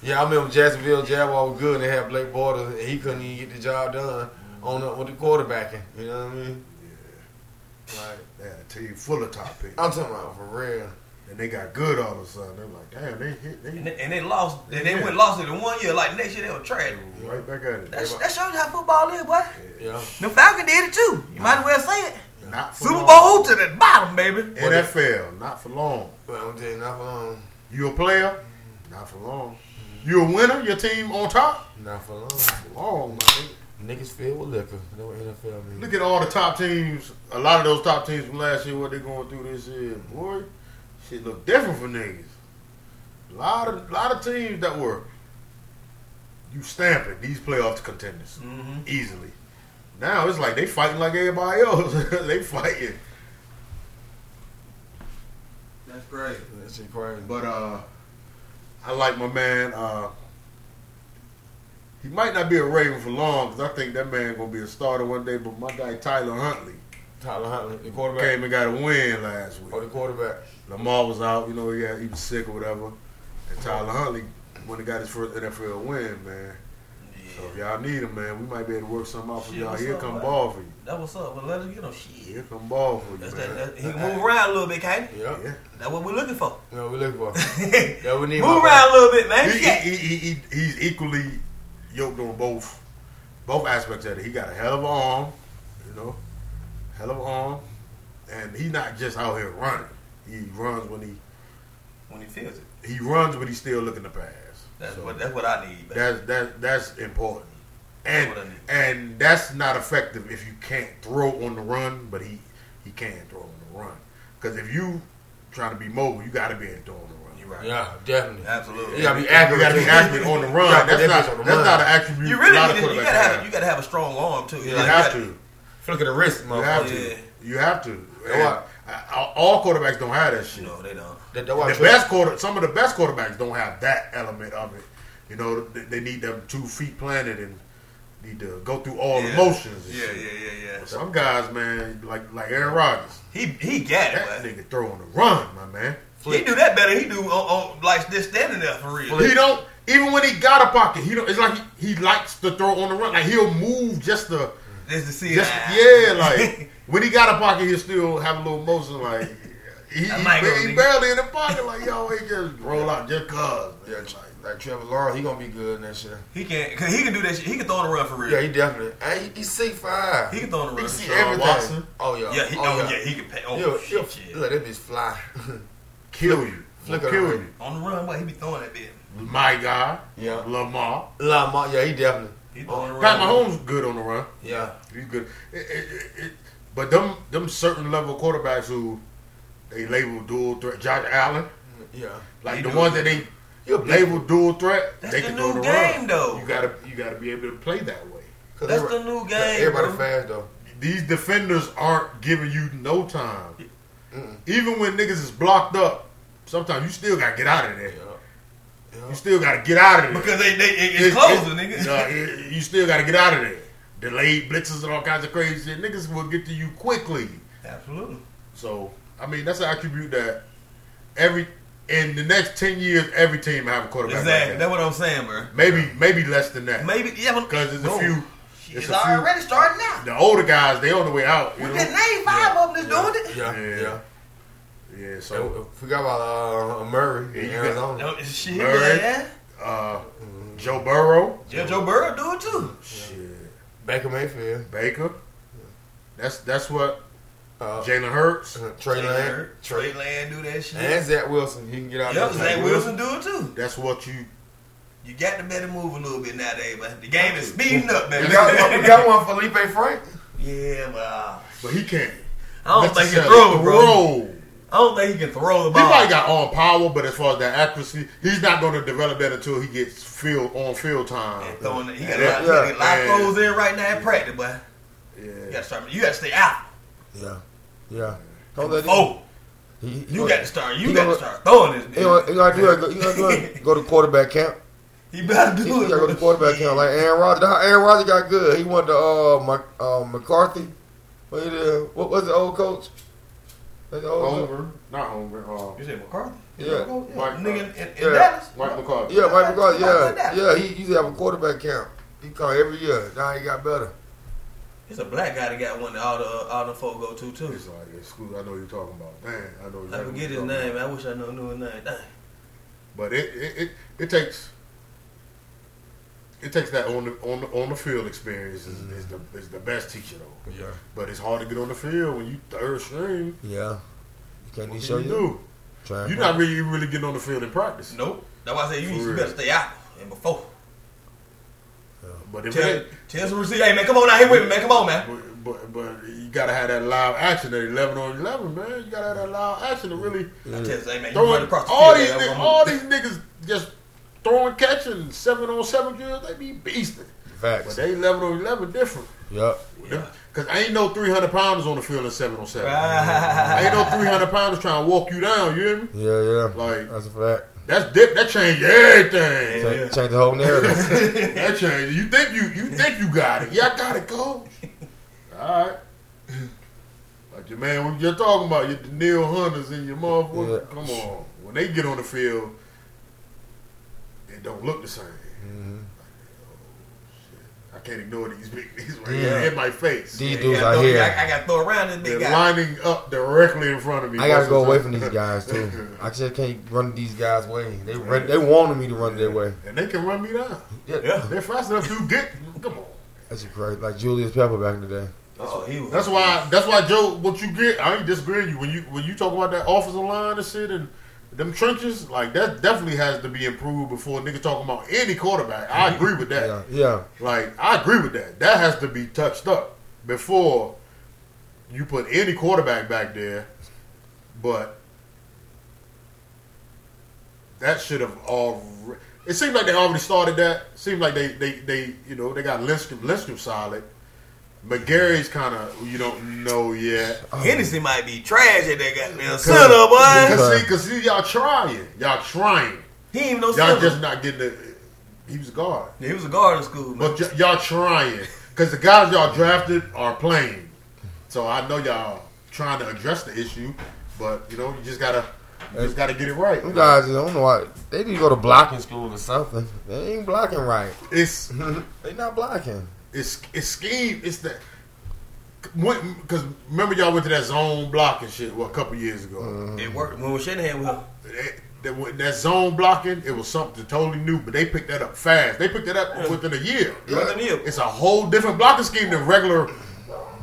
Speaker 2: Yeah, I remember Jacksonville Jaguar was good and they had Blake Bortles and he couldn't even get the job done on up with the quarterbacking. You know what I mean? Like,
Speaker 1: They had a team full of top picks,
Speaker 2: I'm talking about for real.
Speaker 1: and they got good all of a sudden. They're like, damn, they hit, they
Speaker 4: And they, and they lost. And they went lost it in one year. Like next year they were trash.
Speaker 1: right back at it.
Speaker 4: That, that shows you how football is, boy.
Speaker 2: Yeah.
Speaker 4: The Falcon did it too. You might as well say it.
Speaker 1: Not for
Speaker 4: Super
Speaker 1: long.
Speaker 4: Bowl to the bottom, baby.
Speaker 1: NFL, not for long.
Speaker 2: But I'm telling you, not for long.
Speaker 1: You a player?
Speaker 4: Mm-hmm.
Speaker 1: Not for long. You a winner? Your team on top?
Speaker 2: Not for long.
Speaker 1: Long, my nigga.
Speaker 2: Niggas filled with liquor. That's what NFL means.
Speaker 1: Look at all the top teams. A lot of those top teams from last year, what they going through this year, boy. Shit look different for niggas. A lot of lot of teams that were you stamping these playoff contenders
Speaker 4: Mm-hmm.
Speaker 1: easily. Now it's like they fighting like everybody else. they fighting.
Speaker 4: That's great.
Speaker 3: That shit crazy.
Speaker 1: But uh, I like my man. Uh, he might not be a Raven for long because I think that man gonna be a starter one day. But my guy Tyler Huntley
Speaker 3: Tyler Huntley, the quarterback.
Speaker 1: came and got a win last week.
Speaker 3: Oh, the quarterback.
Speaker 1: Lamar was out, you know, he, had, he was sick or whatever. And Tyler Huntley went and got his first NFL win, man. So if y'all need him, man, we might be able to work something out for
Speaker 4: Shit,
Speaker 1: y'all.
Speaker 4: what's
Speaker 1: Here
Speaker 4: up,
Speaker 1: come
Speaker 4: man?
Speaker 1: ball for you.
Speaker 4: That what's up. Well, let us get him. Shit.
Speaker 1: Here come ball for you,
Speaker 4: That's
Speaker 1: man.
Speaker 4: that, that, he can move around a little bit, can't he?
Speaker 3: Yep.
Speaker 1: Yeah.
Speaker 4: That's what we're looking for.
Speaker 3: You know, we looking for.
Speaker 4: move
Speaker 3: That we need. my
Speaker 4: around a little bit, man.
Speaker 1: He,
Speaker 4: Shit.
Speaker 1: he, he, he, he- he's equally yoked on both both aspects of it. He got a hell of an arm, you know, hell of an arm, and he not just out here running. He runs when he
Speaker 4: When he feels it.
Speaker 1: he runs, but he's still looking to pass.
Speaker 4: That's
Speaker 1: So-
Speaker 4: what that's what I need, man.
Speaker 1: That's that that's important. And
Speaker 4: That's what I need.
Speaker 1: and that's not effective if you can't throw on the run, but he he can throw on the run. Because if you trying to be mobile, you got to be able to throw on the run.
Speaker 4: you
Speaker 1: You
Speaker 4: right.
Speaker 3: Yeah, definitely.
Speaker 4: Absolutely.
Speaker 3: You gotta be
Speaker 1: got
Speaker 3: accurate.
Speaker 1: to be
Speaker 3: too.
Speaker 1: accurate on the run.
Speaker 3: Yeah, but
Speaker 1: That's
Speaker 3: that
Speaker 1: not
Speaker 3: bitch on the
Speaker 1: that's
Speaker 3: run.
Speaker 1: not an attribute.
Speaker 4: You
Speaker 1: a
Speaker 4: really
Speaker 1: lot of
Speaker 4: need to, you
Speaker 1: quarterbacks
Speaker 4: gotta have a, you
Speaker 1: You,
Speaker 4: gotta have a strong arm too. Like,
Speaker 1: have
Speaker 4: gotta-
Speaker 1: to.
Speaker 3: Flick of the wrist,
Speaker 1: You
Speaker 3: motherfucker.
Speaker 1: have
Speaker 4: Oh, Yeah.
Speaker 1: to. You have to.
Speaker 3: That's why-
Speaker 1: And, uh, all quarterbacks don't have that shit.
Speaker 4: No, they don't.
Speaker 3: That, that why
Speaker 1: the
Speaker 3: I trust-
Speaker 1: best quarter, some of the best quarterbacks don't have that element of it. You know, they, they need them two feet planted and need to go through all
Speaker 4: Yeah.
Speaker 1: the motions. And
Speaker 4: Yeah,
Speaker 1: shit.
Speaker 4: yeah, yeah, yeah.
Speaker 1: Some guys, man, like like Aaron Rodgers,
Speaker 4: He he got it,
Speaker 1: that
Speaker 4: man.
Speaker 1: nigga throw on the run, my man.
Speaker 4: He do that better. He do on, on like this standing there for real.
Speaker 1: He don't even when he got a pocket, he don't. It's like he, he likes to throw on the run. Like he'll move just to
Speaker 4: Just to see.
Speaker 1: just
Speaker 4: ah.
Speaker 1: yeah. Like when he got a pocket, he'll still have a little motion. Like he, he,
Speaker 4: I might go,
Speaker 1: he
Speaker 4: nigga.
Speaker 1: barely in the pocket. Like yo, he just roll out just cause.
Speaker 3: Yeah,
Speaker 1: man.
Speaker 3: like, like Trevor Lawrence, he gonna be good next year.
Speaker 4: he can. Cause he can do that shit. He can throw on the run for real.
Speaker 3: Yeah, he definitely. And he, he's six five.
Speaker 4: he can throw on the
Speaker 1: He
Speaker 4: run.
Speaker 1: see
Speaker 4: Yeah,
Speaker 3: Sean
Speaker 1: everything.
Speaker 3: Watson. Oh yeah.
Speaker 4: he, oh, yeah. he can pay. Oh
Speaker 3: He'll, he'll,
Speaker 4: shit, shit.
Speaker 3: Look, that bitch fly.
Speaker 1: kill you,
Speaker 3: Flick
Speaker 1: Will
Speaker 3: of the
Speaker 1: kill
Speaker 3: wrist.
Speaker 1: you.
Speaker 4: On the run, what he be throwing that bitch.
Speaker 1: my guy,
Speaker 3: Yeah.
Speaker 1: Lamar.
Speaker 3: Lamar, yeah, he definitely.
Speaker 4: He throwing the
Speaker 1: Pat
Speaker 4: run.
Speaker 1: Mahomes good on the run.
Speaker 3: Yeah.
Speaker 1: He's good. It- it- it- it- but them them certain level quarterbacks who they label dual threat, Josh Allen,
Speaker 3: Yeah.
Speaker 1: like
Speaker 4: He
Speaker 1: the
Speaker 4: do.
Speaker 1: ones that they
Speaker 3: You'll
Speaker 1: label dual threat,
Speaker 4: That's
Speaker 1: they
Speaker 4: the
Speaker 1: can throw
Speaker 4: new
Speaker 1: the
Speaker 4: game,
Speaker 1: run.
Speaker 4: though.
Speaker 1: You gotta you gotta be able to play that way.
Speaker 4: That's the new game,
Speaker 3: Everybody
Speaker 4: bro.
Speaker 3: fast though.
Speaker 1: These defenders aren't giving you no time.
Speaker 3: Mm-mm.
Speaker 1: Even when niggas is blocked up, sometimes you still gotta get out of there.
Speaker 3: Yeah.
Speaker 1: You still gotta get out of there.
Speaker 4: Because they, they it, it's,
Speaker 1: It-
Speaker 4: closer,
Speaker 1: it-
Speaker 4: nigga.
Speaker 1: nah, it- you still got to get out of there. Delayed blitzes and all kinds of crazy shit. Niggas will get to you quickly.
Speaker 4: Absolutely.
Speaker 1: So, I mean, that's an attribute that every in the next ten years, every team have a quarterback. like
Speaker 4: Exactly.
Speaker 1: that.
Speaker 4: That's what I'm saying, bro.
Speaker 1: Maybe, maybe less than that.
Speaker 4: Maybe yeah, but-
Speaker 1: because there's
Speaker 4: No.
Speaker 1: a few. It's
Speaker 4: Shit, It's
Speaker 1: a few.
Speaker 4: already starting now.
Speaker 1: The older guys, they on the way out. You
Speaker 4: We
Speaker 1: know?
Speaker 4: just named five of them that's doing it.
Speaker 3: Yeah.
Speaker 1: Yeah.
Speaker 3: Yeah.
Speaker 1: Yeah.
Speaker 3: So
Speaker 1: So,
Speaker 3: forgot about uh, Murray
Speaker 1: Yeah,
Speaker 3: in
Speaker 1: you got-
Speaker 3: Arizona. Mm-hmm.
Speaker 4: No, shit,
Speaker 1: Bird.
Speaker 4: yeah.
Speaker 1: uh, Joe Burrow,
Speaker 4: Yeah, Joe Burrow do it too.
Speaker 1: shit,
Speaker 3: Baker Mayfield.
Speaker 1: Baker. That's that's what
Speaker 3: Uh,
Speaker 1: Jalen Hurts.
Speaker 3: uh, Trey Lance.
Speaker 4: Trey
Speaker 3: Trey
Speaker 4: Land do that shit.
Speaker 3: and Zach Wilson. He can get out
Speaker 4: Yep,
Speaker 3: there.
Speaker 4: Zach Wilson do it too.
Speaker 1: That's what you
Speaker 4: You got to better move a little bit nowadays, but the game is speeding up,
Speaker 3: We
Speaker 4: baby.
Speaker 3: got, one, we got one Felipe Frank.
Speaker 4: yeah, but uh,
Speaker 1: But he can't.
Speaker 4: I don't think he can
Speaker 1: necessarily
Speaker 4: throw, bro.
Speaker 1: throw.
Speaker 4: I don't think he can throw the
Speaker 1: He probably
Speaker 4: ball.
Speaker 1: got on power, but as far as that accuracy, he's not going to develop that until he gets field on field time.
Speaker 4: And throwing the- He got a
Speaker 1: Yeah,
Speaker 4: lot, he got a lot
Speaker 1: yeah.
Speaker 4: of throws in right now at practice, but you got
Speaker 1: Yeah.
Speaker 4: to start. You got to stay out.
Speaker 3: Yeah. Yeah. Don't let
Speaker 4: Oh,
Speaker 3: him. He- he
Speaker 4: you
Speaker 3: gonna-
Speaker 4: got to start. You
Speaker 3: he
Speaker 4: got to
Speaker 3: gonna-
Speaker 4: start throwing this.
Speaker 3: You know,
Speaker 4: Bitch.
Speaker 3: you gotta do that. You gotta do that. Go to quarterback camp.
Speaker 4: He better
Speaker 3: You
Speaker 4: do it.
Speaker 3: gotta go to
Speaker 4: bro.
Speaker 3: quarterback camp like Aaron Rodgers. That's how Aaron Rodgers got good. He went to uh, Mc, uh McCarthy. What, he did- what was the old coach? That's the old coach.
Speaker 1: Homer, not Homer. Uh,
Speaker 4: You said McCarthy?
Speaker 3: Yeah.
Speaker 1: Mike,
Speaker 4: Nigga in, in
Speaker 3: yeah.
Speaker 4: Dallas.
Speaker 1: Mike McCarthy.
Speaker 3: Yeah, Mike McCarthy.
Speaker 4: Mike
Speaker 3: Yeah,
Speaker 4: McCarthy.
Speaker 3: yeah. He used to have a quarterback camp. He called every year. Now he got better.
Speaker 4: It's a black guy that got one that all the uh, all the folk go to too.
Speaker 1: It's like excuse. I know who you're talking about. Man, I know.
Speaker 4: I
Speaker 1: exactly
Speaker 4: forget
Speaker 1: who
Speaker 4: his
Speaker 1: you're talking
Speaker 4: name.
Speaker 1: about.
Speaker 4: I wish I knew, knew his name. Dang.
Speaker 1: But it it, it it takes. It takes that on the on the, on the field experience is, is the is the best teacher though.
Speaker 3: Yeah,
Speaker 1: But it's hard to get on the field when you third string.
Speaker 3: yeah. You can't
Speaker 1: What
Speaker 3: even
Speaker 1: can
Speaker 3: show
Speaker 1: you
Speaker 3: you.
Speaker 1: do? You're not really really getting on the field in practice.
Speaker 4: Nope. That's why I said you,
Speaker 1: For
Speaker 4: you
Speaker 1: real.
Speaker 4: better stay out and before.
Speaker 1: But if
Speaker 4: Tell,
Speaker 1: it,
Speaker 4: tell some receiver, hey man, come on out here with me, man. Come on, man.
Speaker 1: But, but but you gotta have that live action at eleven on eleven, man. You gotta have that live action to really
Speaker 4: I tell you, hey man, you run
Speaker 1: throwing
Speaker 4: across the
Speaker 1: all
Speaker 4: field.
Speaker 1: these
Speaker 4: man.
Speaker 1: niggas, all these niggas just throwing catching seven on seven drills. They be beasting. But
Speaker 2: Facts.
Speaker 1: they level to level different.
Speaker 2: Yup.
Speaker 1: Cause ain't no three hundred pounders on the field in seven on seven.
Speaker 4: Right.
Speaker 1: Ain't no three hundred pounders trying to walk you down. You hear me?
Speaker 2: Yeah, yeah.
Speaker 1: Like-
Speaker 2: That's a fact.
Speaker 1: That's dip. That changed everything.
Speaker 2: Change, change the whole narrative.
Speaker 1: That changed. You think you you think you got it? Yeah, I got it, coach. All right. Like your man, what you're talking about your Neil Hunters and your motherfucker.
Speaker 2: Yeah.
Speaker 1: Come on, when they get on the field, it don't look the same. oh,
Speaker 2: Mhm.
Speaker 1: I can't ignore these big niggas right
Speaker 2: Yeah.
Speaker 1: here in my face.
Speaker 2: These
Speaker 4: Yeah,
Speaker 2: dudes
Speaker 4: gotta
Speaker 2: out
Speaker 4: throw- I,
Speaker 2: here.
Speaker 4: I got to throw around this
Speaker 1: They're
Speaker 4: big guy.
Speaker 1: lining up directly in front of me.
Speaker 2: I gotta go away
Speaker 1: That's
Speaker 2: from
Speaker 1: what's
Speaker 2: these
Speaker 1: up.
Speaker 2: guys too. I just can't run these guys' way. They run, they wanted me to run their way.
Speaker 1: and they can run me down.
Speaker 2: Yeah,
Speaker 4: Yeah.
Speaker 1: They're fast enough to get. Come on.
Speaker 2: that's crazy. Like Julius Pepper back in the day.
Speaker 4: Oh, he was.
Speaker 1: That's why. That's why, Joe. What you get? I ain't disagreeing with you when you when you talk about that offensive line and shit and them trenches. Like that definitely has to be improved before niggas talking about any quarterback. I agree with that.
Speaker 2: Yeah, yeah.
Speaker 1: Like I agree with that. That has to be touched up before you put any quarterback back there. But that should have already. It seems like they already started that. Seems like they they, they you know they got Lindstrom Lindstrom solid. McGarry's kind of you don't know yet.
Speaker 4: Oh. Hennessy might be trash at that goddamn center, boy.
Speaker 1: Cause see, cause see, y'all trying, y'all trying,
Speaker 4: He ain't even no
Speaker 1: y'all
Speaker 4: center.
Speaker 1: just not getting the. He was a guard.
Speaker 4: Yeah, he was a guard in school, man.
Speaker 1: But y- y'all trying because the guys y'all drafted are playing. So I know y'all trying to address the issue, but you know you just gotta you just gotta get it right.
Speaker 2: Them guys, I don't know why they need to go to blocking school or something. They ain't blocking right.
Speaker 1: It's
Speaker 2: They not blocking.
Speaker 1: it's it's scheme. It's the because remember y'all went to that zone blocking shit well, a couple years ago.
Speaker 4: It worked when we Shanahan with him.
Speaker 1: That, that, when that zone blocking it was something totally new, but they picked that up fast. They picked that up within a year.
Speaker 4: Within a year.
Speaker 1: It's a whole different blocking scheme than regular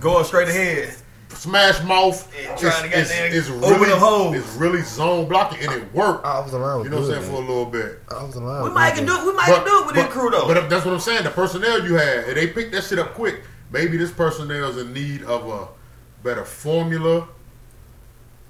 Speaker 4: Going straight ahead.
Speaker 1: smash mouth.
Speaker 4: Yeah,
Speaker 1: It's,
Speaker 4: trying to
Speaker 1: it's,
Speaker 4: goddamn
Speaker 1: it's
Speaker 4: open
Speaker 1: really
Speaker 4: up holes.
Speaker 1: it's really zone blocking and it worked.
Speaker 2: I was aligned with
Speaker 1: You know what I'm saying for a
Speaker 2: Oh, good.
Speaker 1: little bit.
Speaker 2: I was aligned.
Speaker 4: We
Speaker 2: with
Speaker 4: might
Speaker 2: good.
Speaker 4: can do we might can do it with this crew though.
Speaker 1: Oh, But that's what I'm saying. The personnel you had, and they picked that shit up quick. Maybe this personnel is in need of a better formula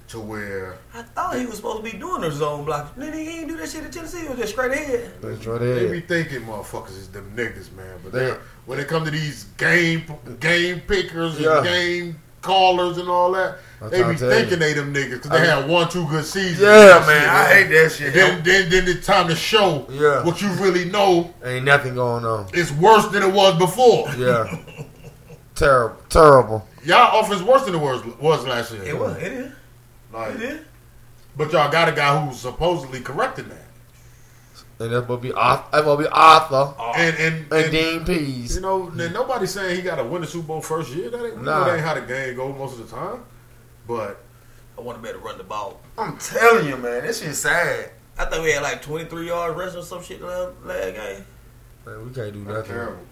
Speaker 1: to where
Speaker 4: I thought he was supposed to be doing the zone block. Nigga, he ain't do that shit at Tennessee. It was just straight ahead.
Speaker 2: That's right
Speaker 1: they
Speaker 2: there.
Speaker 1: be thinking motherfuckers is them niggas, man. But they,
Speaker 2: Yeah.
Speaker 1: when it come to these game game pickers
Speaker 2: Yeah.
Speaker 1: and game callers and all that,
Speaker 2: I'm
Speaker 1: they
Speaker 2: trying
Speaker 1: be
Speaker 2: to tell you.
Speaker 1: thinking they them niggas because they
Speaker 2: I-
Speaker 1: had one two good seasons.
Speaker 2: Yeah, man, I hate that
Speaker 1: And
Speaker 2: shit.
Speaker 1: then, then, then it's time to show
Speaker 2: Yeah.
Speaker 1: what you really know
Speaker 2: Ain't nothing going on.
Speaker 1: is worse than it was before.
Speaker 2: Yeah, terrible, terrible.
Speaker 1: Y'all offense worse than it was was last year.
Speaker 4: It was. It is. It
Speaker 1: Like,
Speaker 4: is.
Speaker 1: but y'all got a guy who's supposedly correcting that.
Speaker 2: And that's gonna be Arthur. That's gonna be Arthur
Speaker 1: And and,
Speaker 2: and
Speaker 1: and,
Speaker 2: Dean Pease.
Speaker 1: you know, then nobody's saying he got to win the Super Bowl first year. That ain't, we know
Speaker 2: Nah.
Speaker 1: that ain't how the game go most of the time. But
Speaker 4: I want to better run the ball.
Speaker 2: I'm telling you, man, this shit sad.
Speaker 4: I think we had like 23 yards rushing or some shit last, last game.
Speaker 2: Man, we can't do
Speaker 1: that's
Speaker 2: nothing.
Speaker 1: terrible.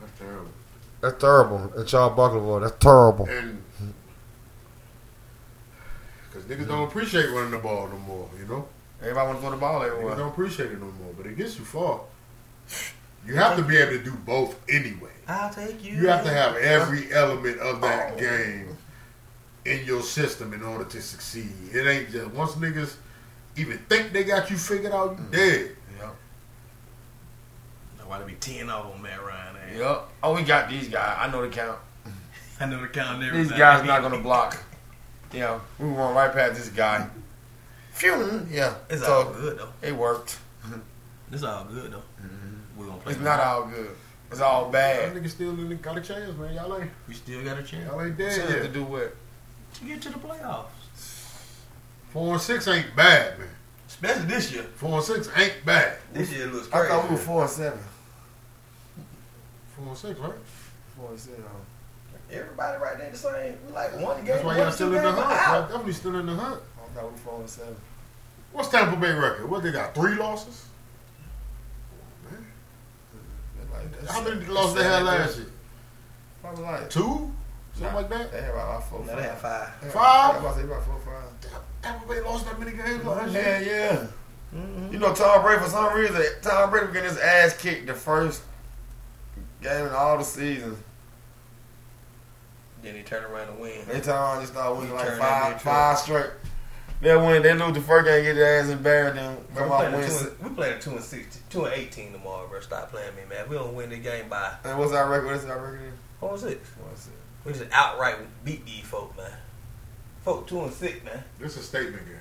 Speaker 1: That's terrible.
Speaker 2: That's terrible. That's Charles Buckleville. That's terrible.
Speaker 1: And because niggas don't appreciate running the ball no more. You know.
Speaker 2: Everybody wants to throw the ball
Speaker 1: Niggas don't appreciate it no more, but it gets you far. You have to be able to do both anyway.
Speaker 4: I'll take you.
Speaker 1: You have to have every element of that game in your system in order to succeed. It ain't just once niggas even think they got you figured out,
Speaker 2: Mm.
Speaker 1: you dead.
Speaker 4: I want to be 10 of them, Matt Ryan. eh? man.
Speaker 2: Yep. Oh, we got these guys. I know the count.
Speaker 4: I know the count there.
Speaker 2: These guys not gonna block. Yeah, we went right past this guy. Phew. Yeah.
Speaker 4: It's all
Speaker 2: so
Speaker 4: good, though.
Speaker 2: it worked.
Speaker 4: It's all good, though. We're going to play.
Speaker 2: It's not all good. It's all bad.
Speaker 1: Y'all niggas still in the- got a chance, man. Y'all ain't
Speaker 4: We still got a chance.
Speaker 1: y'all ain't
Speaker 2: Shit
Speaker 1: dead
Speaker 2: to
Speaker 1: yet.
Speaker 2: do with.
Speaker 4: to get to the playoffs.
Speaker 1: Four and six ain't bad, man.
Speaker 4: Especially this year.
Speaker 1: Four and six ain't bad.
Speaker 4: This year looks
Speaker 2: I
Speaker 4: crazy.
Speaker 2: thought we were four and seven.
Speaker 1: Four and six, right?
Speaker 2: Four and seven.
Speaker 4: Everybody right there the same. We like one game.
Speaker 1: That's why y'all
Speaker 4: one,
Speaker 1: still
Speaker 4: two
Speaker 1: in the
Speaker 4: games
Speaker 1: hunt.
Speaker 4: out.
Speaker 1: Y'all definitely still in the hunt.
Speaker 2: I thought we were four and seven.
Speaker 1: What's Tampa Bay record? What they got? Three losses? Oh,
Speaker 2: Like that
Speaker 1: How
Speaker 2: shit.
Speaker 1: many losses they had last year?
Speaker 2: Probably like
Speaker 1: Two? Something like that?
Speaker 2: they had about like four.
Speaker 4: Now they have five.
Speaker 2: They had-
Speaker 1: Five?
Speaker 2: I was about to say about four, five.
Speaker 1: Tampa Bay lost that many games
Speaker 2: Hell
Speaker 1: last
Speaker 2: yeah,
Speaker 1: year.
Speaker 2: yeah.
Speaker 4: Mm-hmm.
Speaker 2: You know, Tom Brady, for some reason, Tom Brady was getting his ass kicked the first game in all the season.
Speaker 4: Then he turned around and win.
Speaker 2: Every time I just started winning
Speaker 4: He
Speaker 2: like
Speaker 4: turned that bitch
Speaker 2: five, five straight. They win, they lose the first game, get their ass embarrassed, then
Speaker 4: Bro,
Speaker 2: come
Speaker 4: we
Speaker 2: out and
Speaker 4: playing
Speaker 2: win.
Speaker 4: a two
Speaker 2: six-
Speaker 4: and- we playing a two and six, two and eighteen tomorrow, bro. Stop playing me, man. If we don't win the game by
Speaker 2: And what's our record? What's our record?
Speaker 4: four and six,
Speaker 2: One six.
Speaker 4: we just outright beat these folk, man. Folk two and six, man.
Speaker 1: This is a statement game.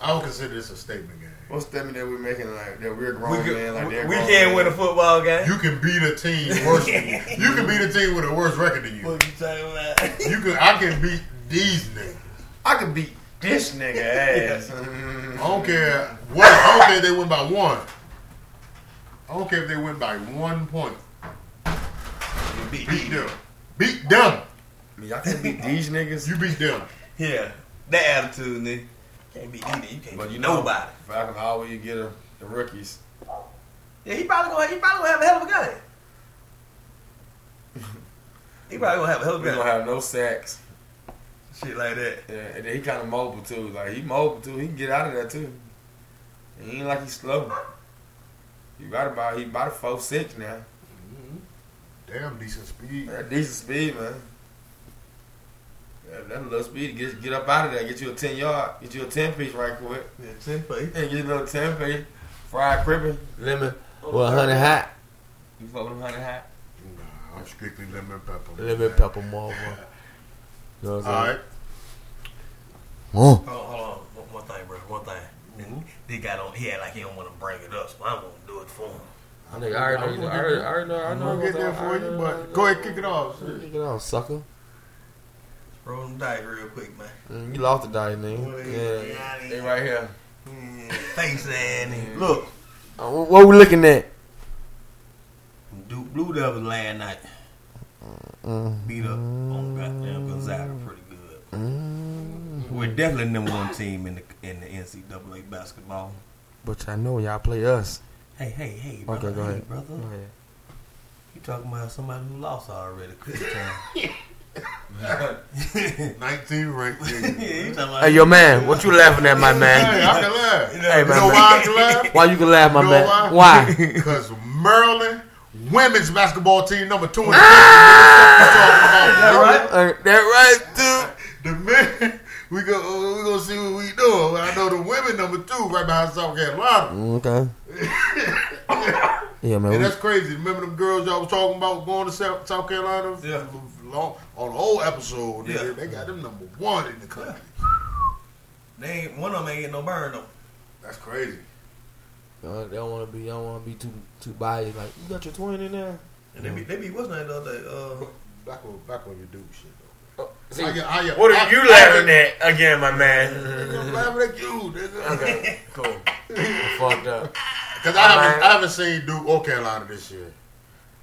Speaker 1: I would consider this a statement game.
Speaker 2: What's statement that we're making like that we're
Speaker 4: We,
Speaker 2: grown
Speaker 4: could-
Speaker 2: man like
Speaker 4: we,
Speaker 2: they're
Speaker 4: we
Speaker 2: grown
Speaker 4: can't
Speaker 2: men.
Speaker 4: win a football game.
Speaker 1: You can beat a team worse. than you. you can beat a team with a worse record than you.
Speaker 4: What you talking about?
Speaker 1: You can. I can beat these niggas.
Speaker 2: I could beat this nigga ass.
Speaker 1: I don't care what. I don't care if they win by one. I don't care if they win by one point.
Speaker 4: beat
Speaker 1: Beat them. Beat them.
Speaker 2: Me, I could beat these niggas.
Speaker 1: You beat them.
Speaker 4: Yeah, that attitude, nigga. Can't beat either. You can't
Speaker 2: But
Speaker 4: beat
Speaker 2: you know-
Speaker 4: nobody.
Speaker 2: If I can always get a, the rookies.
Speaker 4: Yeah, he probably gonna he probably gonna have a hell of a game. he probably gonna have a hell of
Speaker 2: We
Speaker 4: a game.
Speaker 2: don't have no sacks.
Speaker 4: Shit like that.
Speaker 2: Yeah, and then he kind of mobile too. Like he mobile too. He can get out of there too. He ain't like he's slow. You got about he about a four six now.
Speaker 1: Damn decent speed.
Speaker 2: That decent speed, man. That, that little speed to get get up out of there. Get you a ten yard. Get you a ten piece right quick.
Speaker 4: Yeah, ten feet.
Speaker 2: And get a little ten piece. Fried crippin.
Speaker 3: Lemon. Well, honey hot.
Speaker 2: You fuck with them honey hot.
Speaker 1: Nah, I'm strictly lemon pepper.
Speaker 3: Lemon pepper marble. You know what
Speaker 1: All
Speaker 3: I'm
Speaker 1: right.
Speaker 3: saying?
Speaker 4: Hold on, hold on. One, one thing, bro. One thing.
Speaker 1: Mhm.
Speaker 4: He got on. He act like he don't want to bring it up, so I won't do it for him.
Speaker 2: I think I already know. I already, I already know. I
Speaker 1: I'm
Speaker 2: know
Speaker 1: gonna get there for you, but go ahead, kick it off.
Speaker 2: ahead.
Speaker 3: Get on, sucker.
Speaker 4: Roll them dice real quick, man.
Speaker 3: Mm, You lost the dice,
Speaker 4: Yeah.
Speaker 3: nigga. Yeah.
Speaker 2: They right here.
Speaker 4: Yeah, Face and
Speaker 2: Yeah.
Speaker 4: look.
Speaker 3: Uh, wh- what we looking at?
Speaker 4: Duke Blue Devils last night beat up on goddamn Gonzaga pretty good.
Speaker 3: Mm-hmm.
Speaker 4: We're definitely number one team in the in the NCAA basketball.
Speaker 3: But I know y'all play us.
Speaker 4: Hey, hey, hey, brother,
Speaker 3: Okay, go
Speaker 4: hey,
Speaker 3: ahead.
Speaker 4: brother.
Speaker 3: Go ahead.
Speaker 4: You talking about somebody who lost already? Chris Town.
Speaker 1: 19 ranked. nigga.
Speaker 4: yeah, you talking about?
Speaker 3: Hey, yo, man, what you laughing at, my
Speaker 1: Hey, I
Speaker 3: man?
Speaker 1: can laugh.
Speaker 4: You
Speaker 1: You
Speaker 4: know,
Speaker 3: Hey,
Speaker 4: you
Speaker 1: know
Speaker 3: man.
Speaker 1: why I can laugh?
Speaker 3: Why you can laugh, my
Speaker 1: You know
Speaker 3: man? Why?
Speaker 1: Because Maryland women's basketball team number two
Speaker 3: Ah!
Speaker 1: in the
Speaker 4: know,
Speaker 1: country.
Speaker 3: Uh,
Speaker 4: right?
Speaker 3: that right,
Speaker 1: The men, we go, uh, we gonna see what we doing. I know the women number two right behind South Carolina,
Speaker 3: dude. Mm, Okay. yeah,
Speaker 1: and
Speaker 3: man. we-
Speaker 1: that's crazy. Remember them girls y'all was talking about going to South, South Carolina?
Speaker 4: Yeah.
Speaker 1: Long, on the whole episode, nigga,
Speaker 4: Yeah.
Speaker 1: they got them number one in the country.
Speaker 4: They ain't one of them ain't getting no burn though.
Speaker 1: That's crazy.
Speaker 3: Uh, they don't want to be. They don't want to be too too biased. Like you got your twin in there.
Speaker 4: And they be they be what's that the other day? Uh,
Speaker 1: Back on, back on your dude shit.
Speaker 3: See,
Speaker 1: I get- I get-
Speaker 2: Oh, What
Speaker 1: I-
Speaker 2: are you laughing at again, my man?
Speaker 1: Nigga, I'm laughing at you, nigga.
Speaker 2: Okay, cool. Fucked up.
Speaker 1: Because I haven't, I haven't seen Duke or Carolina this year.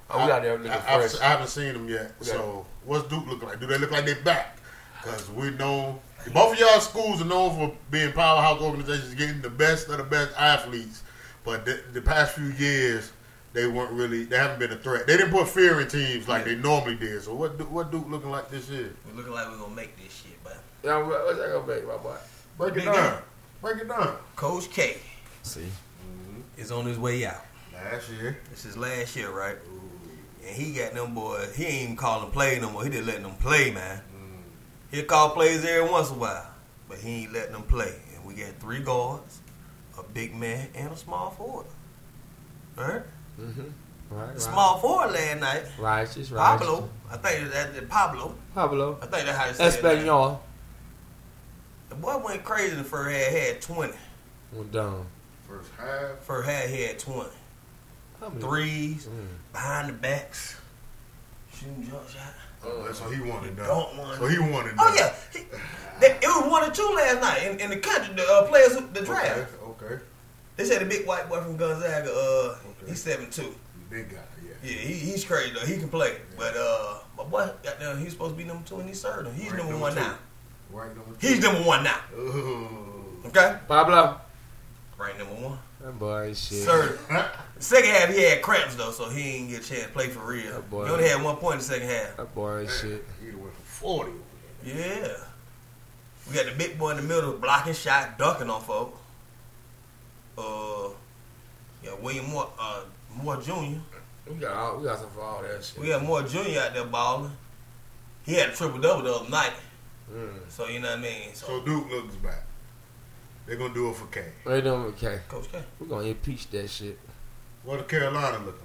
Speaker 2: Oh, we out there looking
Speaker 1: I, I've-
Speaker 2: fresh.
Speaker 1: I haven't seen them yet.
Speaker 2: We gotta-
Speaker 1: So what's Duke look like? Do they look like they back? Because we know both of y'all schools are known for being powerhouse organizations, getting the best of the best athletes. But the, the past few years, they weren't really. They haven't been a threat. They didn't put fear in teams like they normally did. So what? Duke- What Duke looking like this year?
Speaker 4: we looking like we gonna make this shit, but
Speaker 2: Yeah, what- what's that go back, my boy?
Speaker 1: Break it
Speaker 4: Big
Speaker 1: down. Break it down.
Speaker 4: Coach K
Speaker 3: see,
Speaker 4: is on his way out.
Speaker 1: Last year,
Speaker 4: This is last year, right? And he got them boys. He ain't even calling play no more. He just letting them play, man. He'll call plays every once in a while, but he ain't letting them play. And we got three guards, a big man, and a small forward. Right?
Speaker 3: right,
Speaker 4: The
Speaker 3: right.
Speaker 4: small forward last night,
Speaker 3: righteous, righteous.
Speaker 4: Pablo. I think that that Pablo.
Speaker 3: Pablo,
Speaker 4: I think that's how they say it. now.
Speaker 3: Espanol,
Speaker 4: The boy went crazy. The first half he had twenty.
Speaker 3: went down.
Speaker 1: first half.
Speaker 4: First half he had twenty.
Speaker 3: How many-
Speaker 4: Threes
Speaker 3: Mm.
Speaker 4: behind the backs, shooting jump shot.
Speaker 1: Oh, that's what he wanted done.
Speaker 4: Don't want
Speaker 1: So he wanted
Speaker 4: Oh
Speaker 1: done.
Speaker 4: yeah, He- they, it was one or two last night in, in the country. The uh, players, who- the draft.
Speaker 1: Okay, okay.
Speaker 4: They said the big white boy from Gonzaga. Uh,
Speaker 1: Okay.
Speaker 4: he's seven two.
Speaker 1: Big guy, yeah.
Speaker 4: Yeah, he, he's crazy though. He can play, but uh, but what? Goddamn, he's supposed to be number two, and he served him. He's
Speaker 1: Right,
Speaker 4: number,
Speaker 1: number
Speaker 4: one
Speaker 1: two.
Speaker 4: now.
Speaker 1: Right number two.
Speaker 4: He's number one now.
Speaker 1: Ooh.
Speaker 4: Okay,
Speaker 3: Pablo,
Speaker 4: right number one.
Speaker 3: that boy ain't shit.
Speaker 4: Sir, second half he had cramps though, so he didn't get a chance to play for real.
Speaker 3: That boy-
Speaker 4: He only had one point in the second half.
Speaker 3: That boy ain't shit.
Speaker 1: He went for 40.
Speaker 4: Yeah, we got the big boy in the middle blocking shot, dunking on folk. Uh, yeah, William Moore, uh, Moore Jr.
Speaker 2: We got all, we got some for all that shit.
Speaker 4: We got Moore Jr. out there balling. He had a triple double the other night,
Speaker 2: Mm.
Speaker 4: so you know what I mean. So,
Speaker 1: So Duke looks back. They're gonna do it for K.
Speaker 2: Right on, okay.
Speaker 4: Coach K.
Speaker 2: We're gonna impeach that shit.
Speaker 1: What the Carolina looking like?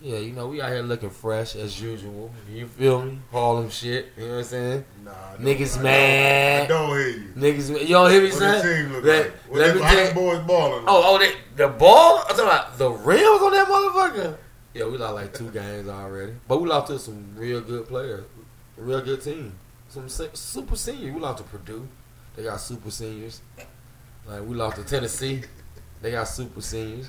Speaker 2: Yeah, you know, we out here looking fresh as usual. You feel me? Harlem shit. You know what I'm saying?
Speaker 1: Nah, I don't-
Speaker 2: Niggas
Speaker 1: I don't-
Speaker 2: mad.
Speaker 1: I don't hear you.
Speaker 2: Niggas, y'all hear me
Speaker 1: What the team
Speaker 2: saying?
Speaker 1: look
Speaker 2: Let,
Speaker 1: like? What
Speaker 2: let
Speaker 1: them
Speaker 2: me
Speaker 1: hot
Speaker 2: tell
Speaker 1: boys balling? like?
Speaker 2: Oh, oh, they, the ball? I'm talking about the rims on that motherfucker. Yeah, we lost like two games already, but we lost to some real good players, real good team. Some se- super seniors. We lost to Purdue. They got super seniors. Like we lost to Tennessee. They got super seniors.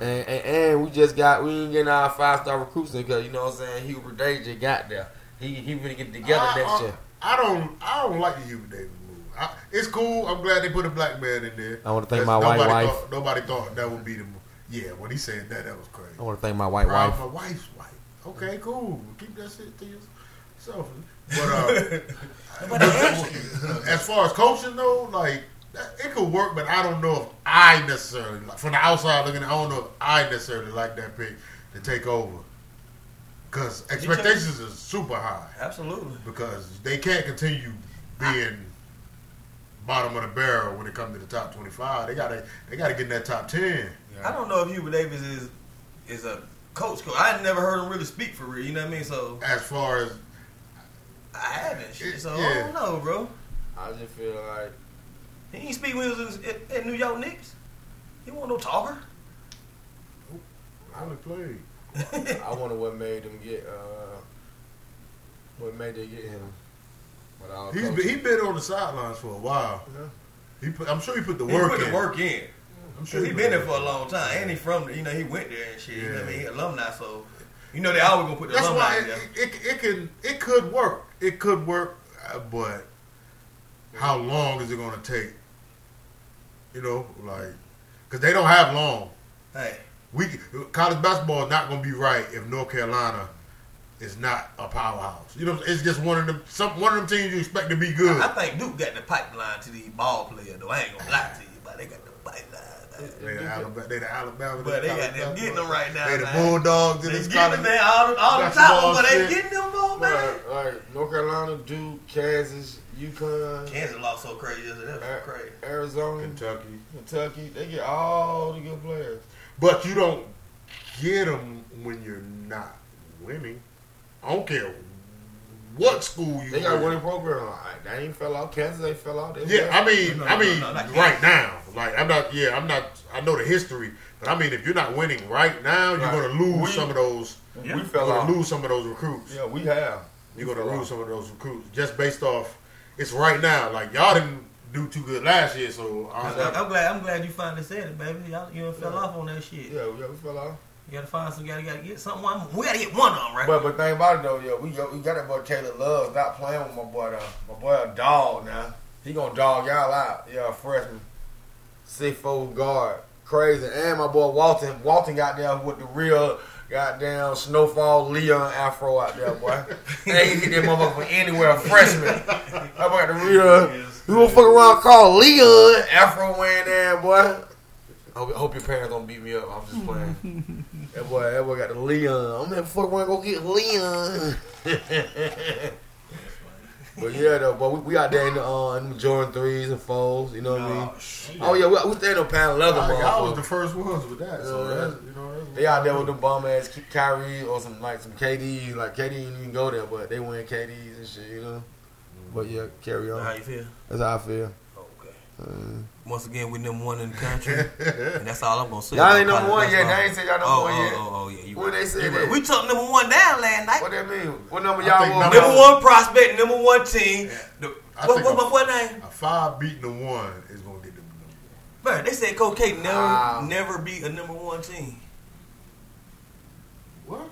Speaker 2: And, and, and we just got we ain't getting our five star recruits because you know what I'm saying Hubert Danger got there. He he really get together
Speaker 1: I,
Speaker 2: next
Speaker 1: I-
Speaker 2: year.
Speaker 1: I don't. I don't like the Hubert Davis move. I, it's cool. I'm glad they put a black man in there.
Speaker 2: I wanna thank
Speaker 1: That's-
Speaker 2: my white
Speaker 1: nobody
Speaker 2: wife.
Speaker 1: Thought, nobody thought that would be the. move. Yeah, when he said that, that was crazy.
Speaker 2: I want to thank my white
Speaker 1: Proud
Speaker 2: wife. Mm-hmm.
Speaker 1: of My wife's wife. Okay, cool. Keep that shit to yourself. But uh, as far as coaching though, like that, it could work, but I don't know if I necessarily like, from the outside looking. in, I don't know if I necessarily like that pick to take over because expectations are super high
Speaker 4: Absolutely.
Speaker 1: because they can't continue being bottom of the barrel when it comes to the top twenty-five. They gotta they gotta get in that top ten.
Speaker 4: I don't know if Hubert Davis is is a coach. coach. I never heard him really speak for real. You know what I mean? So
Speaker 1: As far as
Speaker 4: I haven't. Shit. So I
Speaker 1: Yeah.
Speaker 4: don't know, bro.
Speaker 2: I just feel like
Speaker 4: He ain't speak when he was in- at, at New York Knicks. He wasn't no talker.
Speaker 1: I only played.
Speaker 2: I wonder what made them get uh what made they get him. But I'll
Speaker 1: He's
Speaker 2: coach
Speaker 1: been,
Speaker 2: him.
Speaker 1: he been on the sidelines for a while. He put, I'm sure he put the
Speaker 4: He
Speaker 1: work
Speaker 4: put
Speaker 1: in.
Speaker 4: the work in.
Speaker 1: I'm
Speaker 4: Cause
Speaker 1: sure
Speaker 4: he
Speaker 1: put
Speaker 4: been
Speaker 1: the
Speaker 4: there for
Speaker 1: work
Speaker 4: a long time, and he from the, you know he went there and shit. You know what I mean?
Speaker 1: Yeah.
Speaker 4: He alumni, so you know they always gonna put the
Speaker 1: That's
Speaker 4: alumni
Speaker 1: why
Speaker 4: in there.
Speaker 1: it, it, it can it could work. It could work, uh, but how long is it going to take? You know, like because they don't have long.
Speaker 4: Hey,
Speaker 1: We college basketball is not going to be right if North Carolina is not a powerhouse. You know, it's just one of them some one of them teams you expect to be good.
Speaker 4: I think Duke got the pipeline to these ball players. Though I ain't gonna lie to you, but they got the pipeline.
Speaker 1: They the Alabama, they the Alabama.
Speaker 4: But they got them
Speaker 1: college
Speaker 4: getting them
Speaker 1: basketball.
Speaker 4: right now.
Speaker 1: They the
Speaker 4: man.
Speaker 1: Bulldogs. in
Speaker 4: They
Speaker 1: this
Speaker 4: getting
Speaker 1: college-
Speaker 4: them man, all, all the
Speaker 1: basketball
Speaker 4: time, but they
Speaker 1: shit.
Speaker 4: getting them though, man.
Speaker 2: Like, like North Carolina, Duke, Kansas, UConn,
Speaker 4: Kansas lost so crazy. That was
Speaker 2: Ar-
Speaker 4: crazy.
Speaker 2: Arizona,
Speaker 1: Kentucky.
Speaker 2: Kentucky. They get all the good players.
Speaker 1: But you don't get them when you're not winning. I don't care what school you.
Speaker 2: They got a
Speaker 1: in.
Speaker 2: winning program. Like, they ain't fell out. Kansas ain't fell out. They
Speaker 1: Yeah, I mean,
Speaker 4: No,
Speaker 1: I
Speaker 4: no,
Speaker 1: mean,
Speaker 4: no, not
Speaker 1: right now. Like I'm not. Yeah, I'm not. I know the history, but I mean, if you're not winning right now, you're
Speaker 2: Right.
Speaker 1: going to lose
Speaker 2: We-
Speaker 1: some of those.
Speaker 2: mean,
Speaker 4: Yeah.
Speaker 2: we
Speaker 1: You're
Speaker 2: fell
Speaker 1: going to
Speaker 2: out.
Speaker 1: lose some of those recruits.
Speaker 2: Yeah, we have.
Speaker 1: You're going
Speaker 2: fell
Speaker 1: to
Speaker 2: out.
Speaker 1: lose some of those recruits just based off. It's right now. Like y'all didn't do too good last year, so I don't know.
Speaker 4: I'm glad. I'm glad you finally said it, baby. Y'all, you done fell
Speaker 2: Yeah.
Speaker 4: off on that shit.
Speaker 2: Yeah, we, yeah, we fell out.
Speaker 4: You gotta find some. Gotta, gotta get someone. We gotta get one on right.
Speaker 2: But but think about it though, yo, we got, we got that boy Caleb Love not playing with my boy. Though. My boy a dog now. He gonna dog y'all out. Yeah, freshman, six foot guard, crazy. And my boy Walton, Walton got down with the real goddamn snowfall Leon Afro out there, boy. and he hit that motherfucker anywhere, freshman. That boy got the real. You gonna fuck around, call Leon Afro wearing that boy. I hope, I hope your parents don't beat me up. I'm just playing. That boy, that boy got the Leon. I'm gonna fuck around, go get Leon. but yeah, though, but we, we out there in the, uh, in the Jordan threes and fours. You know what I mean?
Speaker 1: uh,
Speaker 2: Oh yeah, we, we stayed on pound leather,
Speaker 1: I, I was
Speaker 2: motherfucker.
Speaker 1: the first ones with that. So
Speaker 2: Yeah.
Speaker 1: that's, you know, that's-
Speaker 2: They out there with them bum ass Ky- Kyrie or some like some KD. Like KD didn't even go there, but they win KDs and shit. You know. But yeah, carry
Speaker 4: How
Speaker 2: on.
Speaker 4: you feel?
Speaker 2: That's how I feel.
Speaker 4: Okay.
Speaker 2: Uh,
Speaker 4: Once again, we number one in the country, and that's all I'm gonna say.
Speaker 2: Y'all
Speaker 4: about
Speaker 2: ain't number
Speaker 4: college
Speaker 2: one yet.
Speaker 4: basketball.
Speaker 2: They ain't said y'all number
Speaker 4: Oh,
Speaker 2: one
Speaker 4: oh,
Speaker 2: yet.
Speaker 4: oh, oh, yeah. You
Speaker 2: What
Speaker 4: right.
Speaker 2: they said
Speaker 4: You right.
Speaker 2: that?
Speaker 4: We took number one down last night.
Speaker 2: What that mean? What number
Speaker 1: I
Speaker 2: y'all
Speaker 1: think
Speaker 2: want?
Speaker 1: number
Speaker 4: Number one prospect, number one team. The,
Speaker 1: I
Speaker 4: what,
Speaker 1: think
Speaker 4: what,
Speaker 1: I'm-
Speaker 4: what, what name?
Speaker 1: A five beating the one is going to get them.
Speaker 4: Bro, they said Coach K never,
Speaker 2: Wow.
Speaker 4: never beat a number one team.
Speaker 1: What?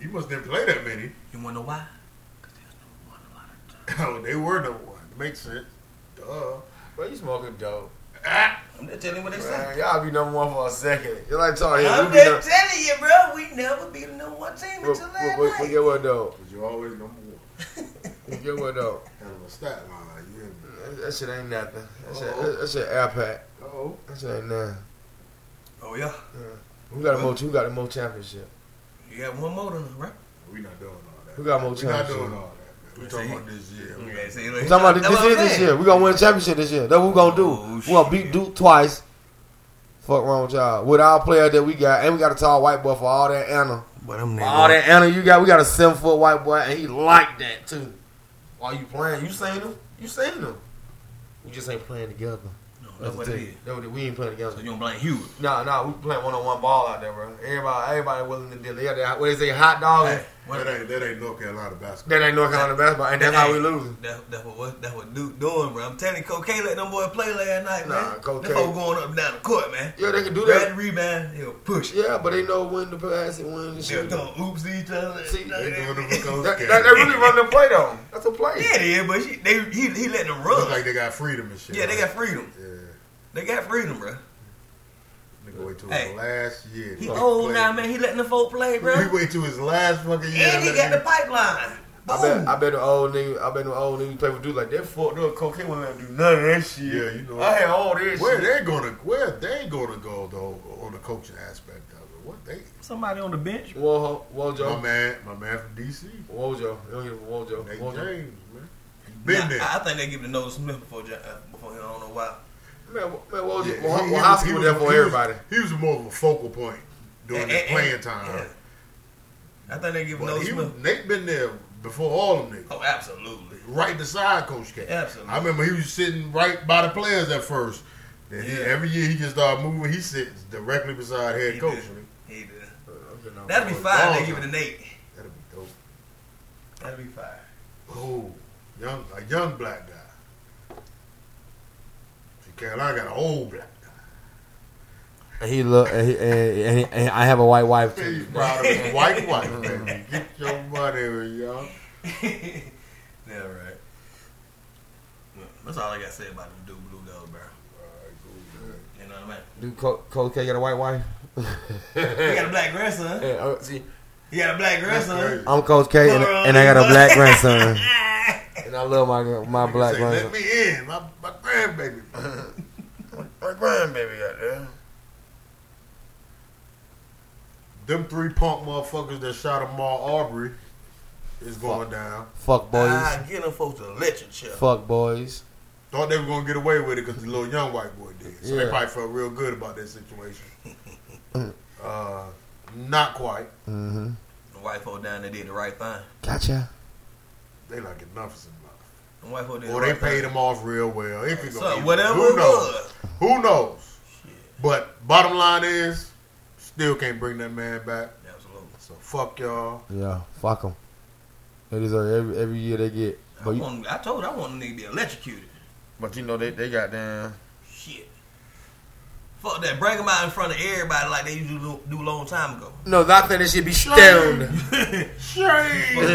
Speaker 1: You must never play that many.
Speaker 4: You wanna know why? 'Cause there's number one a lot of times.
Speaker 1: Oh, they were number one. Makes sense. Duh.
Speaker 2: Bro, you smoking dope.
Speaker 1: Ah,
Speaker 4: I'm just telling you what they said.
Speaker 2: Man, y'all be number one for a second. You're like talking.
Speaker 4: I'm
Speaker 2: we be
Speaker 4: just
Speaker 2: number,
Speaker 4: telling you, bro. We never beat a number one team
Speaker 2: but,
Speaker 4: until
Speaker 2: but,
Speaker 4: last
Speaker 2: but, but
Speaker 4: night.
Speaker 2: get what though?
Speaker 1: because you're always number one.
Speaker 2: But Get what though?
Speaker 1: Hell of a stat line. You hear me?
Speaker 2: That, that shit ain't nothing. That shit, that, that shit air pack.
Speaker 1: Oh,
Speaker 2: That shit ain't nothing.
Speaker 4: Oh yeah,
Speaker 2: Who got a more? Who got a more championship?
Speaker 4: you got one more than us, right?
Speaker 1: we not doing all that.
Speaker 2: Who got more
Speaker 1: We not
Speaker 2: championship?
Speaker 1: doing all that,
Speaker 6: We talking about this year.
Speaker 4: Yeah, see,
Speaker 3: I'm talking about this,
Speaker 4: that's
Speaker 3: is
Speaker 4: what I'm
Speaker 3: this
Speaker 4: saying.
Speaker 3: year. We're gonna win a championship this year. That's what we're gonna do.
Speaker 4: Oh,
Speaker 3: we're gonna beat
Speaker 4: shit.
Speaker 3: Duke twice. Fuck wrong with y'all. With our player that we got, and we got a tall white boy for all that Anna.
Speaker 4: But I'm
Speaker 3: For all that Anna you got, we got a seven foot white boy, and he like that too.
Speaker 2: While you playing, you seen him? You seen him?
Speaker 3: We just ain't playing together.
Speaker 4: No, that's what it is.
Speaker 3: That's what it- We ain't playing
Speaker 4: So
Speaker 3: together.
Speaker 4: you don't blame Hewitt.
Speaker 2: Nah, nah, we playing one on one ball out there, bro. Everybody, everybody willing to deal. Yeah, they, what they say, hot dog.
Speaker 4: Hey, what,
Speaker 1: That ain't that ain't North Carolina basketball.
Speaker 2: That ain't North Carolina basketball, and that's
Speaker 4: That
Speaker 2: how we
Speaker 4: ain't-
Speaker 2: losing.
Speaker 4: that, that what, what that what Duke doing, bro? I'm telling you, Coach K let them boy play last night,
Speaker 2: Nah,
Speaker 4: man.
Speaker 2: Coach
Speaker 4: Them
Speaker 2: K-
Speaker 4: folk going up and down the court, man.
Speaker 2: Yeah, they can do
Speaker 4: Grab
Speaker 2: that.
Speaker 4: the rebound, he'll push.
Speaker 2: Yeah, but they know when to pass and when to
Speaker 4: They'll
Speaker 2: shoot.
Speaker 4: throw oops to each other.
Speaker 2: See,
Speaker 4: Nah,
Speaker 1: They
Speaker 4: that-
Speaker 1: doing it with Coach
Speaker 2: That,
Speaker 1: K.
Speaker 2: that, that really run the play though. That's a play.
Speaker 4: Yeah, it is, but she, they, he, he letting them
Speaker 1: Look
Speaker 4: run.
Speaker 1: like they got freedom and shit.
Speaker 4: yeah, they got freedom.
Speaker 1: Yeah,
Speaker 4: They got freedom, bro.
Speaker 1: nigga wait till
Speaker 4: Hey.
Speaker 1: his last year.
Speaker 4: He
Speaker 1: Fuck
Speaker 4: old
Speaker 1: play.
Speaker 4: now, man. He letting the folk play, bro.
Speaker 1: He wait till his last fucking year.
Speaker 4: and he
Speaker 1: let
Speaker 4: got the
Speaker 1: him-
Speaker 4: pipeline.
Speaker 2: I bet, I bet the old nigga, I bet the old nigga play with dude like that fucked up. Cocaine wouldn't let him do none of that shit.
Speaker 1: Yeah, you know.
Speaker 2: I had all this.
Speaker 1: Where
Speaker 2: shit.
Speaker 1: they gonna where they gonna go though on the coaching aspect of it? What they?
Speaker 4: Somebody on the bench.
Speaker 2: Wojo,
Speaker 1: My
Speaker 2: Wojo,
Speaker 1: man, my man from DC,
Speaker 2: Wojo. You don't give a Wojo.
Speaker 1: Nate
Speaker 2: Wojo.
Speaker 1: James, man. He been
Speaker 4: Nah,
Speaker 1: there.
Speaker 4: I, I think they give the notice Smith before John, uh, before him. I don't know why.
Speaker 2: Man, Wo- man, Wojo.
Speaker 1: Yeah,
Speaker 2: well,
Speaker 1: he- he
Speaker 2: well, high
Speaker 1: was- he
Speaker 2: school
Speaker 1: was-
Speaker 2: there for
Speaker 1: he was-
Speaker 2: everybody.
Speaker 1: He was more of a focal point during
Speaker 4: And-
Speaker 1: his
Speaker 4: and-
Speaker 1: playing
Speaker 4: and-
Speaker 1: time.
Speaker 4: yeah. I think they give
Speaker 1: Uh-huh. But
Speaker 4: notice
Speaker 1: he
Speaker 4: Smith.
Speaker 1: was, Nate been there before all of them niggas.
Speaker 4: Oh, absolutely.
Speaker 1: Right beside Coach K.
Speaker 4: Absolutely.
Speaker 1: I remember he was sitting right by the players at first. Then he,
Speaker 4: Yeah.
Speaker 1: every year he just started moving. He sits directly beside head
Speaker 4: He
Speaker 1: coach.
Speaker 4: did.
Speaker 1: man.
Speaker 4: He did.
Speaker 2: Okay, no.
Speaker 4: That'd be
Speaker 1: Long
Speaker 4: fine. They
Speaker 1: time.
Speaker 4: give it an eight.
Speaker 1: That'd be dope.
Speaker 4: That'd be fine.
Speaker 1: Oh, young a young black guy. See, Carolina got an old black guy.
Speaker 3: And he look, and, he, and, and, he- and I have a white wife
Speaker 1: He's
Speaker 3: too.
Speaker 1: proud of his white wife. baby. Get your money, y'all.
Speaker 4: yeah, right. Well, that's all I got to say about them Duke Blue Dogs, bro. You know what I mean?
Speaker 3: Do Co- Coach K got a white wife?
Speaker 4: He got a black grandson.
Speaker 3: Yeah, uh, see,
Speaker 4: He got a black grandson.
Speaker 3: I'm Coach K, and, and I got a black grandson, and I love my my black
Speaker 1: Say,
Speaker 3: grandson.
Speaker 1: Let me in, my, my grandbaby.
Speaker 2: My grandbaby got there.
Speaker 1: Them three punk motherfuckers that shot Amar Aubrey is going down.
Speaker 3: Fuck boys.
Speaker 4: Ah, get them folks to electric chair.
Speaker 3: Fuck boys.
Speaker 1: Thought they were gonna get away with it because the little young white boy did. So
Speaker 3: Yeah.
Speaker 1: they probably felt real good about that situation. uh, not quite.
Speaker 3: Mm-hmm.
Speaker 4: The white folk down there did the right thing.
Speaker 3: Gotcha.
Speaker 1: They like enough is enough.
Speaker 4: The white folk did
Speaker 1: Or
Speaker 4: the
Speaker 1: they
Speaker 4: right
Speaker 1: paid
Speaker 4: thing.
Speaker 1: him off real well. It could go
Speaker 4: So,
Speaker 1: either.
Speaker 4: whatever
Speaker 1: Who
Speaker 4: it
Speaker 1: knows?
Speaker 4: was.
Speaker 1: Who knows? But bottom line is, still can't bring that man back.
Speaker 4: Absolutely.
Speaker 1: So fuck y'all.
Speaker 3: Yeah. Fuck them. They deserve every every year they get. But
Speaker 4: I,
Speaker 3: you,
Speaker 4: want, I told you, I want them niggas to be electrocuted.
Speaker 2: But you know they they got down.
Speaker 4: Shit. Fuck that. Bring them out in front of everybody like they used to do, do a long time ago.
Speaker 3: no, I think they should be stoned.
Speaker 4: Fuck,
Speaker 1: Shame.
Speaker 4: motherfucker,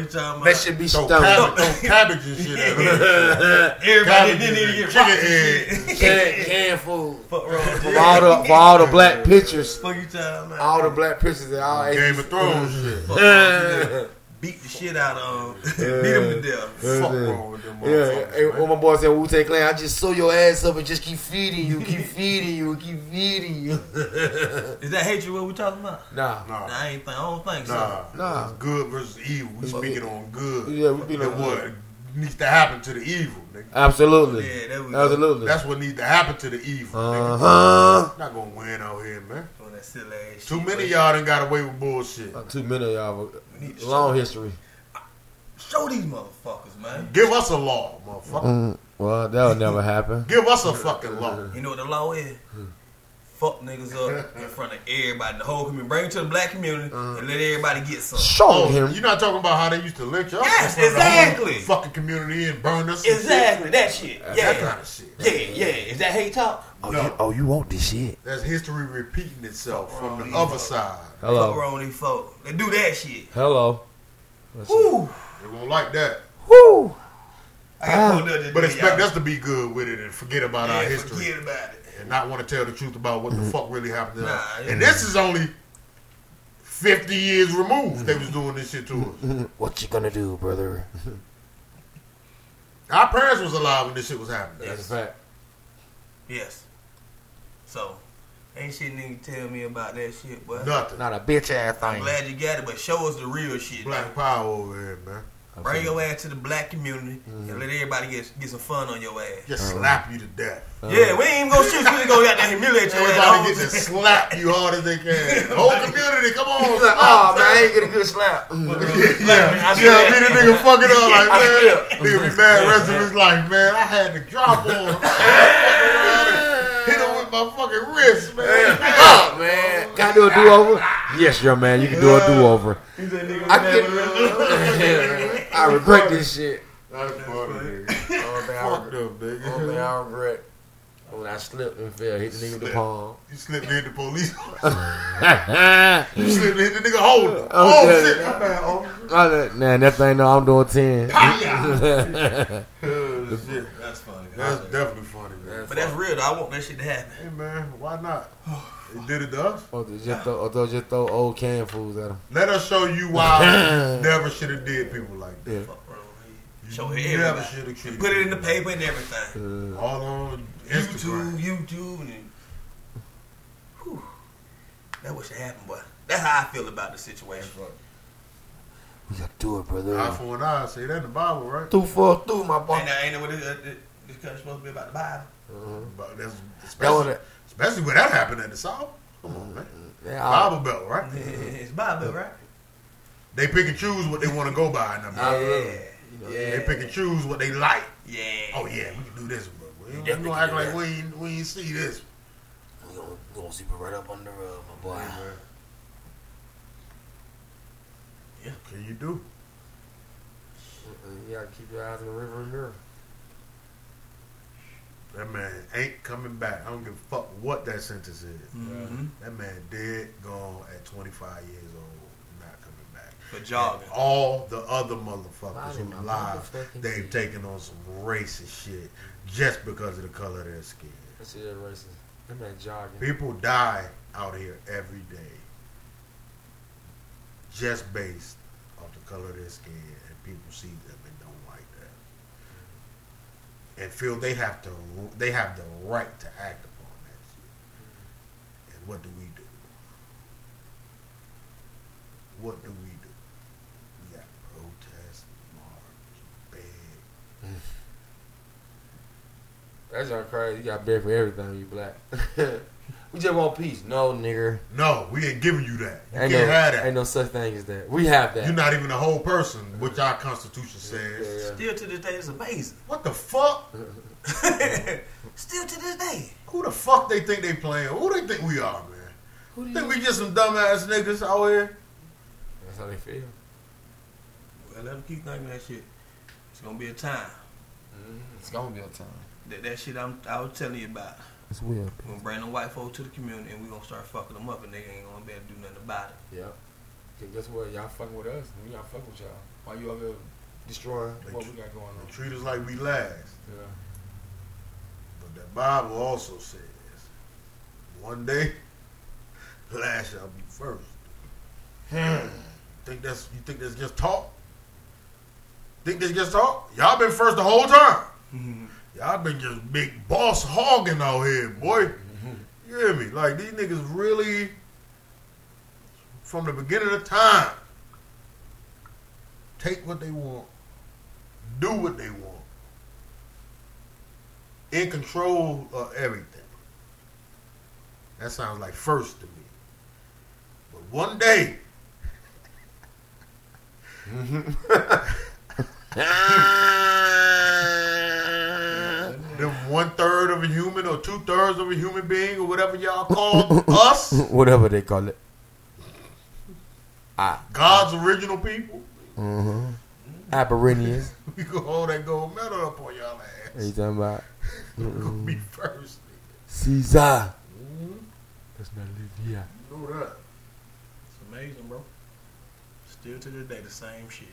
Speaker 4: you talking
Speaker 3: They
Speaker 4: about?
Speaker 3: should be
Speaker 1: Throw
Speaker 3: stoned.
Speaker 1: cabbage, throw cabbage and shit at him.
Speaker 4: Everybody
Speaker 1: Gotta
Speaker 4: didn't
Speaker 1: get
Speaker 4: even get
Speaker 1: that
Speaker 4: rocked
Speaker 1: chicken
Speaker 4: and shit.
Speaker 3: Can, can food.
Speaker 4: Fuck wrong.
Speaker 3: For all the for all the black pictures,
Speaker 4: Fuck you time, man.
Speaker 3: all the black pictures and all.
Speaker 1: Game of Thrones
Speaker 3: uh,
Speaker 1: shit.
Speaker 4: Fuck wrong with you. Beat the shit out of them. Beat them to death.
Speaker 1: Fuck
Speaker 3: Yeah.
Speaker 1: wrong with them
Speaker 3: uh, Yeah, hey,
Speaker 1: motherfuckers.
Speaker 3: what
Speaker 1: man.
Speaker 3: my boy said, Wu Tang Clan, I just sew your ass up and just keep feeding you, keep feeding you, keep feeding you.
Speaker 4: Is that hatred what we talking about?
Speaker 3: nah,
Speaker 1: Nah,
Speaker 4: Nah, I ain't think. I don't think so.
Speaker 1: nah,
Speaker 3: Nah.
Speaker 1: It's good versus evil. We speaking on good.
Speaker 3: Yeah, we be
Speaker 1: That
Speaker 3: like-
Speaker 1: what needs to happen to the evil, nigga.
Speaker 3: absolutely,
Speaker 4: Yeah, there we go.
Speaker 3: absolutely.
Speaker 1: That's what needs to happen to the evil,
Speaker 3: Uh
Speaker 1: nigga.
Speaker 3: huh.
Speaker 1: Not gonna win out here, man.
Speaker 4: Doing that silly ass
Speaker 1: Too
Speaker 4: shit,
Speaker 1: many
Speaker 4: but-
Speaker 1: of y'all done got away with bullshit.
Speaker 3: Not too many of y'all. but
Speaker 4: We need to
Speaker 3: Long history.
Speaker 4: Show these motherfuckers, man.
Speaker 1: Give us a law, motherfucker.
Speaker 3: Mm, well, that'll never happen.
Speaker 1: Give us a fucking law.
Speaker 4: You know what the law is? Fuck niggas up in front of everybody, the whole community. Bring it to the black community
Speaker 1: Uh-huh.
Speaker 4: and let everybody get some.
Speaker 3: Show
Speaker 1: Oh,
Speaker 3: him.
Speaker 1: you're not talking about how they used to lynch us?
Speaker 4: Yes,
Speaker 1: in front of the whole
Speaker 4: exactly.
Speaker 1: Fucking community and burn us. and
Speaker 4: Exactly, that shit.
Speaker 1: shit? That
Speaker 4: Yeah.
Speaker 1: kind of shit.
Speaker 4: Yeah, yeah. Is that hate talk?
Speaker 3: Oh,
Speaker 1: No.
Speaker 3: you, oh, you want this shit?
Speaker 1: That's history repeating itself from
Speaker 4: Wrong.
Speaker 1: the other side.
Speaker 4: Fuck
Speaker 3: Hello,
Speaker 4: wrong with these folks. They do that shit.
Speaker 3: hello.
Speaker 4: Woo!
Speaker 1: They won't like that.
Speaker 3: Woo!
Speaker 4: I got pulled up today,
Speaker 1: But expect
Speaker 4: y'all.
Speaker 1: us to be good with it and forget about
Speaker 4: Yeah,
Speaker 1: our history.
Speaker 4: Forget about it.
Speaker 1: And not want to tell the truth about
Speaker 3: Mm-hmm.
Speaker 1: what the fuck really happened to us.
Speaker 4: Nah,
Speaker 1: And
Speaker 4: yeah.
Speaker 1: this is only 50 years removed they was doing this shit to
Speaker 3: Mm-hmm.
Speaker 1: us.
Speaker 3: What you gonna do, brother?
Speaker 1: Our parents was alive when this shit was happening.
Speaker 4: That's
Speaker 3: a fact.
Speaker 4: Yes. So, ain't shit nigga tell me about that shit, but
Speaker 1: Nothing.
Speaker 3: Not a bitch ass
Speaker 4: I'm
Speaker 3: thing.
Speaker 4: glad you got it, but show us the real shit.
Speaker 1: Black power over here, man.
Speaker 4: Bring your ass to the black community and let everybody get get some fun on your ass.
Speaker 1: Just slap you to death.
Speaker 4: yeah, we ain't even gonna shoot. you, We just gonna goddamn humiliate your
Speaker 1: Everybody get to
Speaker 4: ass.
Speaker 1: slap you hard as they can. The whole community, come on.
Speaker 3: He's like, oh man, I ain't get a good slap.
Speaker 4: I
Speaker 1: Yeah,
Speaker 4: see
Speaker 1: yeah,
Speaker 4: that.
Speaker 1: me the nigga fucking up like
Speaker 4: I see
Speaker 1: man.
Speaker 4: that.
Speaker 1: Nigga be mad rest of his life, man. I had to drop on him. I fucking around and uh, Hit him with my fucking wrist, man.
Speaker 3: Oh man, can I do a do over? Yes, young man, you can do a do over.
Speaker 4: He said, nigga,
Speaker 3: I
Speaker 4: man,
Speaker 3: can. I regret this shit.
Speaker 1: That's funny, nigga.
Speaker 3: Only thing I
Speaker 1: Fucked up,
Speaker 3: regret, only
Speaker 1: nigga.
Speaker 3: thing Oh, I regret when I slipped and fell, hit the nigga with the palm.
Speaker 1: You slipped and hit the police.
Speaker 3: I
Speaker 1: You slipped and hit the nigga holding. Oh
Speaker 3: Okay.
Speaker 1: shit, my bad. Oh,
Speaker 3: let- Nah, that thing. No, I'm doing ten.
Speaker 1: oh, shit.
Speaker 4: That's funny.
Speaker 1: That's definitely funny, man.
Speaker 4: But that's real though. I want that shit to happen.
Speaker 1: Hey man, why not? They did it to us.
Speaker 3: Or to just throw, or to just throw old canned fools at him.
Speaker 1: Let us show you why we never should have did people like that.
Speaker 4: Fuck, bro. Show
Speaker 1: You never
Speaker 4: everybody.
Speaker 1: should have treated
Speaker 4: Put it in the
Speaker 1: people like
Speaker 4: paper and everything.
Speaker 1: that. All on Instagram.
Speaker 4: YouTube, YouTube, and whew, that what should happen, boy. That's how I feel about the situation.
Speaker 3: We gotta do it, brother.
Speaker 1: Eye for an eye. Say that in the Bible, right?
Speaker 3: Two four through my
Speaker 4: Ain't
Speaker 3: boy.
Speaker 4: that ain't that what it, uh, it- this country supposed to be about the Bible?
Speaker 1: But that's
Speaker 3: That was
Speaker 1: especially,
Speaker 3: it.
Speaker 1: especially when that happened in the South. Come on, man.
Speaker 3: Yeah, I-
Speaker 1: Bible Belt, right?
Speaker 4: it's Bible, right?
Speaker 1: They pick and choose what they want to go by in the
Speaker 4: Yeah,
Speaker 1: Bible. They pick and choose what they like.
Speaker 4: yeah.
Speaker 1: Oh yeah, we can do this, bro. We we
Speaker 3: definitely
Speaker 1: gonna act
Speaker 3: can do
Speaker 1: like
Speaker 3: that.
Speaker 1: we ain't, we ain't see this.
Speaker 3: We gonna, we gonna zip it right up under the rug, my boy.
Speaker 1: Can you do?
Speaker 3: Mm-mm, You gotta keep your eyes on the river and mirror.
Speaker 1: That man ain't coming back. I don't give a fuck what that sentence is.
Speaker 3: Hmm.
Speaker 4: Mhm.
Speaker 1: That man dead, gone at 25 years old, not coming back.
Speaker 4: But jogging.
Speaker 1: All the other motherfuckers who
Speaker 3: Body, my
Speaker 1: alive,
Speaker 3: motherfucking
Speaker 1: they've
Speaker 3: teeth.
Speaker 1: taken on some racist shit just because of the color of their skin.
Speaker 3: That's it, racist. That man jogging.
Speaker 1: People die out here every day just based off the color of their skin, and people see them and don't like that, and feel they have to they have the right to act upon that shit. And what do we do? What do we do? We got protest, march, beg.
Speaker 3: That's y'all crazy. You got bed for everything. You black. we just want peace. No, nigger.
Speaker 1: No, we ain't giving you that. You
Speaker 3: ain't
Speaker 1: can't
Speaker 3: no,
Speaker 1: have that.
Speaker 3: Ain't no such thing as that. We have that.
Speaker 1: You're not even a whole person, which our Constitution says.
Speaker 3: Yeah, yeah.
Speaker 4: Still to this day, it's amazing.
Speaker 1: What the fuck?
Speaker 4: Still to this day.
Speaker 1: Who the fuck they think they playing? Who they think we are, man? think we just some dumbass niggas out here?
Speaker 3: That's how they feel.
Speaker 4: Well, let them keep thinking that shit. It's gonna be a time.
Speaker 3: It's gonna be a time.
Speaker 4: That, that shit I'm, I was telling you about.
Speaker 3: It's will.
Speaker 4: We're gonna bring the white folk to the community and we're gonna start fucking them up and they ain't gonna be able to do nothing about it.
Speaker 3: Yeah. Cause guess what? Y'all fucking with us. We not fucking with y'all. Why you over here destroying
Speaker 1: They
Speaker 3: what
Speaker 1: tr-
Speaker 3: we got going on?
Speaker 1: They treat us like we last.
Speaker 3: Yeah.
Speaker 1: But the Bible also says, one day, last shall be first. Hmm. Think that's you think that's just talk? Think that's just talk? Y'all been first the whole time.
Speaker 4: Mm-hmm.
Speaker 1: Y'all been just big boss hogging out here, boy. You hear me? Like these niggas really from the beginning of time take what they want, do what they want, in control of everything. That sounds like first to me. But one day, them one third of a human or two thirds of a human being or whatever y'all call us,
Speaker 3: Whatever they call it. Ah.
Speaker 1: God's original people, Mm-hmm.
Speaker 3: Aborigines.
Speaker 1: we gonna hold that gold medal up on y'all
Speaker 3: Are you
Speaker 1: ass.
Speaker 3: talking about
Speaker 1: Gonna be first. nigga.
Speaker 3: Caesar?
Speaker 1: Mm-hmm.
Speaker 3: That's not Livia.
Speaker 1: You know that.
Speaker 4: It's amazing, bro. Still to this day, the same shit.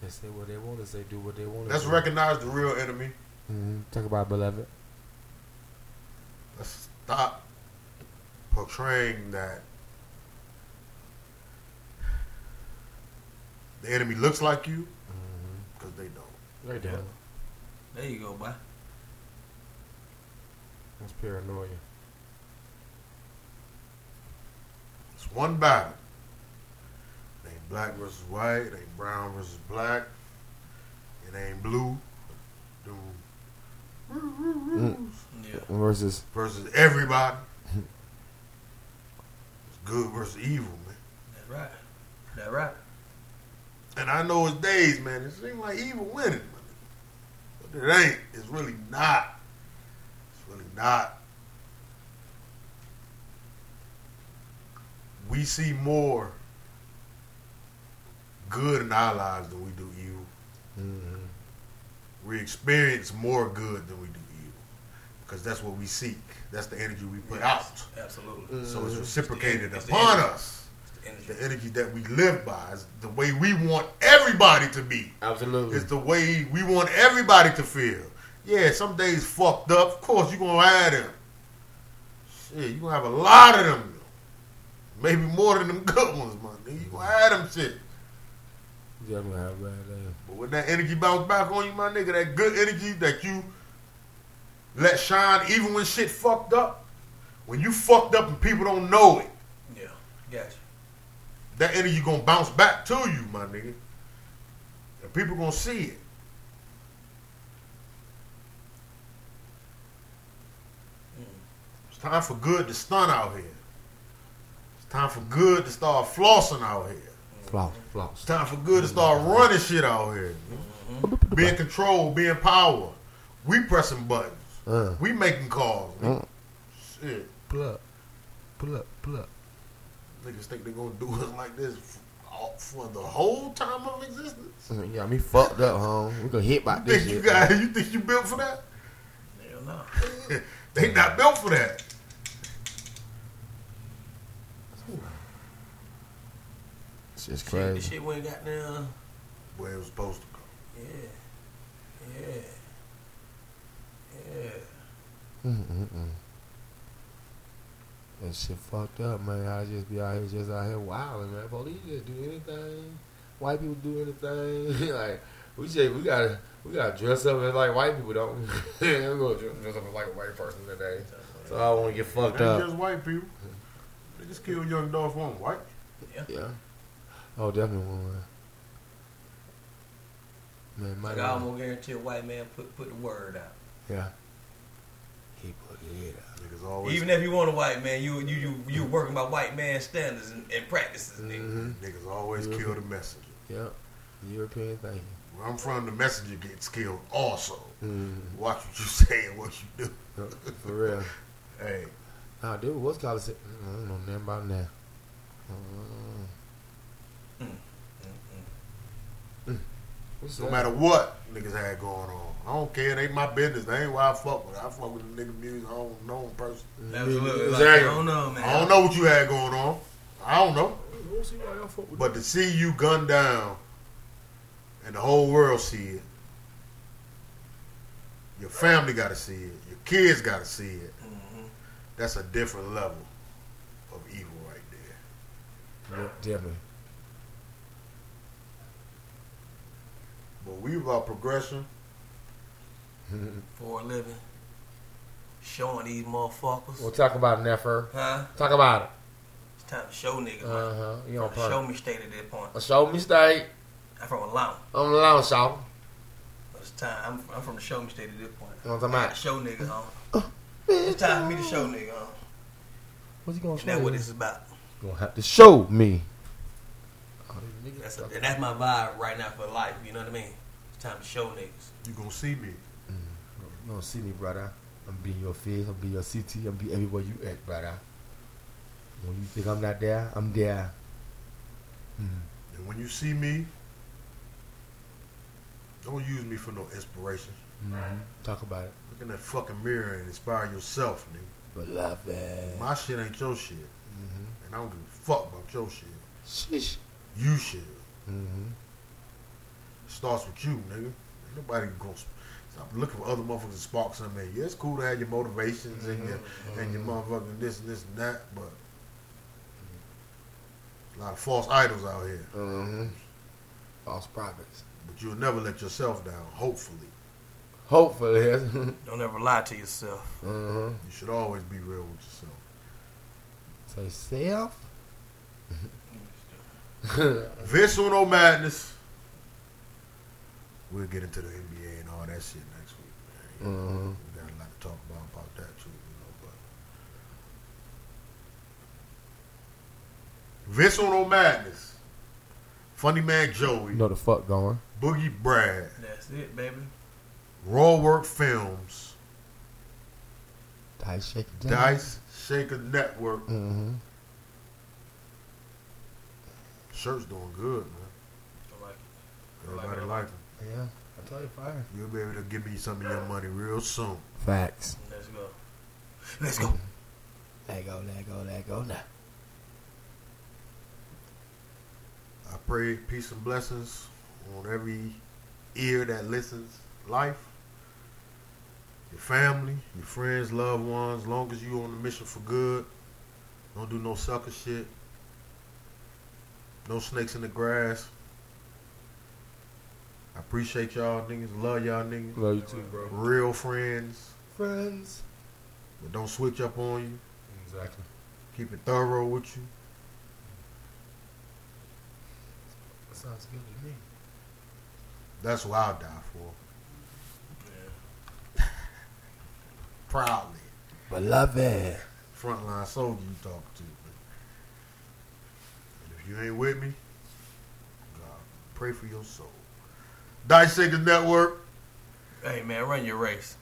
Speaker 3: They say what they want to say, do what they want to
Speaker 1: Let's recognize the real enemy.
Speaker 3: hmm Talk about beloved.
Speaker 1: Let's stop portraying that the enemy looks like you because they don't.
Speaker 3: Mm-hmm. Right there.
Speaker 4: There you go, boy.
Speaker 3: That's paranoia.
Speaker 1: It's one battle named black versus white. It ain't brown versus black. It ain't blue. Dude.
Speaker 4: Yeah.
Speaker 3: Versus
Speaker 1: Versus everybody. It's good versus evil, man.
Speaker 4: That's right. That's right.
Speaker 1: And I know it's days, man. It seems like evil winning, man. but it ain't. It's really not. It's really not. We see more good in our lives than we do evil.
Speaker 3: Mm-hmm.
Speaker 1: We experience more good than we do evil because that's what we seek. That's the energy we put out.
Speaker 4: Absolutely.
Speaker 1: So it's reciprocated
Speaker 4: It's the
Speaker 1: upon
Speaker 4: energy.
Speaker 1: us.
Speaker 4: It's the
Speaker 1: The
Speaker 4: energy.
Speaker 1: energy that we live by is the way we want everybody to be.
Speaker 3: absolutely.
Speaker 1: It's the way we want everybody to feel. Yeah, some days fucked up. Of course, you're going to have them. Shit, you going to have a lot of them. Maybe more than them good ones, man. you going to have them shit.
Speaker 3: Definitely have a bad day.
Speaker 1: But when that energy bounce back on you, my nigga, that good energy that you let shine even when shit fucked up, when you fucked up and people don't know it,
Speaker 4: Yeah. Gotcha.
Speaker 1: that energy gonna bounce back to you, my nigga. And people gonna see it. It's time for good to stun out here. It's time for good to start flossing out here.
Speaker 3: Floss,
Speaker 1: It's
Speaker 3: floss.
Speaker 1: time for good to start running shit out here. Being Be in control, be in power. We pressing buttons.
Speaker 3: Uh,
Speaker 1: We making calls.
Speaker 3: Mm.
Speaker 1: Shit.
Speaker 3: pull up, pull up, pull up.
Speaker 1: Niggas think they gonna do us like this for, for the whole time of existence?
Speaker 3: You got me fucked up, home. We gonna hit by
Speaker 1: Think
Speaker 3: this
Speaker 1: you
Speaker 3: shit.
Speaker 1: got? You think you built for that?
Speaker 4: Hell no.
Speaker 1: They not built for that.
Speaker 3: It's just
Speaker 4: Shit, this
Speaker 3: crazy.
Speaker 4: shit went goddamn.
Speaker 1: Where it was supposed to go.
Speaker 4: Yeah. Yeah. Yeah.
Speaker 3: Mm-mm-mm. That shit fucked up, man. I just be out here, just out here wilding, man. Police just do anything. White people do anything. like we just, we gotta, we gotta dress up as like white people don't. we gonna dress, dress up as like a white person today. So I want to get fucked
Speaker 1: Ain't
Speaker 3: up.
Speaker 1: just white people. They just killed young Dolph on white.
Speaker 3: Yeah. Oh, definitely one. Man, my
Speaker 4: Like I almost guarantee a white man put put the word out.
Speaker 3: yeah. He put it out.
Speaker 1: Niggas always
Speaker 4: Even if you want a white man, you you you you working by white man standards and, and practices. nigga.
Speaker 3: Mm-hmm.
Speaker 1: niggas always
Speaker 3: Mhm.
Speaker 1: kill the messenger.
Speaker 3: Yep. European thing.
Speaker 1: Where I'm from, the messenger gets killed also.
Speaker 3: Mm,
Speaker 1: Watch what you say and what you do.
Speaker 3: for real.
Speaker 1: Hey,
Speaker 3: Nah, dude, what's college? I don't know nothing about that. Mm. What's
Speaker 1: Mm-hmm. no
Speaker 3: that?
Speaker 1: matter what niggas had going on, I don't care. It ain't my business. That ain't why I fuck with. it. I fuck with the nigga music. I don't know him person.
Speaker 4: Absolutely. Like, I
Speaker 3: Exactly.
Speaker 4: don't know, man.
Speaker 1: I don't know what you had going on. I don't know.
Speaker 3: We'll see why y'all fuck with
Speaker 1: But to see you gunned down and the whole world see it, your family got to see it, your kids got to see it,
Speaker 4: Mhm.
Speaker 1: that's a different level of evil right there.
Speaker 3: Yeah, definitely.
Speaker 1: But we about progression.
Speaker 4: For a living, showing these motherfuckers.
Speaker 3: We'll talk about it, Nefer.
Speaker 4: Huh?
Speaker 3: Talk about
Speaker 4: It's time to show niggas.
Speaker 3: it.
Speaker 4: man.
Speaker 3: Uh huh. You on
Speaker 4: A show
Speaker 3: purpose.
Speaker 4: me state at that point.
Speaker 3: A show mistake.
Speaker 4: I'm from Atlanta.
Speaker 3: I'm alone, show.
Speaker 4: but It's time. I'm, I'm from the show me state at that point.
Speaker 3: You know what I'm talking
Speaker 4: I
Speaker 3: about?
Speaker 4: show niggas on. It's time for me to show niggas on.
Speaker 3: What's he gonna
Speaker 4: And that's what it's about.
Speaker 3: Gonna have to show me. Oh, these niggas
Speaker 4: That's
Speaker 3: fucking-
Speaker 4: and that's my vibe right now for life. You know what I mean? It's time to show niggas.
Speaker 1: you going to see me.
Speaker 3: You don't see me, brother. I'm be in your face. I'm be in your city. I'm be everywhere you at, brother. When you think I'm not there, I'm there. Mm.
Speaker 1: And when you see me, don't use me for no inspiration.
Speaker 3: hmm Talk about it.
Speaker 1: Look in that fucking mirror and inspire yourself, nigga.
Speaker 3: But love it.
Speaker 1: My shit ain't your shit.
Speaker 3: Mm-hmm.
Speaker 1: And I don't give a fuck about your shit.
Speaker 3: Sheesh.
Speaker 1: You shit.
Speaker 3: Mm-hmm.
Speaker 1: starts with you, nigga. Ain't nobody gonna sp- stop looking for other motherfuckers to spark something. in you. it's cool to have your motivations and your and your motherfucking this and this and that, but a lot of false idols out here.
Speaker 3: Mm-hmm. False prophets.
Speaker 1: But you'll never let yourself down. Hopefully,
Speaker 3: Hopefully. mm-hmm.
Speaker 4: Don't ever lie to yourself.
Speaker 2: Mm-hmm.
Speaker 1: you should always be real with yourself.
Speaker 3: Say self.
Speaker 1: Vince Uno Madness. We'll get into the NBA and all that shit next week, man.
Speaker 2: Mhm.
Speaker 1: We got a lot to talk about about that too, you know. But Vince Uno Madness. Funny Man Joey.
Speaker 2: You know the fuck going.
Speaker 1: Boogie Brad.
Speaker 4: That's it, baby.
Speaker 1: Raw Work Films.
Speaker 2: Dice shake it
Speaker 1: Dice Shaker Network.
Speaker 2: Mm-hmm.
Speaker 1: Shirt's doing good, man.
Speaker 4: I like it.
Speaker 1: Everybody like them.
Speaker 2: Yeah. I told you fire.
Speaker 1: You'll be able to give me some of your money real soon.
Speaker 2: Facts.
Speaker 4: Let's go. Let's go.
Speaker 2: Let go, let go, let go now.
Speaker 1: I pray peace and blessings on every ear that listens. Life, your family, your friends, loved ones. Long as you on the mission for good, don't do no sucker shit. No snakes in the grass. I appreciate y'all niggas. Love y'all niggas.
Speaker 2: Love you too, bro.
Speaker 1: Real friends,
Speaker 2: Friends.
Speaker 1: but don't switch up on you.
Speaker 2: Exactly.
Speaker 1: Keep it thorough with you.
Speaker 2: That sounds good to me.
Speaker 1: That's what I'll die for. Proudly.
Speaker 2: Beloved.
Speaker 1: frontline soldier you talking to. But and if you ain't with me, God, pray for your soul. Dice Shakers Network.
Speaker 4: Hey, man, run your race.